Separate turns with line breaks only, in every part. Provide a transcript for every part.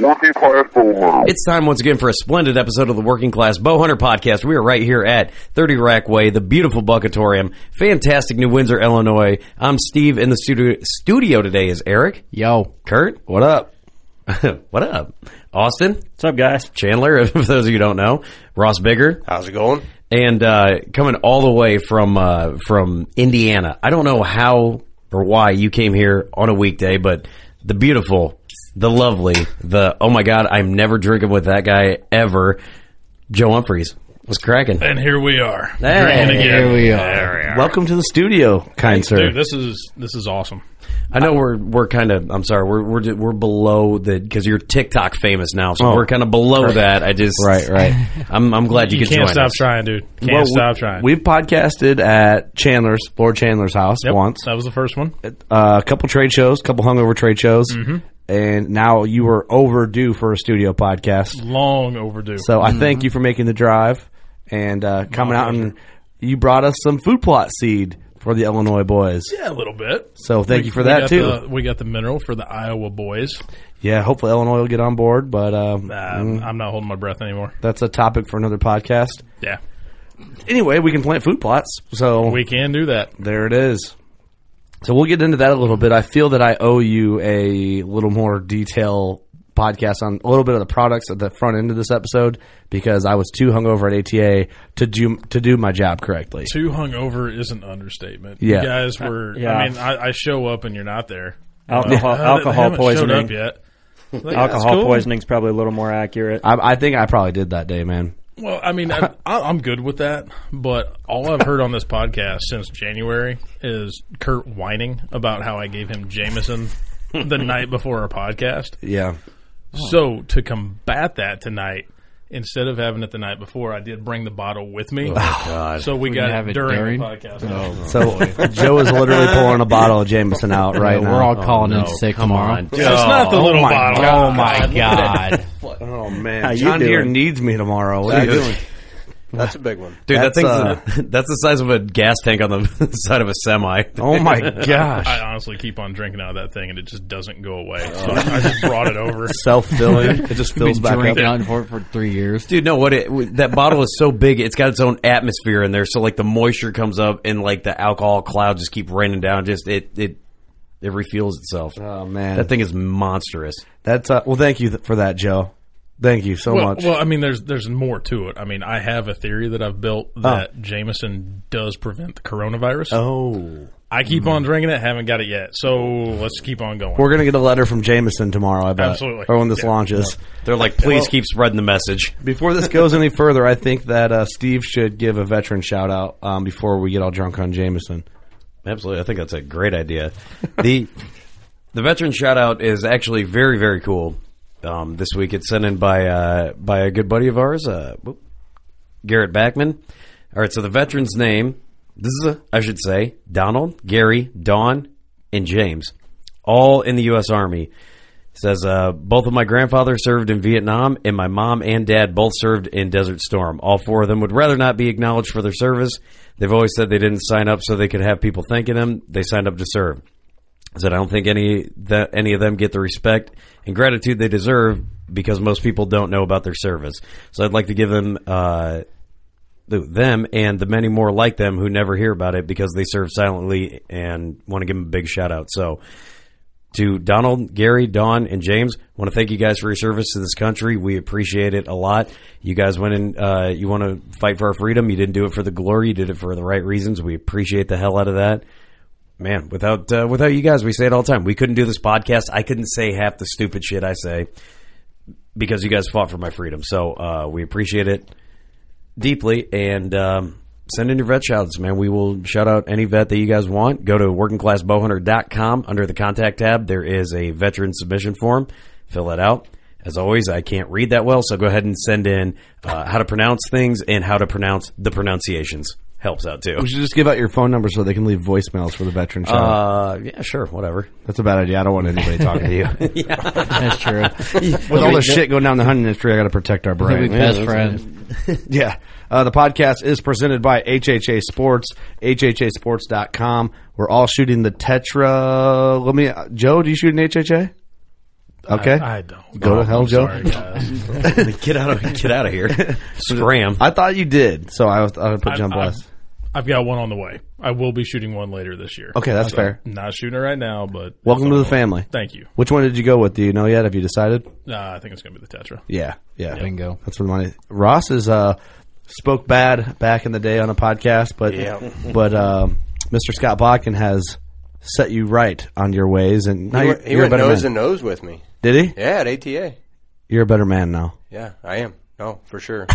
Working class over.
It's time once again for a splendid episode of the Working Class Bowhunter Podcast. We are right here at 30 Rack Way, the beautiful Buckatorium, fantastic New Windsor, Illinois. I'm Steve. In the studio, studio today is Eric.
Yo.
Kurt,
What up?
what up? Austin,
What's up, guys?
Chandler, for those of you who don't know, Ross Bigger,
How's it going?
and uh, coming all the way from uh, from Indiana. I don't know how or why you came here on a weekday, but the beautiful, the lovely, the oh my god, I'm never drinking with that guy ever. Joe Humphreys was cracking.
And here we are.
Hey,
Drinking again.
Here we are.
Welcome to the studio, kind sir.
Dude, this is this is awesome.
I know we're we're kind of I'm sorry we're we're ju- we're below the because you're TikTok famous now, so we're kind of below that. I just
Oh. Right, right.
I'm I'm glad you,
You
could
can't
join
stop
us.
trying, dude. Can't
Well, we-
stop trying.
We've podcasted at Chandler's, Lord Chandler's house
Yep,
once.
That was the first one.
Uh, a couple trade shows, a couple hungover trade shows,
Mm-hmm.
and now you were overdue for a studio podcast.
Long overdue.
So
Mm-hmm.
I thank you for making the drive and uh, coming out and you brought us some food plot seed for the Illinois boys.
yeah, a little bit.
So thank
We-
you for
we
that
got
too.
the- we got the mineral for the Iowa boys.
Yeah, hopefully Illinois will get on board, but um,
Um, I'm not holding my breath anymore.
that's a topic for another podcast.
Yeah,
Anyway, we can plant food plots. So
we can do that.
There it is. So we'll get into that a little bit. I feel that I owe you a little more detail podcast on a little bit of the products at the front end of this episode because I was too hungover at ATA to do to do my job correctly.
Too hungover is an understatement.
Yeah.
you guys were.
yeah.
I mean, I, I show up and you're not there.
Alcohol,
Uh, they- they
alcohol
haven't showed
poisoning.
up yet. Like,
Alcohol
that's cool.
poisoning's probably a little more accurate.
I, I think I probably did that day, man.
Well, I mean, I, I- I'm good with that, but all I've heard on this podcast since January is Kurt whining about how I gave him Jameson the night before our podcast.
Yeah,
So to combat that tonight, instead of having it the night before, I did bring the bottle with me.
Oh,
So we got
have
it
it
during,
during?
the podcast.
So Joe is literally pouring a bottle of Jameson out right
We're
now.
all calling in sick tomorrow.
It's not the little bottle.
Oh my god.
oh man,
How you
John Deere
doing?
needs me tomorrow. What are you doing?
That's a big one.
Dude,
That's, uh,
that thing's that's the size of a gas tank on the side of a semi.
Oh my gosh,
I honestly keep on drinking out of that thing, and it just doesn't go away. So
Oh.
I just brought it over.
self filling. It just fills
Been
back up.
drinking on for for three years.
Dude, no, what it, that bottle is so big, it's got its own atmosphere in there. So like the moisture comes up and like the alcohol cloud just keep raining down. Just it, it, it refuels itself.
Oh man,
That thing is monstrous.
That's uh, well. Thank you th- for that, Joe. Thank you so
well,
much.
well, I mean, there's there's more to it. I mean, I have a theory that I've built that Jameson does prevent the coronavirus.
oh,
I keep on drinking it, haven't got it yet. So let's keep on going.
we're gonna get a letter from Jameson tomorrow. I bet.
Absolutely.
Or when this
Yeah.
launches.
They're like, please keep spreading the message.
Before this goes any further, I think that uh, Steve should give a veteran shout out um, before we get all drunk on Jameson.
Absolutely. I think that's a great idea. The the veteran shout out is actually very, very cool. Um, this week it's sent in by uh, by a good buddy of ours, uh, whoop, Garrett Backman. All right, so the veteran's name, this is a, I should say, Donald, Gary, Don, and James, all in the U.S. Army. Says uh, both of my grandfather served in Vietnam, and my mom and dad both served in Desert Storm. All four of them would rather not be acknowledged for their service. They've always said they didn't sign up so they could have people thanking them. They signed up to serve. Said I don't think any that any of them get the respect and gratitude they deserve because most people don't know about their service. So I'd like to give them uh, th- them and the many more like them who never hear about it because they serve silently and want to give them a big shout out. So to Donald, Gary, Don, and James. want to thank you guys for your service to this country. We appreciate it a lot. You guys went in. Uh, you want to fight for our freedom. You didn't do it for the glory. You did it for the right reasons. We appreciate the hell out of that. Man, without uh, without you guys, we say it all the time. We couldn't do this podcast. I couldn't say half the stupid shit I say because you guys fought for my freedom. So uh, we appreciate it deeply and um, send in your vet shout outs, man. We will shout out any vet that you guys want. Go to workingclassbowhunter.com under the contact tab. There is a veteran submission form. Fill that out. As always, I can't read that well, so go ahead and send in uh, how to pronounce things and how to pronounce the pronunciations. Helps out too.
We should just give out your phone number so they can leave voicemails for the veteran show.
Uh, yeah, sure, whatever.
That's a bad idea. I don't want anybody talking to you.
That's true.
With all this shit going down in the hunting industry, I got to protect our brand.
We'll be best friends.
Yeah. Uh, the podcast is presented by HHA Sports, HHASports.com. We're all shooting the Tetra. Let me, uh, Joe, do you shoot an HHA? Okay.
I don't.
Go to
I'm
hell, Joe.
sorry, guys.
get out of get out of here. Scram.
I thought you did, so I, was, I would put
I-
John
I-
Bless.
I've got one on the way. I will be shooting one later this year.
Okay, that's fair.
Not shooting it right now, but
Welcome to the
Oh,
family.
Thank you.
Which one did you go with? Do you know yet? Have you decided?
Uh, I think it's going to be the Tetra.
Yeah, yeah.
Bingo.
That's where the money. Ross is uh spoke bad back in the day on a podcast, but but um, Mr. Scott Botkin has set you right on your ways, and now
He,
you're,
went- he
you're a
went
better
nose
man.
and nose with me.
Did he?
Yeah, at ATA.
You're a better man now.
Yeah, I am. No, for sure.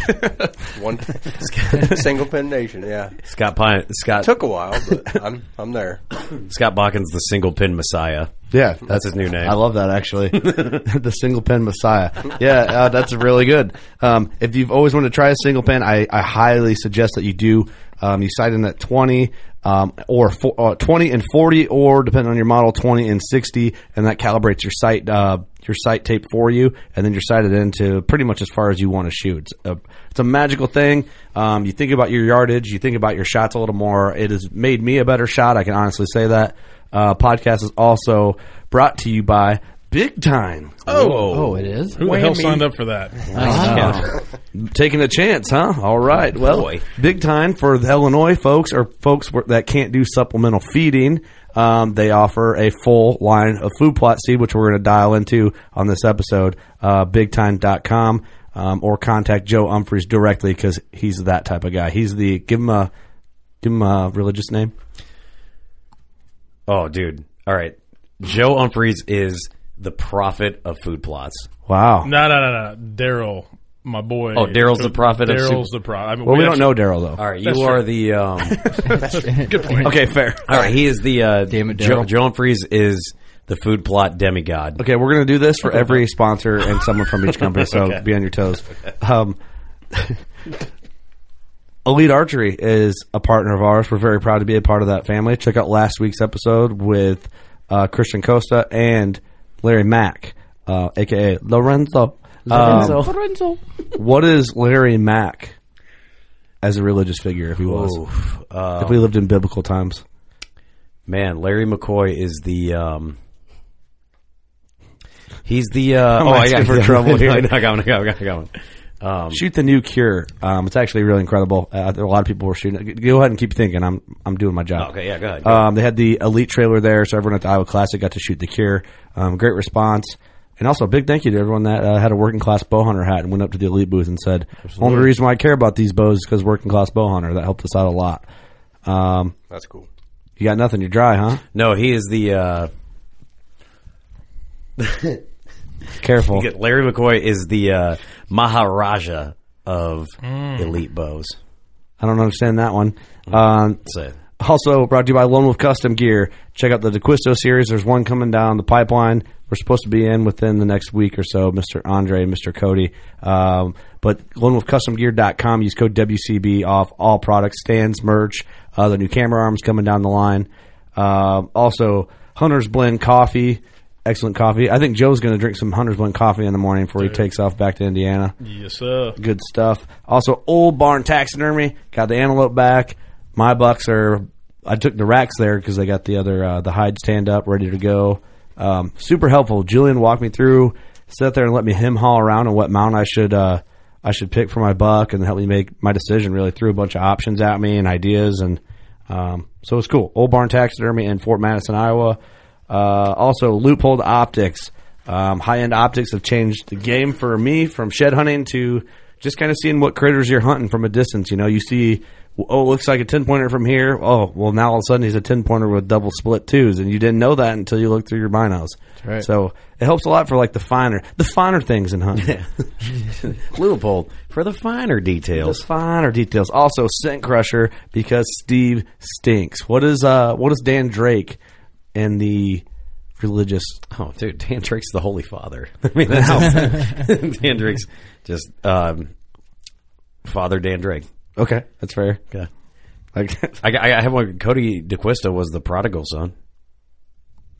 One single pin nation. Yeah,
Scott Pine, Scott
took a while, but I'm I'm there.
Scott Botkin's the single pin messiah.
Yeah,
That's his new name.
I love that actually. the single pin messiah. Yeah, uh, that's really good. Um, if you've always wanted to try a single pin, I, I highly suggest that you do. Um, you sight in at 20 um, or fo- uh, 20 and 40 or depending on your model 20 and 60 and that calibrates your sight uh, your sight tape for you and then you're sighted into pretty much as far as you want to shoot. It's a, it's a magical thing. Um, you think about your yardage, you think about your shots a little more. It has made me a better shot. I can honestly say that. Uh, podcast is also brought to you by Big Time.
Oh, it is.
Who the hell signed up for that?
Wow.
Ah. Taking a chance, huh? All right.
Oh,
Well, big time for the Illinois folks or folks wh- that can't do supplemental feeding. Um, they offer a full line of food plot seed, which we're going to dial into on this episode, uh, bigtime.com, um, or contact Joe Umphreys directly because he's that type of guy. He's the, give him a, give him a religious name.
Oh, dude. All right. Joe Humphreys is the prophet of food plots.
Wow.
No, no, no, no. Daryl, my boy.
Oh, Daryl's the prophet of
Daryl's
Super-
the prophet. I mean,
well, we don't
actually-
know Daryl though.
All right, you are the. Um,
Good point.
Okay, fair.
all right, he is the. Uh,
Damn it,
Joe,
Daryl.
Joe Humphreys is the food plot demigod.
Okay, we're gonna do this for every sponsor and someone from each company. So be on your toes. Um, Elite Archery is a partner of ours. We're very proud to be a part of that family. Check out last week's episode with uh, Christian Costa and Larry Mack, uh, aka Lorenzo. Lorenzo. what is Larry Mack as a religious figure? If he was,
Oof. Uh,
if we lived in biblical times,
man, Larry McCoy is the. Um, he's the. Uh, oh, I
asking
got
for trouble here.
I got one. I got one. I got one.
shoot the new Cure. Um, it's actually really incredible. Uh, there, a lot of people were shooting. it. Go ahead and keep thinking. I'm I'm doing my job.
Okay, yeah, go ahead.
Um, they had the elite trailer there, so everyone at the Iowa Classic got to shoot the Cure. Um, great response, and also a big thank you to everyone that uh, had a working class bow hunter hat and went up to the elite booth and said, "Only reason why I care about these bows is because working class bow hunter." That helped us out a lot. Um,
That's cool.
you got nothing. You're dry, huh?
no, he is the. Uh,
Careful.
you get- Larry McCoy is the uh, Maharaja of elite bows.
I don't understand that one. Um,
So,
Also brought to you by Lone Wolf Custom Gear. Check out the DeQuisto series. There's one coming down the pipeline. We're supposed to be in within the next week or so, Mr. Andre and Mr. Cody. Um, but lonewolfcustomgear.com. Use code WCB off all products, stands, merch, uh, the new camera arms coming down the line. Um also, Hunter's Blend Coffee. Excellent coffee. I think Joe's going to drink some Hunter's Blend coffee in the morning before he takes off back to Indiana.
Yes, sir.
Good stuff. Also, Old Barn Taxidermy got the antelope back. My bucks are. I took the racks there because they got the other uh, the hide stand up ready to go. Um, super helpful. Julian walked me through, sat there and let me him haul around on what mount I should uh, I should pick for my buck and help me make my decision. Really threw a bunch of options at me and ideas and um, so it's cool. Old Barn Taxidermy in Fort Madison, Iowa. Uh, also, Loophole Optics. Um, High end optics have changed the game for me from shed hunting to just kind of seeing what critters you're hunting from a distance. You know, you see, oh, it looks like a 10 pointer from here. Oh, well, now all of a sudden he's a 10 pointer with double split twos, and you didn't know that until you looked through your binos.
right.
So it helps a lot for like the finer, the finer things in hunting.
Leupold for the finer
Those
details.
finer details. Also, Scent Crusher because Steve stinks. What is uh? What is Dan Drake and the religious?
Oh, dude, Dandrick's the Holy Father. I mean, that's Dandrick's just um, Father Dandrick.
Okay, that's fair.
Yeah.
Like,
I, I I have one. Cody DeQuista was the prodigal son.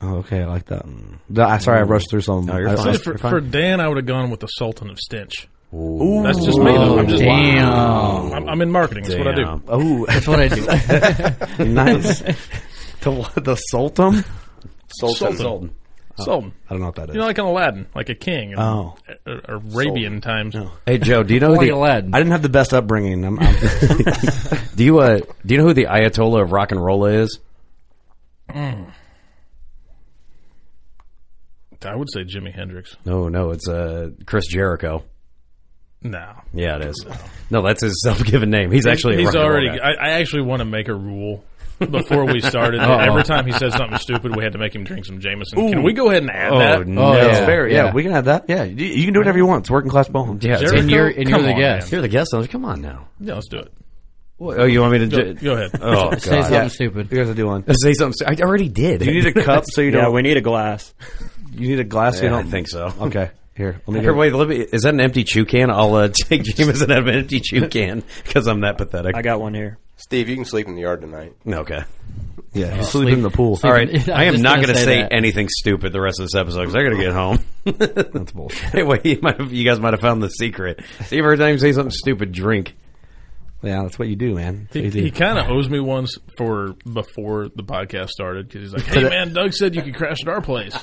oh, okay, I like that. No, I sorry, I rushed through some.
No, you're
I-
fine.
I-
For, for Dan, I would have gone with the Sultan of Stench.
Ooh.
That's just me. though. I'm just
Damn.
I'm, I'm in marketing. That's what I
um,
do.
oh,
That's what I do.
nice. the what- the Sultan?
Sultan.
Sultan.
Sultan.
I don't know what that is.
You know, like an Aladdin, like a king. in
Oh.
Ar- Arabian times.
Hey Joe, do you know who
Like
the,
Aladdin.
I didn't have the best upbringing. I'm, I'm,
do you uh, do you know who the Ayatollah of rock and roll is?
I would say Jimi Hendrix.
No, no, it's uh, Chris Jericho.
No.
Yeah, it is. No, that's his self-given name. He's actually a
He's
rock and roll
already.
guy.
I, I actually want to make a rule. Before we started, that every time he said something stupid, we had to make him drink some Jameson. Can we go ahead and add
Oh,
that?
no.
yeah.
it's fair. Yeah, we can have that. Yeah, you, you can do whatever you want. It's working class bone.
Yeah, it's-
Jericho?
And you're- and you're
Come
the
on,
guest.
man.
you're the guest. I was- Come on now.
Yeah, let's do it.
Oh, you want me to
Go,
ju-
go ahead.
Oh God!
Say something
Yeah. You
stupid.
guys will do one.
Say something. I already did.
You need a cup so you
Yeah,
don't.
we need a glass.
You need a glass. so you
Yeah, I
don't
think so.
Okay, here. Let me.
Here,
Get,
wait, let me, is that an empty chew can? I'll uh, take Jameson out of an empty chew can because I'm that pathetic.
I got one here.
Steve, you can sleep in the yard tonight.
okay.
yeah, you sleep in the pool.
All right.
I'm
I am
just
not
gonna
going to
say
say,
that.
anything stupid the rest of this episode because I got to get home. That's bullshit. Anyway, you, might have, you guys might have found the secret. See, every time you say something stupid, drink.
Yeah, that's what you do, man. That's what
He,
you do.
he kind of owes me ones for before the podcast started because he's like, "Hey man, Doug said you could crash at our place."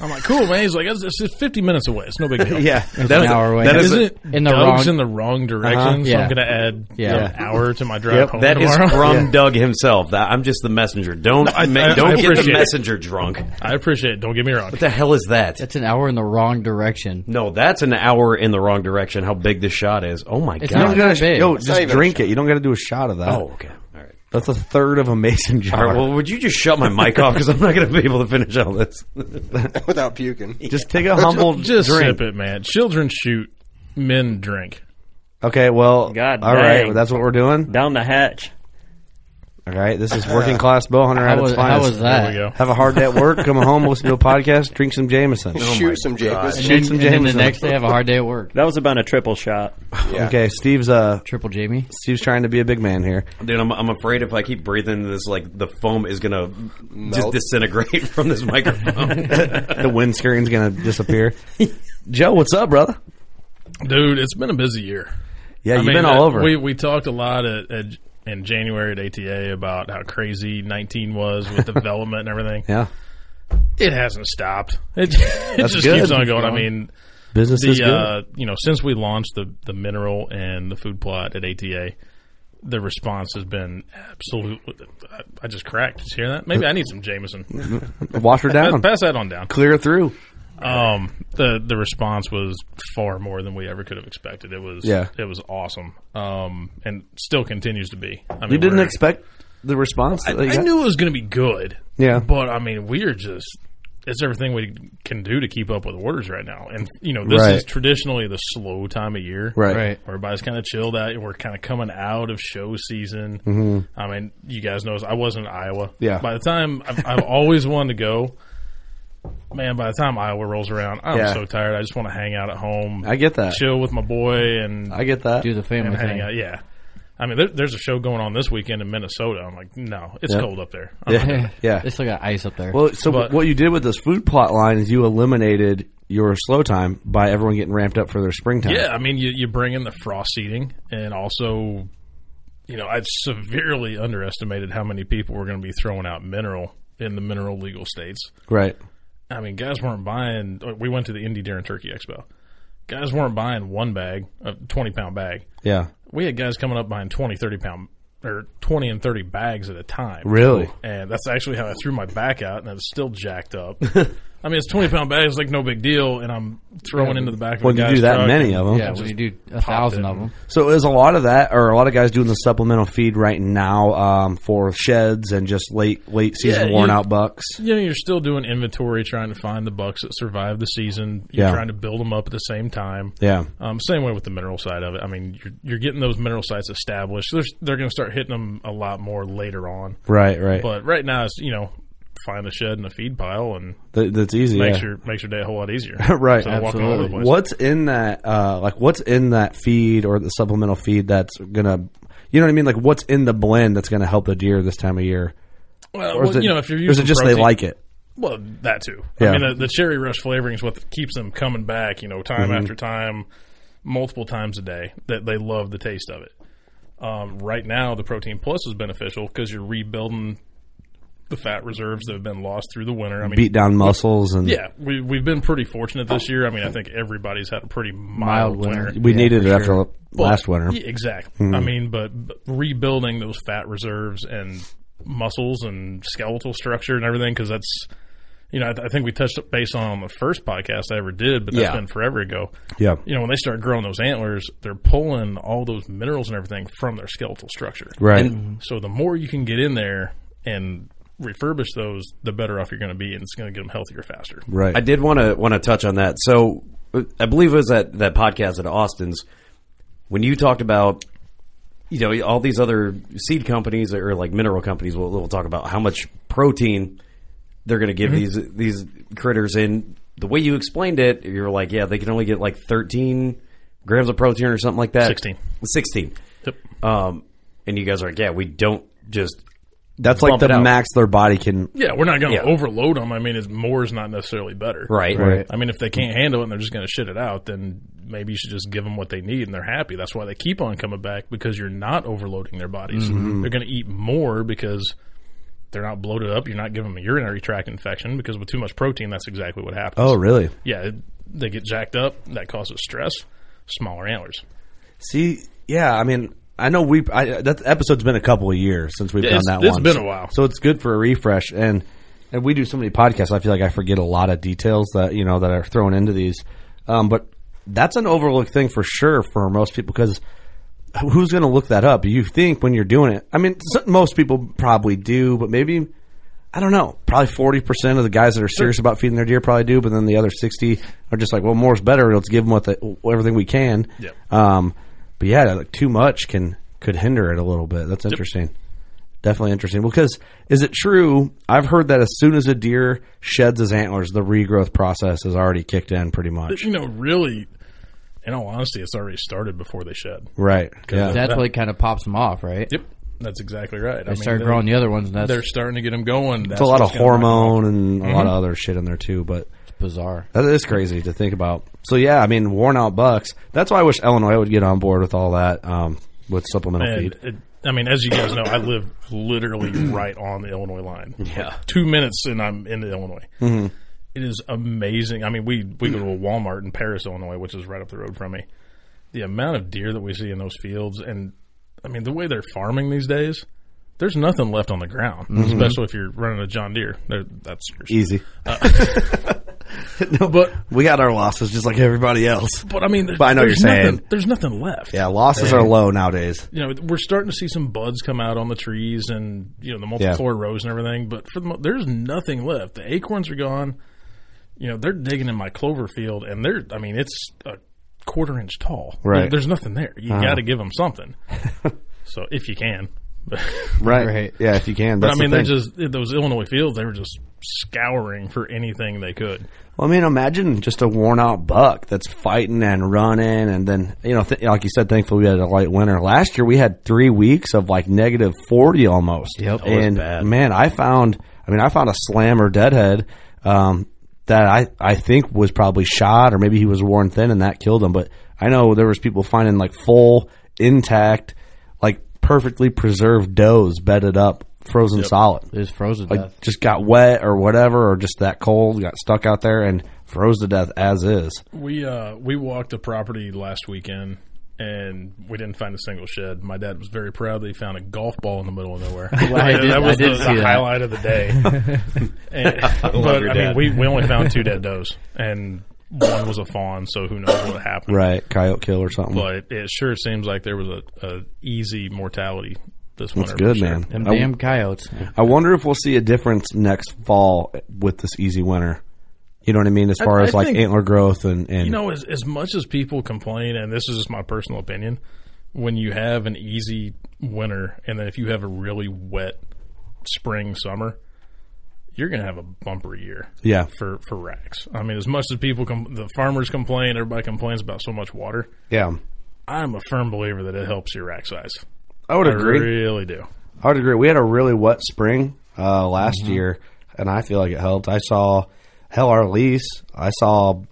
I'm like, "Cool, man." He's like, "It's, it's 50 minutes away. It's no big deal."
yeah,
That is-
hour away.
That is,
Isn't
that
it
In the
Doug's
wrong- Uh-huh.
in the wrong direction, so
Yeah.
I'm going to add
Yeah.
an hour to my drive home
is
tomorrow.
from Doug himself. That- I'm just the messenger. Don't
I-
ma-
I- I
don't get the
appreciate it.
messenger drunk. What
I appreciate it. Don't get me wrong.
the hell is that?
That's an hour in the wrong direction.
No, that's an hour in the wrong direction. How big this shot is? Oh my
It's
god!
not that big.
Yo,
not
just
even a
drink it. You don't got to do a shot of that.
oh, okay. All right.
That's a third of a mason jar.
All right. Well, would you just shut my mic off because I'm not going to be able to finish all this.
Without puking.
just take a humble
Just
drink.
sip it, man. Children shoot, men drink.
Okay, well,
God
all right,
dang.
well, that's what we're doing.
Down the hatch.
All right, this is working class bow hunter at
How
its
was,
finest.
how was
There
that?
we go.
Have a hard day at work. Come home, listen to a podcast, drink some Jameson.
Shoot some Jacobs.
And
Shoot
then,
some
and then the
Jameson.
next day, have a hard day at work.
That was about a triple shot.
Yeah.
Okay, Steve's uh,
Triple Jamie.
Steve's trying to be a big man here.
Dude, I'm, I'm afraid if I keep breathing this, like the foam is gonna just
Melt.
disintegrate from this microphone.
The windscreen's gonna disappear. Joe, what's up, brother?
Dude, it's been a busy year.
Yeah,
I
you've
mean,
been all
uh,
over.
We we talked a lot at, at, in January at ATA about how crazy 19 was with development and everything.
yeah,
It hasn't stopped. It, it just
good.
keeps on going. I mean,
business is
the
good.
uh, you know since we launched the the mineral and the food plot at ATA, the response has been absolutely. I, I just cracked. Did you hear that? Maybe I need some Jameson.
Wash her down.
Pass that on down.
Clear through.
Um, the the response was far more than we ever could have expected. It was
Yeah.
it was awesome. Um, and still continues to be. I mean,
You didn't
we're-
expect the response. that
I
you got?
knew it was going to be good.
Yeah.
but I mean, we are just. it's everything we can do to keep up with orders right now. And you know, this
Right.
is traditionally the slow time of year,
Right.
Right.
Everybody's kind of chilled out. We're kind of coming out of show season. I mean, you guys know I wasn't in Iowa.
Mm-hmm. Yeah.
By the time I've, I've always wanted to go, man. By the time Iowa rolls around, I'm
Yeah.
so tired. I just want to hang out at home,
I get that.
chill with my boy, and
I get that.
Do the family
and hang
thing.
out. Yeah. I mean, there, there's a show going on this weekend in Minnesota. I'm like, no, it's
Yeah.
cold up there. I'm not doing
Yeah.
it.
yeah.
They still got ice up there.
Well, so
But-
what you did with this food plot line is you eliminated your slow time by everyone getting ramped up for their springtime.
Yeah, I mean, you, you bring in the frost seeding, and also, you know, I've severely underestimated how many people were going to be throwing out mineral in the mineral legal states.
Right.
I mean, guys weren't buying. We went to the Indy Deer and Turkey Expo. Guys weren't buying one bag, a 20 pound bag.
Yeah.
We had guys coming up buying 20, 30 pound, or 20 and 30 bags at a time.
Really?
And that's actually how I threw my back out, and it's still jacked up. I mean, it's 20 pound bags, like no big deal, and I'm throwing into the back of
When
the
you
guy's
do that
truck
many
and-
of them.
yeah, when you do a thousand
it.
of them.
So is a lot of that, or a lot of guys doing the supplemental feed right now um, for sheds and just late late season
Yeah,
worn
you-
out bucks.
you know, you're still doing inventory, trying to find the bucks that survived the season. You're
Yeah.
trying to build them up at the same time.
Yeah.
Um, same way with the mineral side of it. I mean, you're, you're getting those mineral sites established. There's, they're going to start hitting them a lot more later on.
Right. Right.
But right now, it's you know, find a shed and a feed pile and
Th- that's easy.
makes
yeah.
your makes your day a whole lot easier.
Right,
Instead of walking all over the place.
What's in that? Uh, like, what's in that feed or the supplemental feed that's gonna, you know what I mean? Like, what's in the blend that's gonna help the deer this time of year?
Well,
Or is
well,
it,
you know, if you're
or is
using
it just they
protein-
like it?
Well, that too.
Yeah.
I mean, the, the cherry rush flavoring is what keeps them coming back. You know, time after time, multiple times a day. That they love the taste of it. Um, right now, the protein plus is beneficial because you're rebuilding the fat reserves that have been lost through the winter. I mean,
Beat down muscles and
yeah, we we've been pretty fortunate this year. I mean, I think everybody's had a pretty mild,
winter.
winter.
we
Yeah,
needed
for
it after
sure.
last winter.
Yeah, exactly.
Mm-hmm.
I mean, but, but rebuilding those fat reserves and muscles and skeletal structure and everything, because that's, you know, I, I think we touched base on the first podcast I ever did, but that's
Yeah.
been forever ago.
Yeah.
You know, when they start growing those antlers, they're pulling all those minerals and everything from their skeletal structure.
Right.
So the more you can get in there and refurbish those, the better off you're going to be, and it's going to get them healthier faster.
right.
I did want to want to touch on that. So uh, I believe it was at that podcast at Austin's when you talked about you know all these other seed companies or like mineral companies. We'll, we'll talk about how much protein they're going to give these these critters. And the way you explained it, you were like, yeah, they can only get like thirteen grams of protein or something like that.
16.
Sixteen.
Yep.
Um, and you guys are like, yeah, we don't just
That's like
Bump it
the
out.
max their body can.
Yeah, we're not going to
Yeah.
overload them. I mean, it's more is not necessarily better.
right
I mean, if they can't handle it and they're just going to shit it out, then maybe you should just give them what they need and they're happy. That's why they keep on coming back because you're not overloading their bodies. They're going to eat more because they're not bloated up. You're not giving them a urinary tract infection because with too much protein, that's exactly what happens.
Oh, really?
Yeah, it- they get jacked up. That causes stress, smaller antlers.
See, yeah. I mean, I know we. I, that episode's been a couple of years since we've
Yeah,
done
it's-
that.
it's
one.
been a while.
so it's good for a refresh. And and we do so many podcasts. I feel like I forget a lot of details that you know that are thrown into these. Um, but that's an overlooked thing for sure for most people because who's going to look that up? You think when you're doing it. I mean, s- most people probably do, but maybe. I don't know. Probably forty percent of the guys that are serious about feeding their deer probably do, but then the other sixty are just like, "Well, more's better. Let's give them what the, everything we can."
Yep.
Um, but yeah, like too much can could hinder it a little bit. That's interesting. Definitely interesting. Because is it true? I've heard that as soon as a deer sheds his antlers, the regrowth process is already kicked in, pretty much.
You know, really, in all honesty, it's already started before they shed.
Right. Yeah.
That's what kind of pops them off, right?
Yep. That's exactly right.
They start growing the other ones, and that's
They're starting to get them going.
It's a lot of hormone and a lot of other shit in there too, but
bizarre.
That is crazy to think about. So yeah, I mean, worn out bucks. That's why I wish Illinois would get on board with all that um, with supplemental
And
feed.
it, I mean, as you guys know, I live literally right on the Illinois line. Yeah, two minutes and I'm in Illinois.
Mm-hmm.
It is amazing. I mean, we we go to a Walmart in Paris, Illinois, which is right up the road from me. The amount of deer that we see in those fields, and I mean, the way they're farming these days, there's nothing left on the ground,
Mm-hmm.
especially if you're running a John Deere. There- That's your
Easy.
Uh,
no, but we got our losses just like everybody else.
But I mean, there's,
But I know
there's
you're
nothing,
saying.
there's nothing left.
Yeah, losses are low nowadays.
you know, we're starting to see some buds come out on the trees and, you know, the multiflora rows and everything, but for the mo- there's nothing left. The acorns are gone. you know, they're digging in my clover field, and they're, I mean, it's a quarter inch tall.
Right. Uh-huh.
There's nothing there. You got to give them something. so if you can. But,
Right.
Right.
Yeah, if you can.
but I
That's
mean,
the
they're
thing.
just, those Illinois fields, they were just scouring for anything they could.
Well, I mean, imagine just a worn out buck that's fighting and running, and then you know, th- like you said, thankfully we had a light winter. Last year we had three weeks of like negative forty almost.
Yep. That was
and
bad.
man, I found, I mean, I found a slammer deadhead um, that I I think was probably shot or maybe he was worn thin and that killed him. But I know there was people finding like full, intact, like perfectly preserved does bedded up, frozen solid
It was frozen
like
death.
just got wet or whatever, or just that cold, got stuck out there and froze to death as is.
We uh we walked a property last weekend and we didn't find a single shed. My dad was very proud that he found a golf ball in the middle of nowhere.
I did-
that was
I did
the,
see
the
that.
highlight of the day. And- but
your
I
dad.
mean, we we only found two dead does and one was a fawn, so who knows what happened.
Right, coyote kill or something.
But it sure seems like there was a, a easy mortality this winter.
That's
for
good,
sure.
man.
Them
I,
damn coyotes.
I wonder if we'll see a difference next fall with this easy winter. You know what I mean? As far
I
as like
think-
antler growth and and
You know, as as much as people complain, and this is just my personal opinion, when you have an easy winter, and then if you have a really wet spring summer, you're going to have a bumper year.
Yeah.
for for racks. I mean, as much as people, com- the farmers complain, everybody complains about so much water.
yeah,
I'm a firm believer that it helps your rack size.
I would
I
agree.
really do.
I would agree. We had a really wet spring uh, last year, and I feel like it helped. I saw, hell, our lease. I saw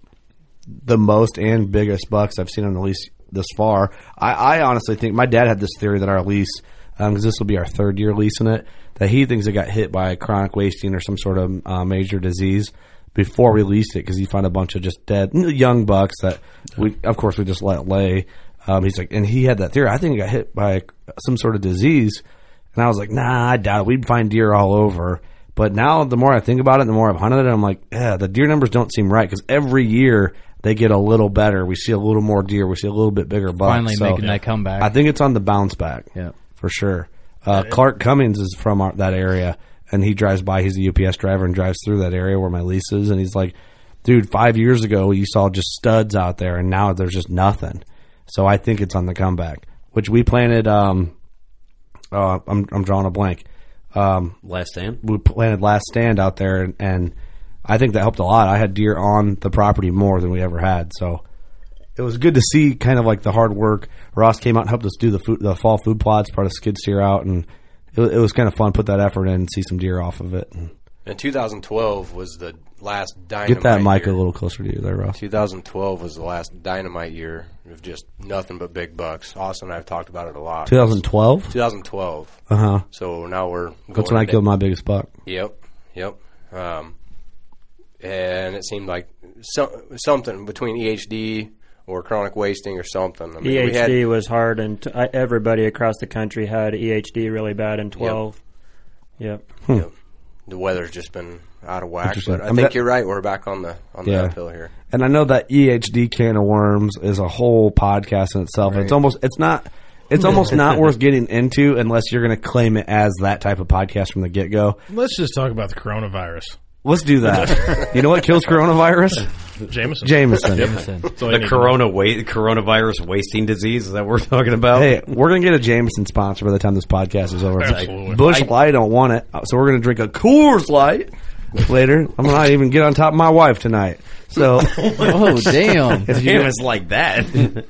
the most and biggest bucks I've seen on the lease this far. I, I honestly think my dad had this theory that our lease, because this will be our third year leasing it, that he thinks it got hit by chronic wasting or some sort of uh, major disease before we leased it because he found a bunch of just dead young bucks that we, of course, we just let lay. Um, he's like, and he had that theory. I think it got hit by some sort of disease. And I was like, nah, I doubt it. We'd find deer all over. But now, the more I think about it, the more I've hunted it, I'm like, yeah, the deer numbers don't seem right because every year they get a little better. We see a little more deer. We see a little bit bigger bucks.
Finally
So,
making that comeback.
I think it's on the bounce back.
Yeah.
for sure. Uh, Clark Cummings is from our, that area, and he drives by. He's a UPS driver and drives through that area where my lease is, and he's like, "Dude, five years ago you saw just studs out there, and now there's just nothing." So I think it's on the comeback, which we planted. Um, uh, I'm I'm drawing a blank. Um,
Last stand.
we planted last stand out there, and, and I think that helped a lot. I had deer on the property more than we ever had, so it was good to see kind of like the hard work. Ross came out and helped us do the food, the fall food plots, part of skid steer out, and it, wa- it was kind of fun. Put that effort in, and see some deer off of it. And
And 2012 was the last dynamite.
get that mic
year.
a little closer to you there, Ross.
2012 was the last dynamite year of just nothing but big bucks. Austin and I have talked about it a lot.
2012.
2012.
Uh huh.
So now we're going
That's when I
to-
killed my biggest buck.
Yep, yep. Um, and it seemed like so, something between EHD or chronic wasting or something. I mean, we had-
E
EHD was hard, and t- I, everybody across the country had EHD really bad in 12. Yep.
Yep. The weather's just been out of whack,
hmm. Interesting.
but I
I mean,
think
that-
you're right. We're back on the on
Yeah.
the uphill here.
and I know that EHD can of worms is a whole podcast in itself. It's almost it's not it's almost not worth getting into unless you're going to claim it as that type of podcast from the get go.
Let's just talk about the coronavirus,
Let's do that. you know what kills coronavirus?
Jameson.
Jameson.
That's all you need to
The
know.
corona wa- coronavirus wasting disease is that what we're talking about?
Hey, we're gonna get a Jameson sponsor by the time this podcast is over.
Absolutely.
Bush Light don't want it, so we're gonna drink a Coors Light later. I'm not even get on top of my wife tonight. So
oh damn!
if
It
you
was like that.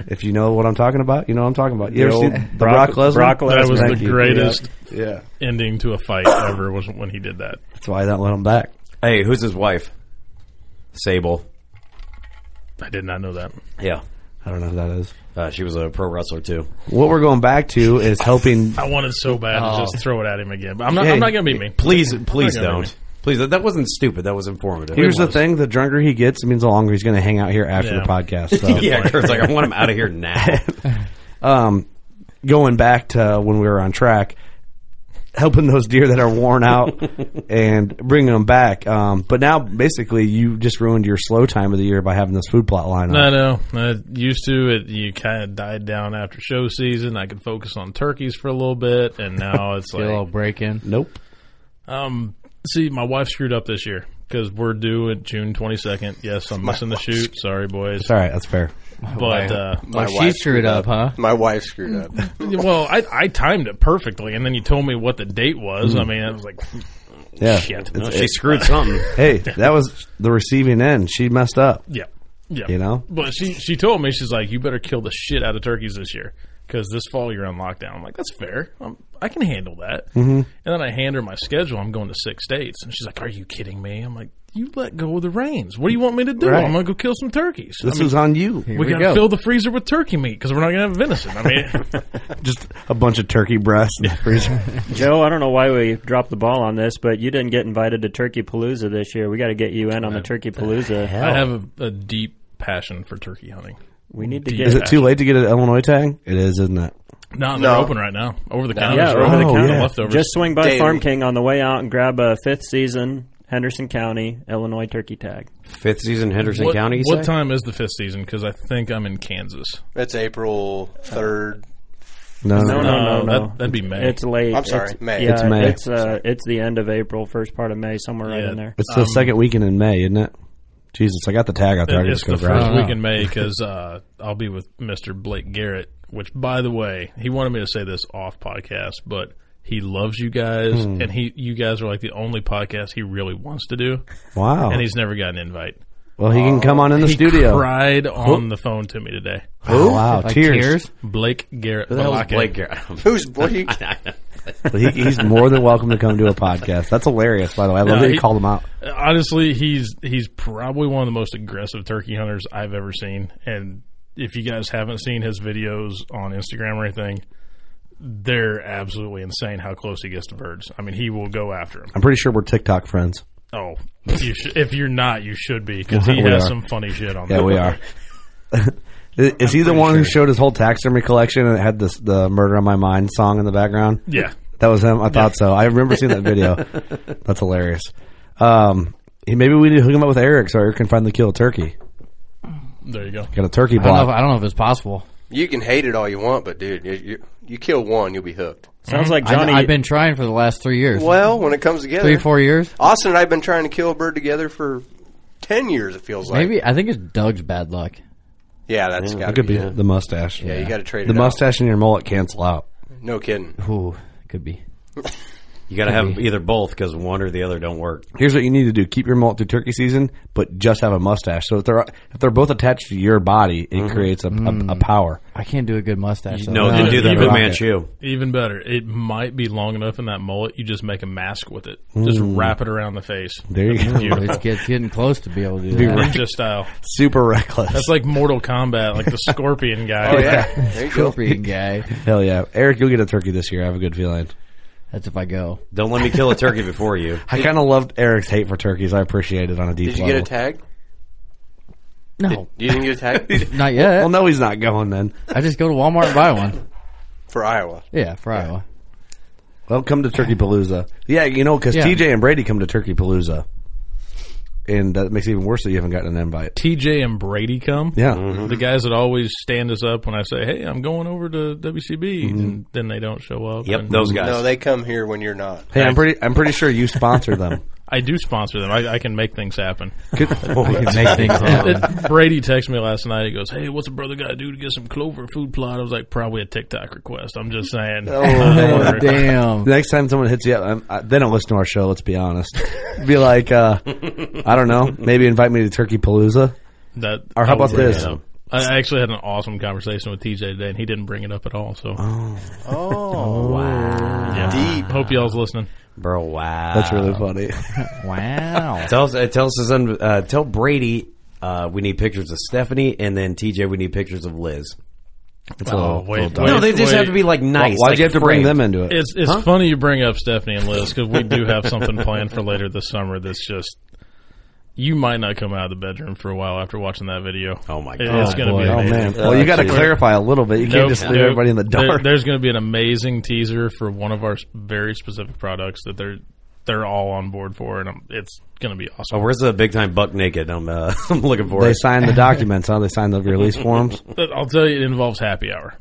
if you know what I'm talking about, you know what I'm talking about. You ever
The
seen
old
the Brock, Lesnar?
Brock Lesnar.
That was
Thank
the
you.
greatest
yeah,
ending to a fight ever was when he did that.
that's why I don't let him back.
hey, who's his wife? Sable.
I did not know that.
Yeah.
I don't know who that is.
Uh, she was a pro wrestler too.
What we're going back to is helping.
I wanted so bad to just throw it at him again, but I'm not.
Hey,
I'm not going to be me.
Please, please
Okay,
don't.
maybe.
Please, that, that wasn't stupid. That was informative.
Here's the thing: the drunker he gets, it means the longer he's going to hang out here after
Yeah.
the podcast. So,
yeah, Kurt's like, I want him out of here now.
um, going back to when we were on track, helping those deer that are worn out and bringing them back. Um, but now, basically, you just ruined your slow time of the year by having this food plot line.
I
up.
know. I used to it. You kind of died down after show season. I could focus on turkeys for a little bit, and now it's
Get a little
like,
break in.
Nope.
um, see, my wife screwed up this year because we're due at June 22nd. Yes, I'm missing the shoot. Sorry, boys.
All right, that's fair.
But uh,
My
she
wife
screwed up, huh?
My wife screwed up.
well, I, I timed it perfectly, and then you told me what the date was. I mean, I was like,
Yeah.
shit.
No, she screwed something.
Hey, that was the receiving end. She messed up.
Yeah, yeah.
You know?
but she she told me she's like, you better kill the shit out of turkeys this year because this fall you're on lockdown. I'm like, that's fair. I'm, I can handle that. Mm-hmm. And then I hand her my schedule. I'm going to six states, and she's like, are you kidding me? I'm like, you let go of the reins. What do you want me to do?
Right.
I'm gonna go kill some turkeys. I
This
mean,
was on you.
we,
we
gotta
go.
fill the freezer with turkey meat because we're not gonna have venison. I mean,
Just a bunch of turkey breasts in the freezer.
Joe, I don't know why we dropped the ball on this, but you didn't get invited to Turkey Palooza this year. We got to get you in on the Turkey Palooza.
Uh,
Oh,
I have a, a deep passion for turkey hunting.
We need to
Is
get.
Is it too late to get an Illinois tag? It is, isn't it?
No, they're open right now. Over the counter,
Yeah,
they're
over the
open.
counter.
leftovers.
Just swing by
Daily.
Farm King on the way out and grab a fifth season Henderson County Illinois turkey tag.
Fifth season, Henderson
what,
County. You
what
say?
time is the fifth season? Because I think I'm in Kansas.
That's April third.
No,
No, no, no,
Um, that-
no.
that'd be May.
It's late.
I'm sorry,
It's,
May.
Yeah,
It's
it's
May.
It's uh, it's the end of April, first part of May, somewhere right
Yeah.
in there.
It's
Um,
the second weekend in May, isn't it? Jesus, I got the tag out there. I can
it's
just go
the
grab
first
it.
week in May because uh, I'll be with Mister Blake Garrett. Which, by the way, he wanted me to say this off podcast, but he loves you guys, and he you guys are like the only podcast he really wants to do,
Wow.
and he's never got an invite.
well, he can come on in the studio.
Cried on the phone to me today,
Oh, wow,
Like
tears.
tears?
Blake Garrett.
That was
Balaka.
Blake Garrett.
Who's Blake?
But he, he's more than welcome to come do a podcast. That's hilarious, by the way. I love
No,
that you
he-
called him out.
Honestly, he's he's probably one of the most aggressive turkey hunters I've ever seen. And if you guys haven't seen his videos on Instagram or anything, they're absolutely insane how close he gets to birds. I mean, he will go after them.
I'm pretty sure we're TikTok friends.
Oh, you should, if you're not, you should be because he
We
has
are.
some funny shit on.
Yeah,
there.
we are. Is is he the one who showed his whole taxidermy collection and had this the "Murder on My Mind" song in the background?
Yeah,
That was him. I thought so. I remember seeing that video. That's hilarious. Um, he- maybe we need to hook him up with Eric so Eric can finally kill a turkey.
there you go.
Got a turkey
I don't, know if,
block.
I don't know if it's possible.
You can hate it all you want, but dude, you, you, you kill one, you'll be hooked.
Sounds like
I,
Johnny.
I've been trying for the last three years.
Well, when it comes together,
Three, four years?
Austin and I've been trying to kill a bird together for ten years. It feels like.
Maybe. I think it's Doug's bad luck.
Yeah, that's got
It
to
could
be.
be
it.
the mustache.
Yeah, you got to trade
the
it out.
mustache and your mullet cancel out.
No kidding.
Ooh, could be.
You got to have either both because one or the other don't work.
Here's what you need to do: keep your mullet through turkey season, but just have a mustache. So if they're if they're both attached to your body, it
Mm-hmm.
creates a,
Mm.
a, a power.
I can't do a good mustache. though.
No,
No,
you do the
you
Fu
rock
Manchu.
Even better, it might be long enough in that mullet. You just make a mask with it. Just wrap it around the face.
Mm. There you go.
Beautiful.
It's, get- it's getting close to be able to do that.
Ninja style.
Super reckless.
That's like Mortal Kombat, like the Scorpion guy.
Oh yeah, there you go.
Appropriate guy.
Hell yeah, Eric, you'll get a turkey this year. I have a good feeling.
That's if I go.
Don't let me kill a turkey before you.
I kind of loved Eric's hate for turkeys. I appreciate it on a deep
Did you
level.
get a tag?
No,
You didn't get a tag
not yet.
well, no, he's not going then.
I just go to Walmart and buy one.
for Iowa.
Yeah, for Iowa.
Well, come to Turkey Palooza. Yeah, you know, because
Yeah.
TJ and Brady come to Turkey Palooza, and that makes it even worse that you haven't gotten an invite.
TJ and Brady come.
Yeah,
Mm-hmm.
The guys that always stand us up when I say, "Hey, I'm going over to WCB,"
Mm-hmm.
and then they don't show up.
Yep,
And
those guys.
No, they come here when you're not.
hey, I'm pretty. I'm pretty sure you sponsor them.
I do sponsor them. I, I can make things happen.
Good-
Make things
Oh,
happen.
Brady texted me last night. He goes, "Hey, what's a brother got to do to get some clover food plot?" I was like, "Probably a TikTok request." I'm just saying.
Oh, damn.
Next time someone hits you up, I'm, I, they don't listen to our show. Let's be honest. Be like, uh, I don't know. Maybe invite me to Turkey Palooza.
That,
Or how
I would
about
bring
this?
it up. I actually had an awesome conversation with TJ today, and he didn't bring it up at all. So,
Oh,
yeah.
deep.
hope y'all's listening.
Bro, wow.
That's really funny.
Wow.
Tell us, uh, tell us his un- uh, tell Brady uh, we need pictures of Stephanie, and then TJ we need pictures of Liz.
Oh, wait, wait,
no, they just
wait.
have to be like nice.
Why'd
like
you have to bring
framed.
them into it?
It's it's funny you bring up Stephanie and Liz because we do have something planned for later this summer. That's just you might not come out of the bedroom for a while after watching that video.
Oh, my
It-
God.
It's going to
boy.
be
Oh
amazing.
man! Well, you got to clarify a little bit. You can't
Nope,
just leave
nope.
everybody in the
There-
dark.
there's going to be an amazing teaser for one of our s- very specific products that they're they're all on board for, and i it's going to be awesome.
Oh, where's the big time buck naked? I'm uh, I'm looking for
They
it.
Oh. signed the documents, huh? They signed the release forms.
But I'll tell you, it involves happy hour.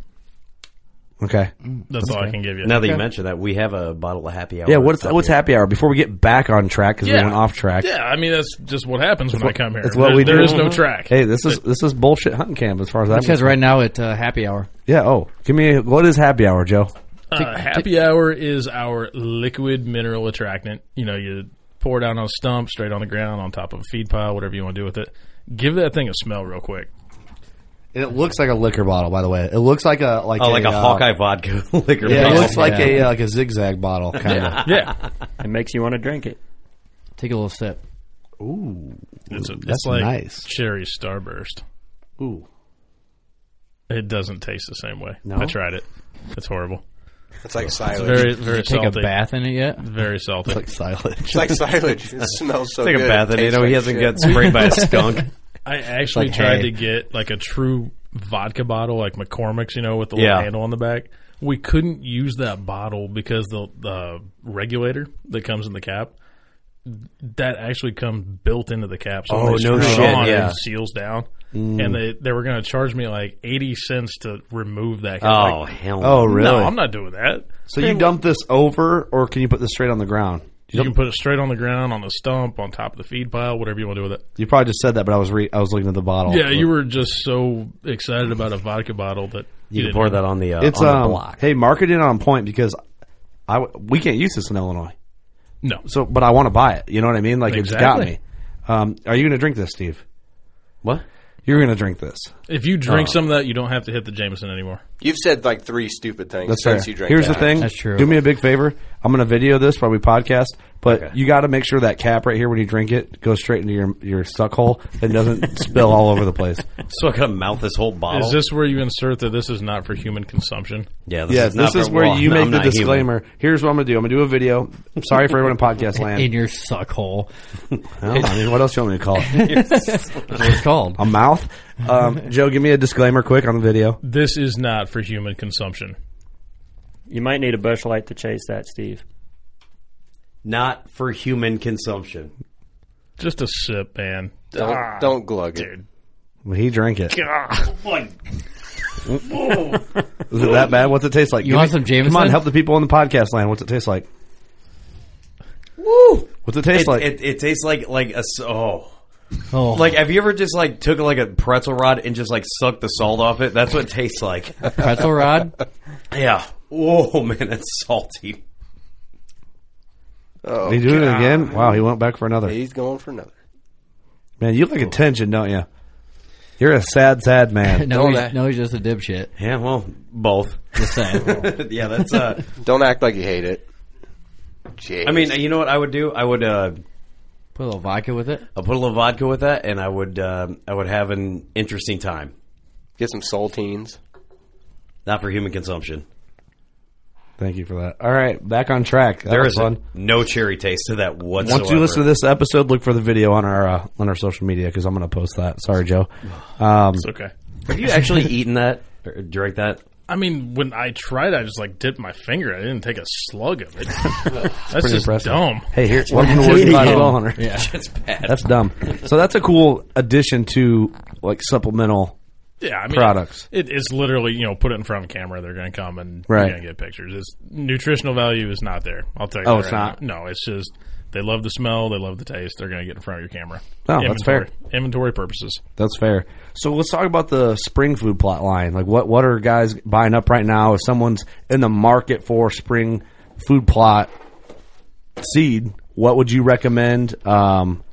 Okay.
That's all I can give you.
Now that you mention that, we have a bottle of happy hour.
Yeah. What's
up
what's
here.
happy hour? Before we get back on track because we
Yeah.
went off track.
Yeah, I mean that's just what happens when I come here.
It's what
There-
we do.
There is no track.
Hey, this is this is bullshit hunting camp as far as I'm.
It says right now at uh, happy hour.
Yeah. Oh, give me a, what is happy hour, Joe?
Uh, happy hour is our liquid mineral attractant. You know, you pour it down on a stump, straight on the ground, on top of a feed pile, whatever you want to do with it. Give that thing a smell real quick.
And it looks like a liquor bottle, by the way. It looks like a like
Oh, like a
uh,
Hawkeye vodka liquor.
Yeah, it
bottle.
looks like a uh, like a zigzag bottle kind of.
Yeah,
It makes you want to drink it.
Take a little sip.
it's, a, it's
that's
like
nice.
cherry starburst.
Ooh.
It doesn't taste the same way. I tried it. It's horrible.
It's like silage.
Very, very
Take
salty.
a bath in it yet?
Very salty.
Like silage.
It's like silage. It smells so
Take
good.
a bath
It
in it.
tastes
Oh, he
like
hasn't
shit.
got sprayed by a skunk.
I actually
like
tried
hay.
to get like a true vodka bottle, like McCormick's, you know, with the
Yeah.
little handle on the back. We couldn't use that bottle because the the regulator that comes in the cap that actually comes built into the cap. So when
Oh,
they
no
screw it
shit,
on,
yeah. Mm.
it seals down. And they they were going to charge me like eighty cents to remove that. cap.
Oh
Like,
hell! no.
Oh, really?
no, I'm not doing that.
so you dump this over, or can you put this straight on the ground?
You can put it straight on the ground, on the stump, on top of the feed pile, whatever you want to do with it.
You probably just said that, but I was re- I was looking at the
Oh,
bottle.
Yeah, you were just so excited about a vodka bottle that
you can
didn't
pour that on the uh,
It's
on the
um.
block.
Hey, market it on point because I w- we can't use this in Illinois.
No,
So, but I want to buy it. You know what I mean? Like
Exactly.
it's got me. Um, are you going to drink this, Steve?
What?
You're going to drink this.
If you drink some of that, you don't have to hit the Jameson anymore.
You've said like three stupid things
That's fair.
since you drank
Here's
that.
the thing.
That's true.
Do me a big favor. I'm going to video this while we podcast, but you got to make sure that cap right here when you drink it goes straight into your your suck hole and doesn't spill all over the place.
So I gotta mouth this whole bottle.
Is this where you insert that this is not for human consumption?
yeah, this
Yes,
is not
this is
for-
where
well,
you
no,
make
I'm
the
not human.
disclaimer. Here's what I'm going to do. I'm going to do a video. Sorry for everyone in podcast
In
land.
your suck hole.
Well, I mean, what else do you want me to call it?
That's what it's called.
A mouth? Um, Joe, give me a disclaimer quick on the video.
This is not for human consumption.
You might need a bush light to chase that, Steve.
Not for human consumption.
Just a sip, man.
Don't, don't glug it.
He drank it. Is it that bad? What's it taste like?
You
Give
want
me-
some
Come on,
Jameson?
help the people in the podcast land. What's it taste like? Woo! What's it
It,
taste like?
it, it tastes like like a s- oh.
Oh,
Like, have you ever just like took like a pretzel rod and just like sucked the salt off it? That's what it tastes like.
pretzel rod.
yeah. Oh man, that's salty.
Oh,
Did he do it again? Wow, he went back for another.
he's going for another.
Man, you like attention, don't you? You're a sad, sad man.
No,
Don't
he's,
I?
no, he's just a dipshit.
Yeah, well, both.
Just saying.
yeah, that's. uh
Don't act like you hate it. Jeez.
I mean, you know what I would do? I would uh
Put a little vodka with it.
I put a little vodka with that, and I would uh, I would have an interesting time.
get some saltines.
Not for human consumption.
Thank you for that. All right, back on track. That
There
was
is
fun.
no cherry taste to that whatsoever.
Once you listen to this episode, look for the video on our uh, on our social media because I'm going to post that. Sorry, Joe. Um,
It's okay.
have you actually eaten that or drank that?
I mean, when I tried, I just like dipped my finger. I didn't take a slug of it. That's just
impressive.
dumb.
hey, here, welcome to Working Class Ball Hunter.
Yeah.
It's bad.
That's dumb. So that's a cool addition to like supplemental.
Yeah, I mean,
Products.
It, it's literally you know put it in front of camera. They're going to come and
Right.
you're going to get pictures. It's nutritional value is not there. I'll tell you.
Oh,
that
it's
right
not?
now. No, it's just they love the smell. They love the taste. They're going to get in front of your camera.
Oh, that's fair.
Inventory- Inventory purposes.
That's fair. So let's talk about the spring food plot line. Like what what are guys buying up right now? If someone's in the market for spring food plot seed, what would you recommend? Um,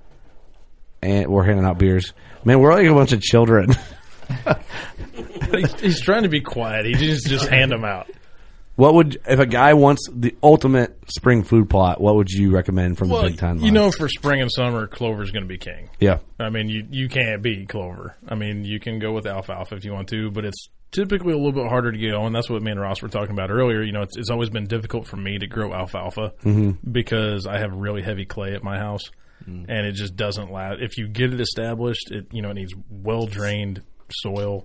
and we're handing out beers. Man, we're like a bunch of children.
he's, he's trying to be quiet. He just just hand them out.
what would if a guy wants the ultimate spring food plot? What would you recommend from the
Well,
big time?
you know, for spring and summer, clover's going to be king.
yeah.
I mean, you you can't beat clover. I mean, you can go with alfalfa if you want to, but it's typically a little bit harder to get on. That's what me and Ross were talking about earlier. You know, it's, it's always been difficult for me to grow alfalfa because I have really heavy clay at my house, and it just doesn't last. If you get it established, it you know it needs well drained soil.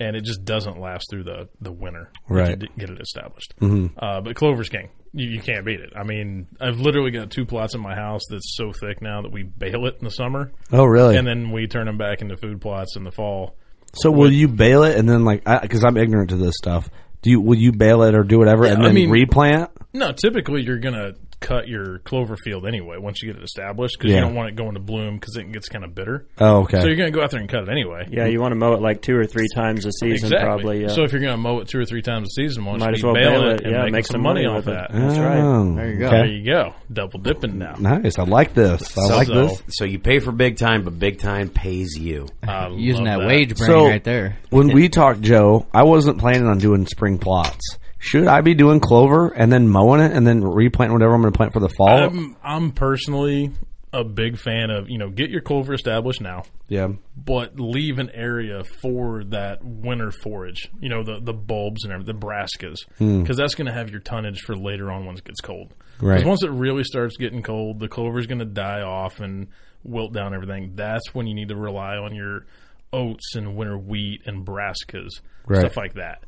And it just doesn't last through the, the winter. if you
Right.
d- get it established. Uh, but Clover's King, you, you can't beat it. I mean, I've literally got two plots in my house that's so thick now that we bale it in the summer
Oh, really?
and then we turn them back into food plots in the fall.
So will you bail it and then like because I'm ignorant to this stuff? Do you will you bail it or do whatever and
I
then
mean-
replant?
No, typically you're gonna cut your clover field anyway once you get it established because
Yeah.
you don't want it going to bloom because it gets kind of bitter.
Oh, okay.
So you're gonna go out there and cut it anyway.
Yeah, you want to mow it like two or three times a season,
exactly.
probably. Yeah.
So if you're gonna mow it two or three times a season, why don't
Might
you
as well
bail,
bail
it,
it.
and
Yeah,
make, some money, off that?
it. That's right.
Oh,
There you go.
There
okay.
you go, double dipping now.
Nice. I like this. I like
So-
this.
So you pay for big time, but big time pays you.
I
Using
love
that, wage brain
So-
right there.
When we talked, Joe, I wasn't planning on doing spring plots. Should I be doing clover and then mowing it and then replanting whatever I'm going to plant for the fall?
I'm I'm personally a big fan of you know get your clover established now,
yeah.
but leave an area for that winter forage. You know the the bulbs and everything, the brassicas,
Hmm.
because that's going to have your tonnage for later on once it gets cold.
Right.
Because once it really starts getting cold, the clover's going to die off and wilt down everything. That's when you need to rely on your oats and winter wheat and brassicas,
Right.
stuff like that.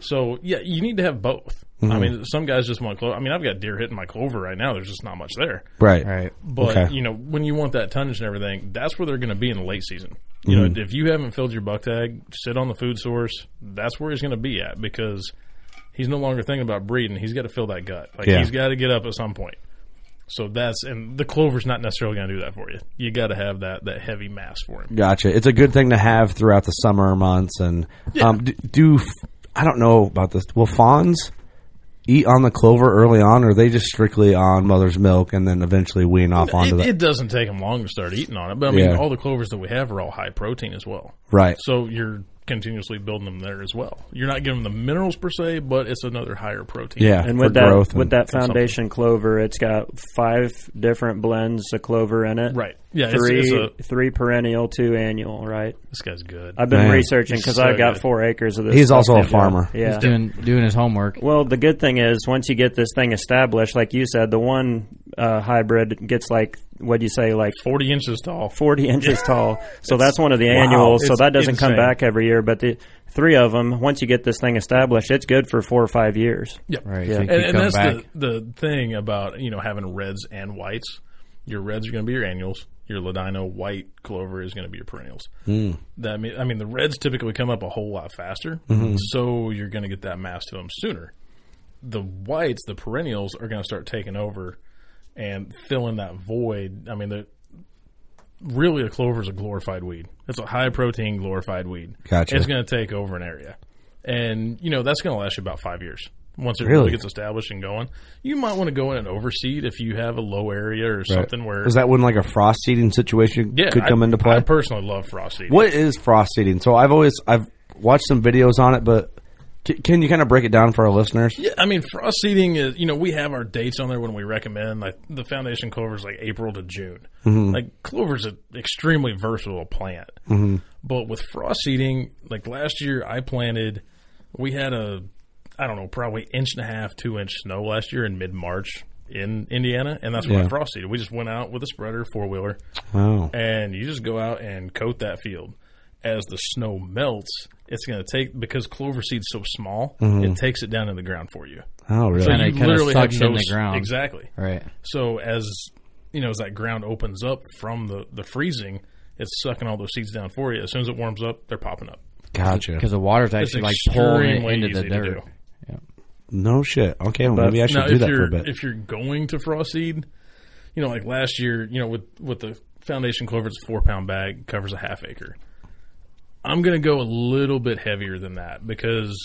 So yeah, you need to have both.
Mm-hmm.
I mean, some guys just want clover. I mean, I've got deer hitting my clover right now. There's just not much there.
Right.
Right.
But
Okay.
you know, when you want that tonnage and everything, that's where they're going to be in the late season. You
Mm-hmm.
know, if you haven't filled your buck tag, sit on the food source. That's where he's going to be at because he's no longer thinking about breeding. He's got to fill that gut. Like
Yeah.
he's got to get up at some point. So that's and the clover's not necessarily going to do that for you. You got to have that that heavy mass for him.
Gotcha. It's a good thing to have throughout the summer months. And um, do, do f- I don't know about this? Will fawns eat on the clover early on, or are they just strictly on mother's milk and then eventually wean off onto
It,
that?
it doesn't take him long to start eating on it, but I mean,
Yeah.
all the clovers that we have are all high protein as well.
right.
So you're continuously building them there as well. You're not giving them the minerals per se, but it's another higher protein.
Yeah.
And
for
with that,
growth and-
with that foundation clover, it's got five different blends of clover in it.
Right. Yeah, it's-
Three,
it's a-
three perennial, two annual. Right.
This guy's good.
I've been
Man.
researching because
So
I've got
good.
four acres of this.
He's
stuff
also a
now.
farmer.
Yeah.
He's doing doing his homework.
Well, the good thing is once you get this thing established, like you said, the one uh, hybrid gets like what do you say, like
40 inches tall.
forty inches tall. So that's one of the annuals. So
It's
that doesn't come
insane.
back every year. But the three of them, once you get this thing established, it's good for four or five years.
Yep.
Right.
Yeah.
So
And,
you can
and
come
that's the,
back.
the thing about, you know, having reds and whites. Your reds are going to be your annuals. Your Ladino white clover is going to be your perennials. Mm. That mean, I mean, the reds typically come up a whole lot faster, so you're going to get that mass to them sooner. The whites, the perennials, are going to start taking over and filling that void. I mean, the really a clover is a glorified weed. It's a high protein glorified weed.
Gotcha.
It's going to take over an area, and you know that's going to last you about five years once it
Really?
really, gets established and going. You might want to go in and overseed if you have a low area or something where
Is that when like a frost seeding situation
yeah
could
I-
come into play?
I personally love frost seeding.
What is frost seeding? So I've always I've watched some videos on it, but c- can you kind of break it down for our listeners?
Yeah, I mean, frost seeding is, you know, we have our dates on there when we recommend. Like the foundation clover is like April to June. Like clover's an extremely versatile plant. But with frost seeding, like last year I planted, we had a, I don't know, probably inch and a half, two inch snow last year in mid March in Indiana. And that's when
Yeah.
I frost seeded. We just went out with a spreader, four wheeler,
Oh,
and you just go out and coat that field. As the snow melts, it's going to take, because clover seed's so small, it takes it down in the ground for you.
oh, really?
So
Kinda-
you
kinda
literally have
suction
no
the
s-
ground.
Exactly.
Right.
So as you know, as that ground opens up from the, the freezing, it's sucking all those seeds down for you. As soon as it warms up, they're popping up.
Gotcha.
Because the water's
It's
actually like pouring
extremely
into
easy
the
to
dirt.
do.
No shit. Okay, well, maybe I should
Now,
do
if
that for a
you're
bit.
if you're going to frost seed, you know, like last year, you know, with with the foundation clover, it's a four pound bag covers a half acre. I'm going to go a little bit heavier than that because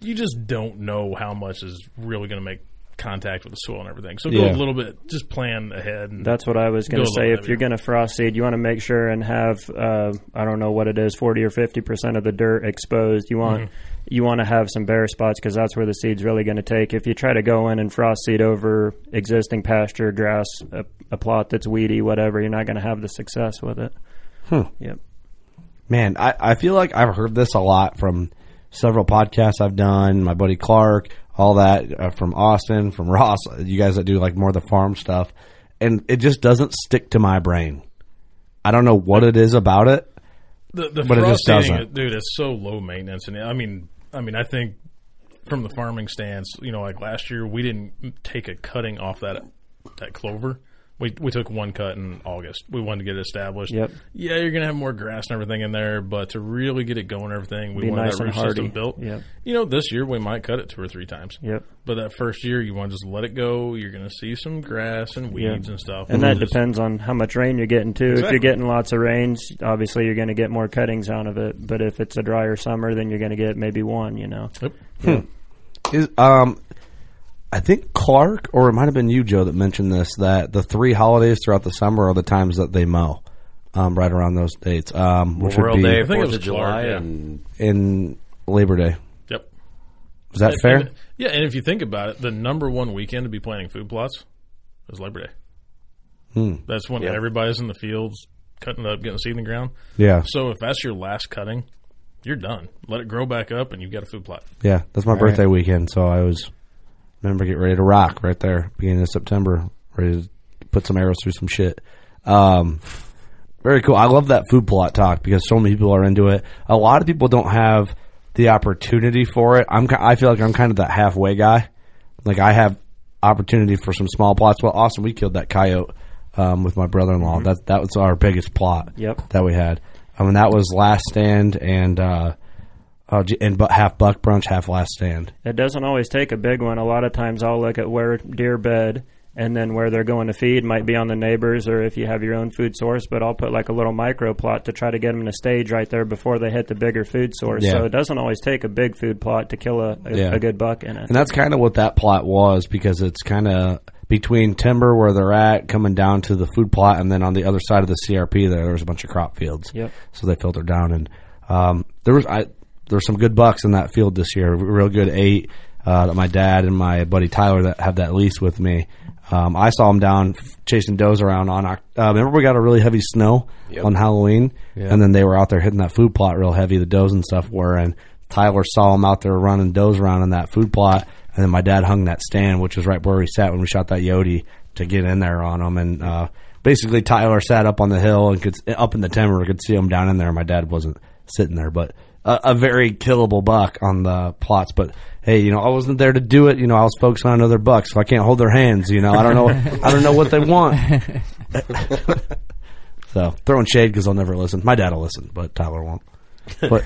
you just don't know how much is really going to make contact with the soil and everything. So go
Yeah.
a little bit, just plan ahead. And
That's what I was going
Go
to
a
say.
little
If you're
heavier.
going to frost seed, you want to make sure and have uh, I don't know what it is, forty or fifty percent of the dirt exposed. You want
Mm-hmm.
you want to have some bare spots because that's where the seed's really going to take. If you try to go in and frost seed over existing pasture, grass, a, a plot that's weedy, whatever, you're not going to have the success with it.
Hmm.
Yep.
Man, I, I feel like I've heard this a lot from several podcasts I've done, my buddy Clark, all that uh, from Austin, from Ross, you guys that do like more of the farm stuff, and it just doesn't stick to my brain. I don't know what it is about it.
the, the
But it just
frost eating,
doesn't.
dude. It's so low maintenance, and I mean, I mean, I think from the farming stance, you know, like last year we didn't take a cutting off that that clover We we took one cut in August. We wanted to get it established.
Yep.
Yeah, you're gonna have more grass and everything in there, but to really get it going, and everything we
Be
wanted
nice
that
and
root
hardy.
system built.
Yep.
You know, this year we might cut it two or three times.
Yep.
But that first year, you want to just let it go. You're gonna see some grass and weeds
Yeah.
and stuff.
And that
Mm-hmm.
Just-
depends on how much rain you're getting too. If
Exactly.
you're getting lots of rains, obviously you're going to get more cuttings out of it. But if it's a drier summer, then you're going to get maybe one. You know.
Yep.
Is um, I think Clark or it might have been you, Joe, that mentioned this that the three holidays throughout the summer are the times that they mow, um, right around those dates, um, which
Memorial
would be
Day,
I think it
Fourth
was
of July,
Clark, yeah.
and
in Labor Day.
Yep.
Is that
And-
fair?
and- yeah, and if you think about it, the number one weekend to be planting food plots is Labor Day. That's when everybody's in the fields cutting up, getting seed in the ground.
yeah,
So if that's your last cutting, you're done. Let it grow back up, and you've got a food plot.
yeah. That's my birthday weekend, so I was remember get ready to rock right there, beginning of September, ready to put some arrows through some shit. Um, very cool. I love that food plot talk because so many people are into it. A lot of people don't have the opportunity for it. I'm ki- I feel like I'm kind of that halfway guy. Like I have opportunity for some small plots. Well, Austin, we killed that coyote um, with my brother-in-law. That that was our biggest plot.
Yep.
that we had. I mean, that was last stand and uh, uh j- and bu- half buck brunch, half last stand.
It doesn't always take a big one. A lot of times I'll look at where deer bed and then where they're going to feed might be on the neighbors or if you have your own food source, but I'll put like a little micro plot to try to get them to stage right there before they hit the bigger food source.
Yeah.
So it doesn't always take a big food plot to kill a, a,
Yeah.
a good buck in it.
And that's kind of what that plot was because it's kind of between timber where they're at, coming down to the food plot, and then on the other side of the CRP there, there's a bunch of crop fields.
Yep.
So they filtered down, and um, there was I there were some good bucks in that field this year. Real good eight uh, that my dad and my buddy Tyler that have that lease with me. Um, I saw them down f- chasing does around on. Oc- Uh, remember we got a really heavy snow on Halloween, and then they were out there hitting that food plot real heavy. The does and stuff were, and Tyler saw them out there running does around in that food plot, and then my dad hung that stand, which was right where we sat when we shot that Yodi to get in there on them. And uh, basically, Tyler sat up on the hill and could up in the timber, could see him down in there. My dad wasn't sitting there, but a, a very killable buck on the plots. But hey, you know, I wasn't there to do it. You know, I was focused on another buck, so I can't hold their hands. You know, I don't know, I don't know what they want. so throwing shade because I'll never listen. My dad will listen, but Tyler won't. But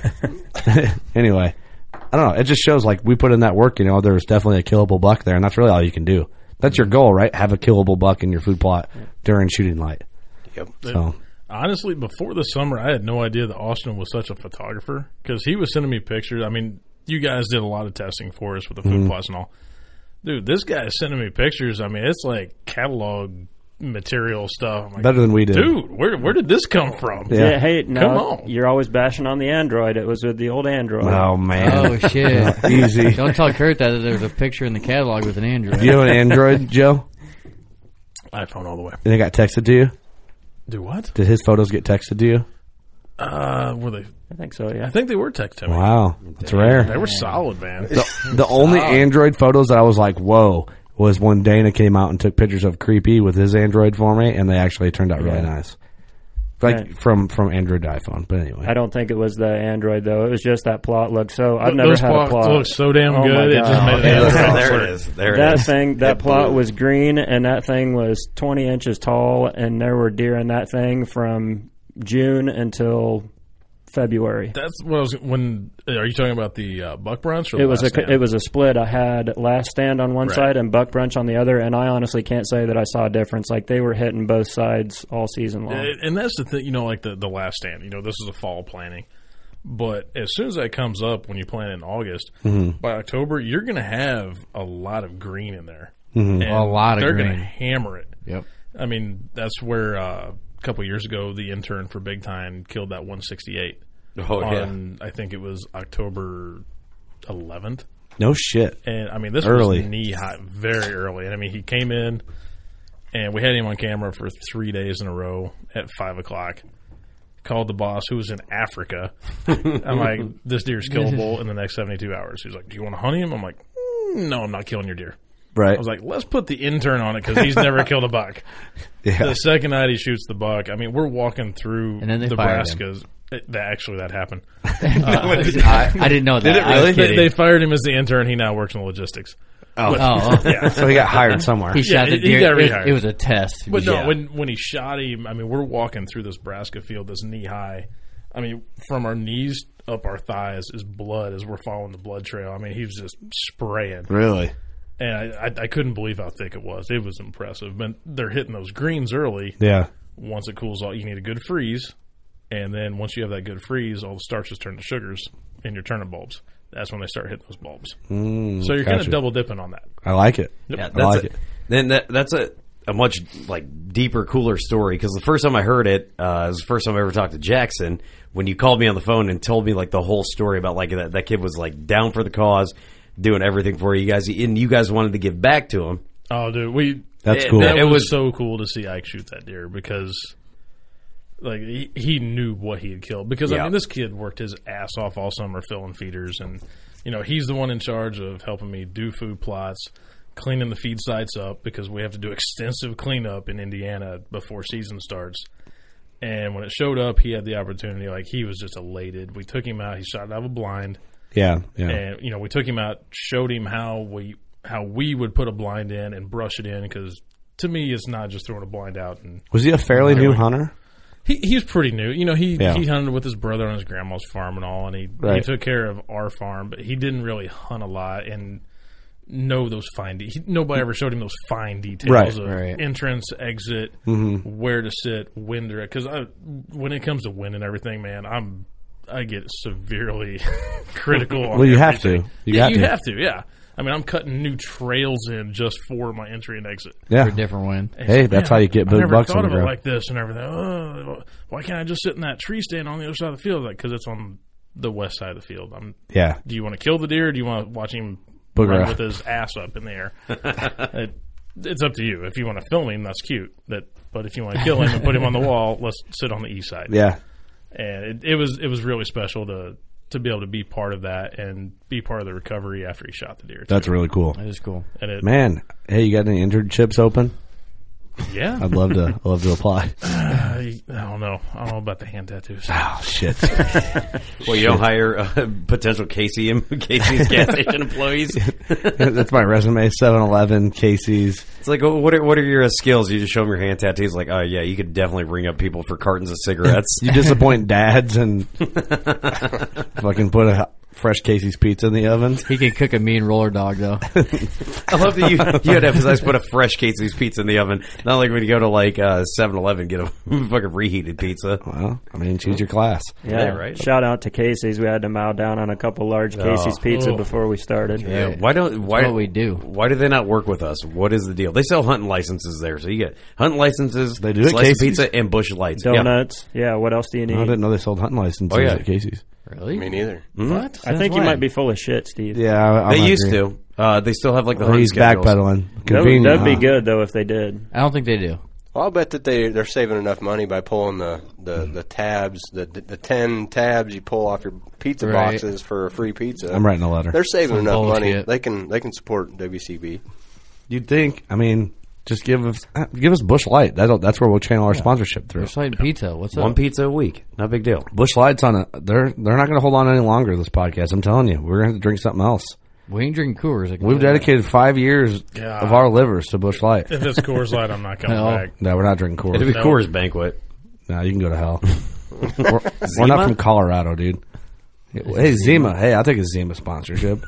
anyway, I don't know. It just shows like we put in that work. You know, there's definitely a killable buck there, and that's really all you can do. That's your goal, right? Have a killable buck in your food plot during shooting light.
Yep.
So
Honestly, before the summer, I had no idea that Austin was such a photographer because he was sending me pictures. I mean, you guys did a lot of testing for us with the food plots and all. Dude, this guy is sending me pictures. I mean, it's like catalog material stuff. I'm like,
better than we did.
dude, where where did this come from?
yeah.
Yeah.
hey, no,
Come on.
you're always bashing on the Android. It was with the old Android.
Oh man,
Oh shit!
easy.
Don't tell Kurt that there's a picture in the catalog with an Android.
Do you have an Android, Joe?
iPhone all the way.
And it got texted to you?
Do what?
Did his photos get texted to you?
Uh, were they?
I think so, yeah.
I think they were text to me.
Wow, that's
They
rare.
were solid, man.
The, the only Android photos that I was like, whoa, was when Dana came out and took pictures of Creepy with his Android for me, and they actually turned out really nice. Like
Right.
from from Android to iPhone, but anyway.
I don't think it was the Android though. It was just that plot look. So I've
Th-
never
those
had a
plots
plot.
look so damn
Oh, my
good. It just
God.
made it.
there it is. There it
that
is.
thing that
It
plot
blew.
was green and that thing was 20 inches tall and there were deer in that thing from june until february
That's what I was. When are you talking about the uh, buck brunch? Or
it
the
was
last
a
stand?
it was a split i had last stand on one
Right.
side and buck brunch on the other and i honestly can't say that i saw a difference like they were hitting both sides all season long
Uh, And- and that's the thing, you know, like the, the last stand. You know, this is a fall planning, but as soon as that comes up, when you plant in August,
Mm-hmm.
by October, you're going to have a lot of green in there.
Mm-hmm.
And
A lot of
they're
green.
going to hammer it.
Yep.
I mean, that's where uh, a couple years ago the intern for Big Time killed that 168
Oh yeah.
on I think it was October 11th.
no shit.
And I mean, this
Early.
was knee high, very early. And I mean, he came in, and we had him on camera for three days in a row at five o'clock. Called the boss, who was in Africa. I'm like, this deer's killable in the next 72 hours. He's like, do you want to hunt him? I'm like, "Mm, no, I'm not killing your deer.
Right.
I was like, let's put the intern on it because he's never killed a buck. The second night he shoots the buck, I mean, we're walking through
And then they fired him.
Nebraska's. It- that actually that happened.
I, I didn't know that. Did
They, they fired him as the intern. He now works in logistics.
Oh.
Oh, oh.
yeah.
So he got hired somewhere.
he shot
Yeah,
the
he- he got
deer. It,
rehired.
it was a test.
But no, when when he shot him, I mean, we're walking through this brassica field that's knee high. I mean, from our knees up our thighs is blood as we're following the blood trail. I mean, he was just spraying,
really?
and I, I, I couldn't believe how thick it was. It was impressive. But they're hitting those greens early.
Yeah.
Once it cools off, you need a good freeze, and then once you have that good freeze, all the starches turn to sugars in your turnip bulbs. That's when they start hitting those bulbs. Mm, so you're kind
gotcha.
of double dipping on that.
I like it.
Yeah,
I
that's
like
a,
it.
Then that, that's a, a much like deeper, cooler story because the first time I heard it uh, was the first time I ever talked to Jackson when you called me on the phone and told me like the whole story about like that, that kid was like down for the cause, doing everything for you guys, and you guys wanted to give back to him.
Oh, dude, we
That's
It-
cool.
That
It
was,
was-
so cool to see Ike shoot that deer because, like, he, he knew what he had killed. Because I
Yeah.
mean, this kid worked his ass off all summer filling feeders, and you know he's the one in charge of helping me do food plots, cleaning the feed sites up because we have to do extensive cleanup in Indiana before season starts. And when it showed up, he had the opportunity. Like he was just elated. We took him out. He shot out of a blind
yeah. Yeah.
and you know we took him out, showed him how we how we would put a blind in and brush it in because to me it's not just throwing a blind out and
was he a fairly new hunter?
he he was pretty new. You know he
Yeah.
he hunted with his brother on his grandma's farm and all, and he he
Right.
took care of our farm, but he didn't really hunt a lot and know those fine. De- he, nobody ever showed him those fine details
Right,
of
right. Mm-hmm.
entrance, exit, where to sit, wind direct. Because when it comes to wind and everything, man, I'm I get severely critical. on
Well, you have to.
everything.
You
yeah,
have
you
to.
have to. Yeah. I mean, I'm cutting new trails in just for my entry and exit.
for
Yeah.
a different win.
And
Hey,
it's
that's
"Man,
how you get
I
big
never
bucks
thought
on the
of it
ground."
like this and everything. Oh, why can't I just sit in that tree stand on the other side of the field? Like, because it's on the west side of the field. I'm.
Yeah.
Do you want to kill the deer? Or do you want to watch him
Booger
run
out.
with his ass up in the air? it, it's up to you. If you want to film him, that's cute. That, but if you want to kill him and put him on the wall, let's sit on the east side.
Yeah.
And it, it was it was really special to to be able to be part of that and be part of the recovery after he shot the deer. too.
That's really cool.
That is cool.
and it,
Man, hey, you got any internships open?
yeah.
I'd love to. I'd love to apply.
I, I don't know. I don't know about the hand tattoos.
Oh shit.
Well, you don't hire uh, potential Casey Casey's gas station employees.
That's my resume. 7-Eleven, Casey's.
It's like, oh, what are what are your uh, skills? You just show them your hand tattoos. Like, oh yeah, you could definitely ring up people for cartons of cigarettes.
You disappoint dads and fucking put a fresh Casey's pizza in the oven.
He could cook a mean roller dog though.
I love that you you had to emphasize put a fresh Casey's pizza in the oven. Not like when you go to like uh, 7-Eleven get a fucking reheated pizza.
Well, I mean, choose your class.
Yeah,
right.
Shout out to Casey's. We had to mow down on a couple large Casey's
Oh.
pizza before we started.
Yeah, why don't why
what we do.
Why do they not work with us? What is the deal? They sell hunting licenses there, so you get hunting licenses. They
do it,
slice of
Casey's?
pizza and bush lights. Yeah.
Donuts. Yeah. What else do you
I
need?
didn't know they sold hunting licenses
Oh, yeah.
at Casey's.
Really?
Me neither.
what?
I think you might be full of shit, Steve.
Yeah, I, I'm
They
not
used
agree.
to. Uh, they still have like the
Well,
hunting
he's
schedules.
backpedaling.
That would,
Convenient,
that'd be
huh?
good though if they did.
I don't think they do.
Well, I'll bet that they they're saving enough money by pulling the the, the tabs, the, the ten tabs you pull off your pizza
Right.
boxes for a free pizza.
I'm writing a letter.
They're saving enough money.
bullshit.
They can they can support WCB.
You'd think. I mean, just give us uh, give us Bush Light. That'll, that's where we'll channel our sponsorship through.
Bush Light and pizza. What's up?
One pizza a week, not a big deal.
Bush Light's on a. They're they're not going to hold on any longer. This podcast. I'm telling you, we're going to have to drink something else.
we ain't drinking Coors. I can
We've
tell you
dedicated five years
God.
of our livers to Bush Light.
If it's Coors Light, I'm not coming
No.
back.
No, we're not drinking
It'd
Coors.
be Coors banquet.
No, you can go to hell. we're, we're not from Colorado, dude. Hey Zima, hey, I'll take a Zima sponsorship.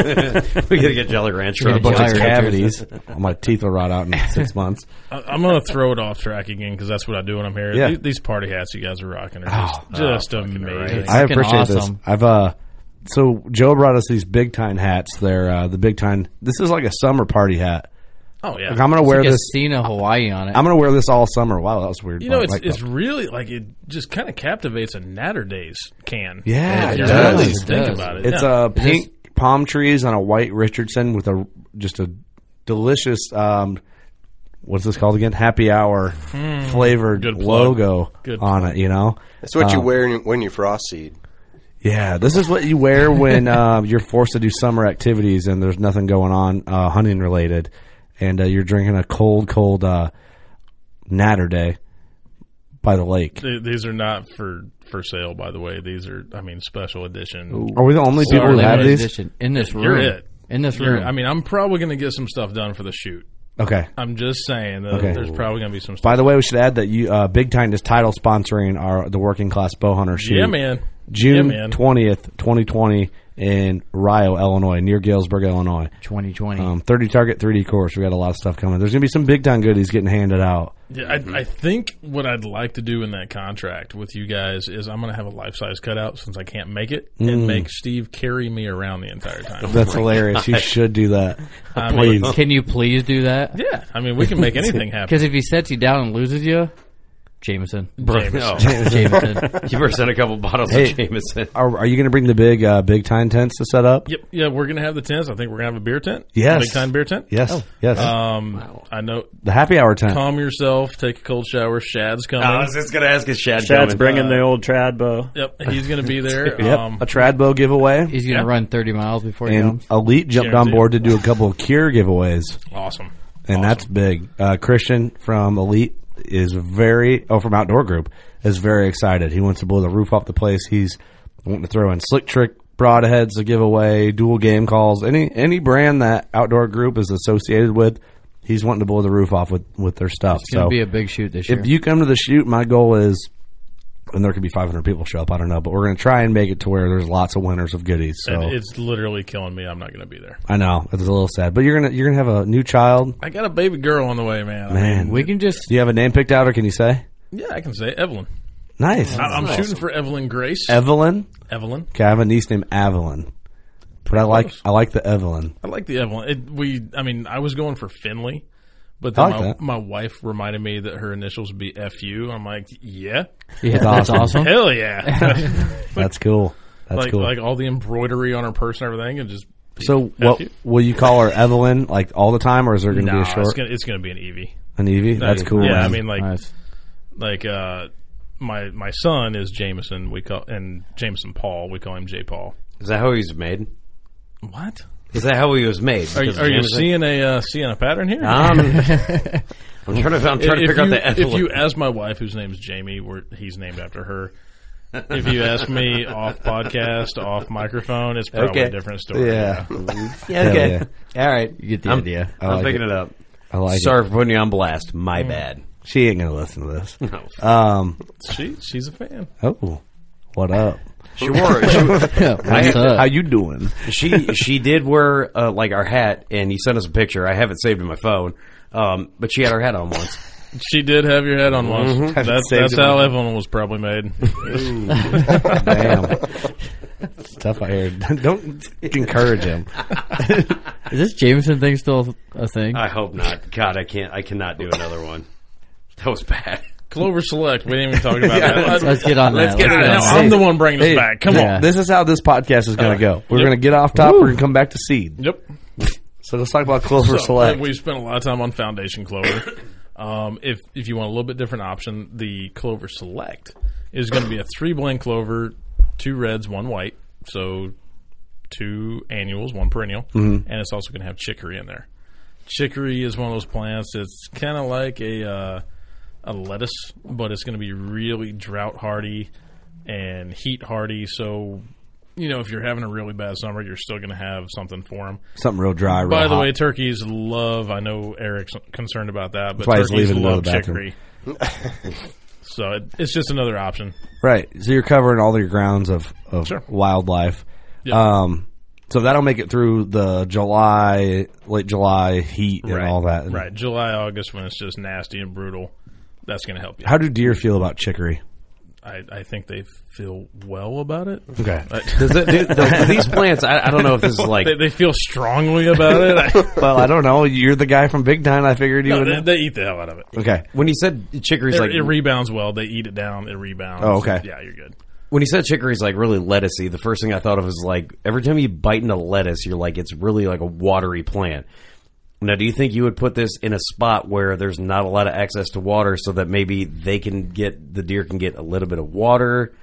we gotta get Jolly Rancher.
Yeah,
on
bunch
Jolly
board.
of
Ranchers.
cavities. All my teeth will rot out in six months.
I, I'm going to throw it off track again because that's what I do when I'm here.
Yeah. Oh,
These, these party hats you guys are rocking are just, just amazing.
It's
I
fucking
appreciate
awesome.
this. I've uh, so Joe brought us these big time hats. They're uh, the big time. This is like a summer party hat.
Oh yeah,
Like, I'm gonna wear
It's like a
this.
Cena Hawaii on it.
I'm gonna wear this all summer. Wow, that was weird.
you know
I
it's
like uh,
it's
that.
really like it just kind of captivates a Natter Days can.
yeah,
If
it
you
does.
really
It
think
does.
about it.
It's
yeah.
uh, pink palm trees on a white Richardson with a just a delicious um, what's this called again? Happy hour flavored
Hmm. Good plug.
logo
Good
on it. You know,
That's what
Oh.
you wear when you frost seed.
Yeah, this is what you wear when um, you're forced to do summer activities and there's nothing going on uh, hunting related, and uh, you're drinking a cold, cold uh, natter day by the lake.
Th- these are not for for sale, by the way. These are, I mean, special edition.
Are we the only people who
Limited
have these?
edition in this room.
You're it.
in this
You're-
room.
I mean, I'm probably going to get some stuff done for the shoot.
Okay.
I'm just saying that
Okay.
there's probably going to be some stuff.
By the way, we should add that you uh, Big Time is title sponsoring our the working class bow hunter shoot.
yeah, man.
June
yeah, man.
twentieth, twenty twenty, in Rio, Illinois, near Galesburg, Illinois.
2020.
Um, thirty target, three D course. We got a lot of stuff coming. There's gonna be some big time goodies getting handed out.
Yeah,
Mm-hmm.
I, I think what I'd like to do in that contract with you guys is I'm going to have a life size cutout since I can't make it and make Steve carry me around the entire time.
Mm. That's hilarious. You should do that. Uh,
I mean,
Please.
Can you please do that?
yeah, I mean, we can make anything happen.
Because if he sets you down and loses you, Jameson.
James.
No.
Jameson.
you better send a couple bottles
Hey.
of Jameson.
Are, are you gonna bring the big uh, big time tents to set up?
Yep. Yeah, we're going to have the tents. I think we're going to have a beer tent.
Yes.
Big time beer tent.
Yes. Yes.
Um, I know.
the happy hour tent.
Calm yourself. Take a cold shower. Shad's
Oh,
coming.
I was just gonna ask is Shad
Chad's
uh,
coming? Uh,
bringing the old trad bow.
yep. He's going to be there.
Yep.
Um,
a trad bow giveaway.
He's going to run 30 miles before he
And
comes.
Elite jumped on
Guaranteed.
board to do a couple of cure giveaways.
awesome.
and that's big. Uh, Christian from Elite is very oh from Outdoor Group is very excited. He wants to blow the roof off the place. He's wanting to throw in slick trick broadheads, a giveaway, dual game calls, any any brand that Outdoor Group is associated with. He's wanting to blow the roof off with with their stuff.
It's going to
so
be a big shoot this year.
if you come to the shoot, my goal is. And there could be 500 people show up. I don't know, but we're going to try and make it to where there's lots of winners of goodies. So
And it's literally killing me. I'm not going to be there.
I know it's a little sad, but you're gonna you're gonna have a new child.
I got a baby girl on the way, man. I
Man,
we can just
do you have a name picked out, or can you say?
mean, yeah, I can say it. Evelyn.
Nice.
I, I'm shooting for Evelyn Grace.
Evelyn.
Evelyn.
Okay, I have a niece named Evelyn, but I like I like the Evelyn.
I like the Evelyn. It, we, I mean, I was going for Finley, but then
I like
my,
that.
my wife reminded me that her initials would be FU. I'm like, yeah,
Yeah,
That's
that's
awesome.
awesome.
hell yeah,
That's cool. That's
like
cool.
like all the embroidery on her purse and everything, and just
so, what
you?
will you call her Evelyn like all the time, or is there going to
nah,
be a short
it's gonna it's gonna be an Evie.
an Evie? That's cool.
Yeah, I
man.
mean, like
Nice.
like uh, my my son is Jameson. We call and Jameson Paul. We call him J Paul.
Is that how he was made?
What
Is that how he was made?
are,
Because
are you
Jameson-
seeing a uh, seeing a pattern here?
Um, I'm trying to, I'm trying to
if,
figure out
you,
the
if
Evelyn.
you ask my wife, whose name's Jamie, where he's named after her. if you ask me off podcast, off microphone, it's probably
Okay.
a different story.
yeah,
yeah, okay. All right. You
get the idea.
I
I'm
like
picking
it.
it. up.
I like
Sorry for putting you on blast. My bad.
it. She ain't going to listen to this.
No.
Um,
She she's a fan.
oh, what up?
She wore she,
What's
How
up?
you doing?
she she did wear uh, like our hat, and you sent us a picture. I have it saved in my phone, um, but she had her hat on once.
She did have your head on once. That's
Saved
that's
it.
how Evelyn was probably made.
Damn, It's tough out here. Don't encourage him.
Is this Jameson thing still a thing?
Uh,
I hope not. God, I can't. I cannot do another one. That was bad.
Clover Select. We didn't even talk about that.
Let's get on that.
get on
Let's get
that.
on
Now, I'm the one bringing us back. Come
yeah.
on.
This is how this podcast is going to go. We're
Yep.
going to get off top. We're going to come back to seed.
Yep.
So let's talk about Clover Select.
uh, We spent a lot of time on Foundation Clover. um, if if you want a little bit different option, the Clover Select is going to be a three blend clover, two reds, one white. So two annuals, one perennial, and it's also going to have chicory in there. Chicory is one of those plants that's kind of like a uh, a lettuce, but it's going to be really drought hardy and heat hardy. So you know, if you're having a really bad summer, you're still going to have something for them.
Something real dry. Real
By the
hot.
way, turkeys love. I know Eric's concerned about that, but
why he's
turkeys
leaving to go to
love
the bathroom.
chicory. so it, it's just another option.
Right. So you're covering all your grounds of, of
Sure.
wildlife.
Yeah.
Um, so that'll make it through the July, late July heat and all that. And
Right, July, August, when it's just nasty and brutal, that's going to help you.
How do deer feel about chicory?
I, I think they feel well about it.
Okay.
I-
Th- th- th- these plants, I, I don't know if this is like
they, they feel strongly about it. I,
well, I don't know. You're the guy from Big Time. I figured you
no,
would.
they,
know.
they eat the hell out of it.
okay.
when he said chicory's
It,
like
it rebounds well. They eat it down. It rebounds.
Oh, okay.
Yeah, you're good.
when he said chicory's like really lettucey. The first thing I thought of was like every time you bite into lettuce, you're like it's really like a watery plant. Now, do you think you would put this in a spot where there's not a lot of access to water, so that maybe they can get the deer can get a little bit of water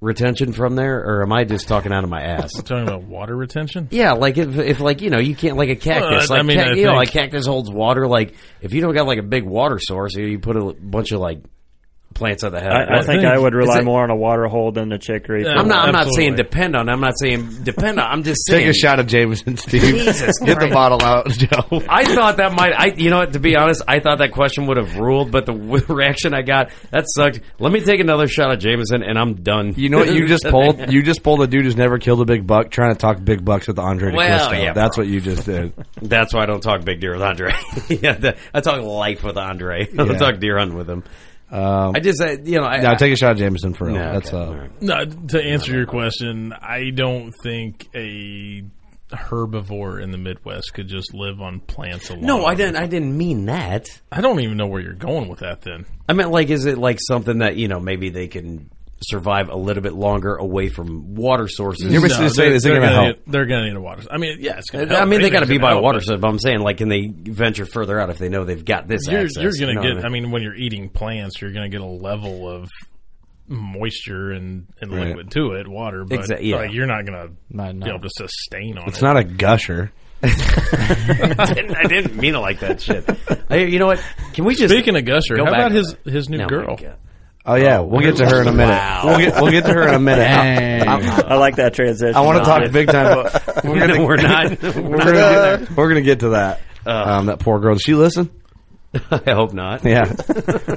retention from there, or am I just talking out of my ass?
Talking about water retention.
Yeah, like if, if like you know you can't like a cactus.
Well, I
like
mean,
ca-
I
you know,
think-
like cactus holds water. Like if you don't got like a big water source, you put a bunch of like plants out of the head.
I, I
What?
think I would
Is
rely
it-
more on a water hole than the chicory.
Yeah.
I'm not. I'm not
Absolutely.
saying depend on. I'm not saying depend on. I'm just saying.
Take a shot of Jameson, Steve.
Jesus
Get the
Christ.
bottle out, Joe.
I thought that might. I you know what? To be honest, I thought that question would have ruled, but the w- reaction I got that sucked. Let me take another shot of Jameson, and I'm done.
You know what you just pulled? You just pulled a dude who's never killed a big buck trying to talk big bucks with Andre DeCristo.
Well, yeah,
That's
bro.
what you just did.
That's why I don't talk big deer with Andre. yeah, the, I talk life with Andre. I don't
Yeah.
talk deer hunting with him.
Um,
I just, I, you know, I,
now take a shot of Jameson for real.
Yeah,
That's
okay, all
uh,
right.
No, to answer your question, I don't think a herbivore in the Midwest could just live on plants alone.
no, I didn't. I didn't mean that.
I don't even know where you're going with that. Then
I meant like, is it like something that you know maybe they can survive a little bit longer away from water sources?
You're basically saying, is it
they're
going to help?
Need, they're going to need a water. I mean, yeah, it's going to.
I mean, they got to be by water, so but I'm saying, like, can they venture further out if they know they've got this
You're,
access?
you're going
You
to
know
get.
what
I mean, when you're eating plants, you're going to get a level of moisture and, and liquid to it, water. But
Exa- yeah.
like, you're not going to
Not-
be
no.
able to sustain on
It's
it.
not a gusher.
I didn't, I didn't mean it like that shit. I, you know what? Can we just
Speaking of Gusher,
Go
how
back
about
to
his his new
No,
girl?
my God.
Oh yeah, we'll get to her in a minute.
Wow.
We'll get we'll get to her in a minute.
Dang.
I'm- I'm-
I like that transition.
I want to talk big time. But we're gonna
No, we're not.
we're gonna get, we're gonna get to that. Um, that poor girl. Did she listen?
I hope not.
Yeah.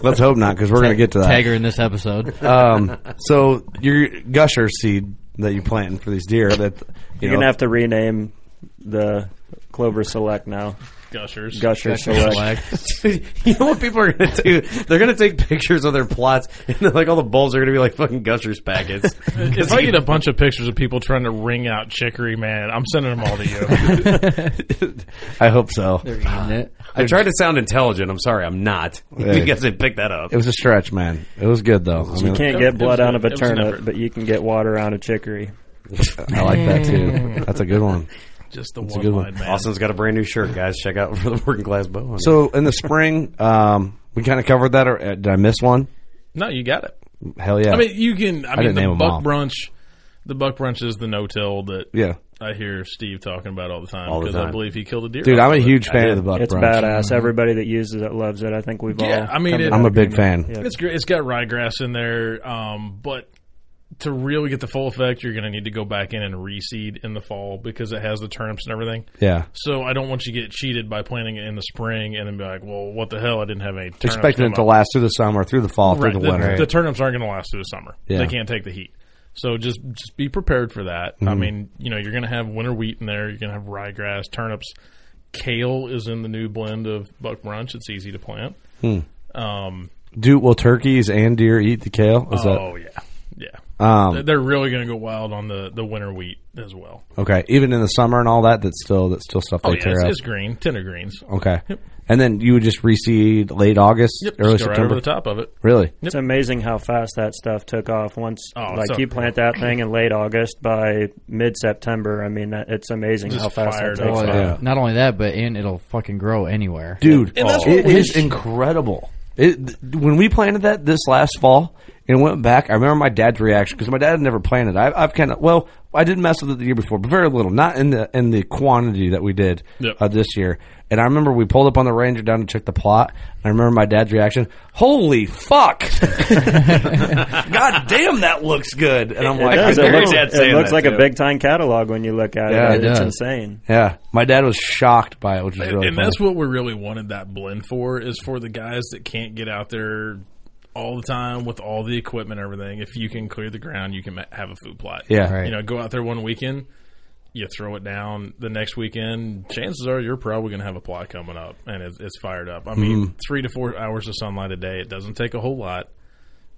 Let's hope not, because we're gonna get to that.
Tagger in this episode.
Um, so your gusher seed that you planting for these deer that you
You're
know,
gonna have to rename the Clover Select now.
Gushers.
Gusher Select.
you know what people are going to do? They're going to take pictures of their plots, and then, like all the bulbs are going to be like fucking gushers packets.
If I get a bunch of pictures of people trying to wring out chicory, man, I'm sending them all to you.
I hope so.
I tried to sound intelligent. I'm sorry, I'm not.
Yeah.
You guys didn't pick that up.
It was a stretch, man. It was good though. I,
You
mean,
can't get
was
blood
a-
out of a
it was an
turnip,
effort.
but you can get water out of chicory.
I like that too. That's a good one.
Just the
a
one
good
line,
one.
man.
Austin's got a brand new shirt, guys. Check out for the working class bow. hunter.
So in the spring, um, we kind of covered that. Or uh, did I miss one?
No, you got it.
Hell yeah.
I mean, you can. I, mean,
didn't name
the
'em all.
buck brunch. The buck brunch is the no-till that
yeah,
I hear Steve talking about all the time
All the
because I
time.
believe he killed a deer.
dude,
off
I'm a
of it.
huge fan of the buck
It's
brunch.
badass. Everybody that uses it loves it. I think we've
Yeah,
all.
I mean, it,
I'm a big fan.
it's great. It's got ryegrass in there, um, but to really get the full effect, you're going to need to go back in and reseed in the fall because it has the turnips and everything.
Yeah.
So I don't want you to get cheated by planting it in the spring and then be like, well, what the hell? I didn't have any turnips.
Expecting
come
it to
up."
last through the summer, through the fall,
Right.
through the
The,
winter.
the turnips aren't going to last through the summer.
Yeah.
They can't take the heat. So just just be prepared for that.
Mm-hmm.
I mean, you know, you're going to have winter wheat in there. You're going to have ryegrass, turnips. Kale is in the new blend of buck brunch. It's easy to plant. Um,
Do will turkeys and deer eat the kale? Is
oh yeah, yeah.
that um,
They- They're really going to go wild on the, the winter wheat as well.
okay? Even in the summer and all that, that's still that's still stuff they
Oh yeah,
tear
it's,
up.
it's green, tender greens.
okay, and then you would just reseed late August,
Yep,
early
just go right over
September.
the top of it.
really?
It's amazing how fast that stuff took off. Once,
Oh,
like
so-
you plant that thing in late August, by mid September, I mean, that, it's amazing
Just
how fast
fired
that
up.
takes
Well,
Yeah.
off.
Not only that, but and it'll fucking grow anywhere.
dude. oh.
And that's what
it
we
is incredible. It, th- when we planted that this last fall and went back, I remember my dad's reaction because my dad had never planted. I, I've kind of well, I did mess with it the year before, but very little, not in the in the quantity that we did
Yep.
uh, this year. And I remember we pulled up on the ranger down to check the plot. And I remember my dad's reaction: "Holy fuck! God damn, that looks good!" And I'm
It
like,
does.
I
It
heard
looks,
Dad
Oh, it
saying
looks
that,
like
too.
a big time catalog when you look at
Yeah, it
it. it's
does.
insane.
Yeah, my dad was shocked by it, which is really
and
funny.
that's what we really wanted that blend for is for the guys that can't get out there all the time with all the equipment and everything if you can clear the ground you can ma- have a food plot
Yeah. Right.
you know go out there one weekend you throw it down the next weekend chances are you're probably going to have a plot coming up and it's, it's fired up i
Mm.
mean three to four hours of sunlight a day it doesn't take a whole lot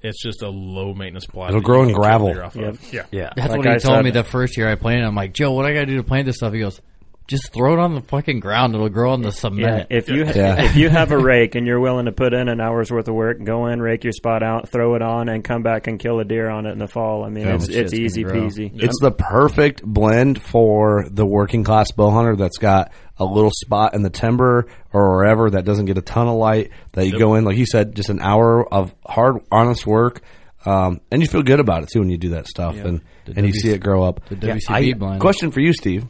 it's just a low maintenance plot
It'll
that
grow
you
in
can cut
gravel.
clear off of. yeah
yeah,
That's
Like
what he
I
told
said-
me the first year I planted. I'm like, Joe, what I got to do to plant this stuff? He goes, just throw it on the fucking ground. It'll grow on the
Yeah,
cement.
if you
Yeah.
if you have a rake and you're willing to put in an hour's worth of work, go in, rake your spot out, throw it on, and come back and kill a deer on it in the fall. I mean, it's
shit's
it's
gonna
easy
grow.
peasy.
It's the perfect blend for the working class bow hunter that's got a little spot in the timber or wherever that doesn't get a ton of light that you go in, like you said, just an hour of hard, honest work. Um, and you feel good about it too when you do that stuff and, and you see it grow up.
the WCP blend.
Question for you, Steve.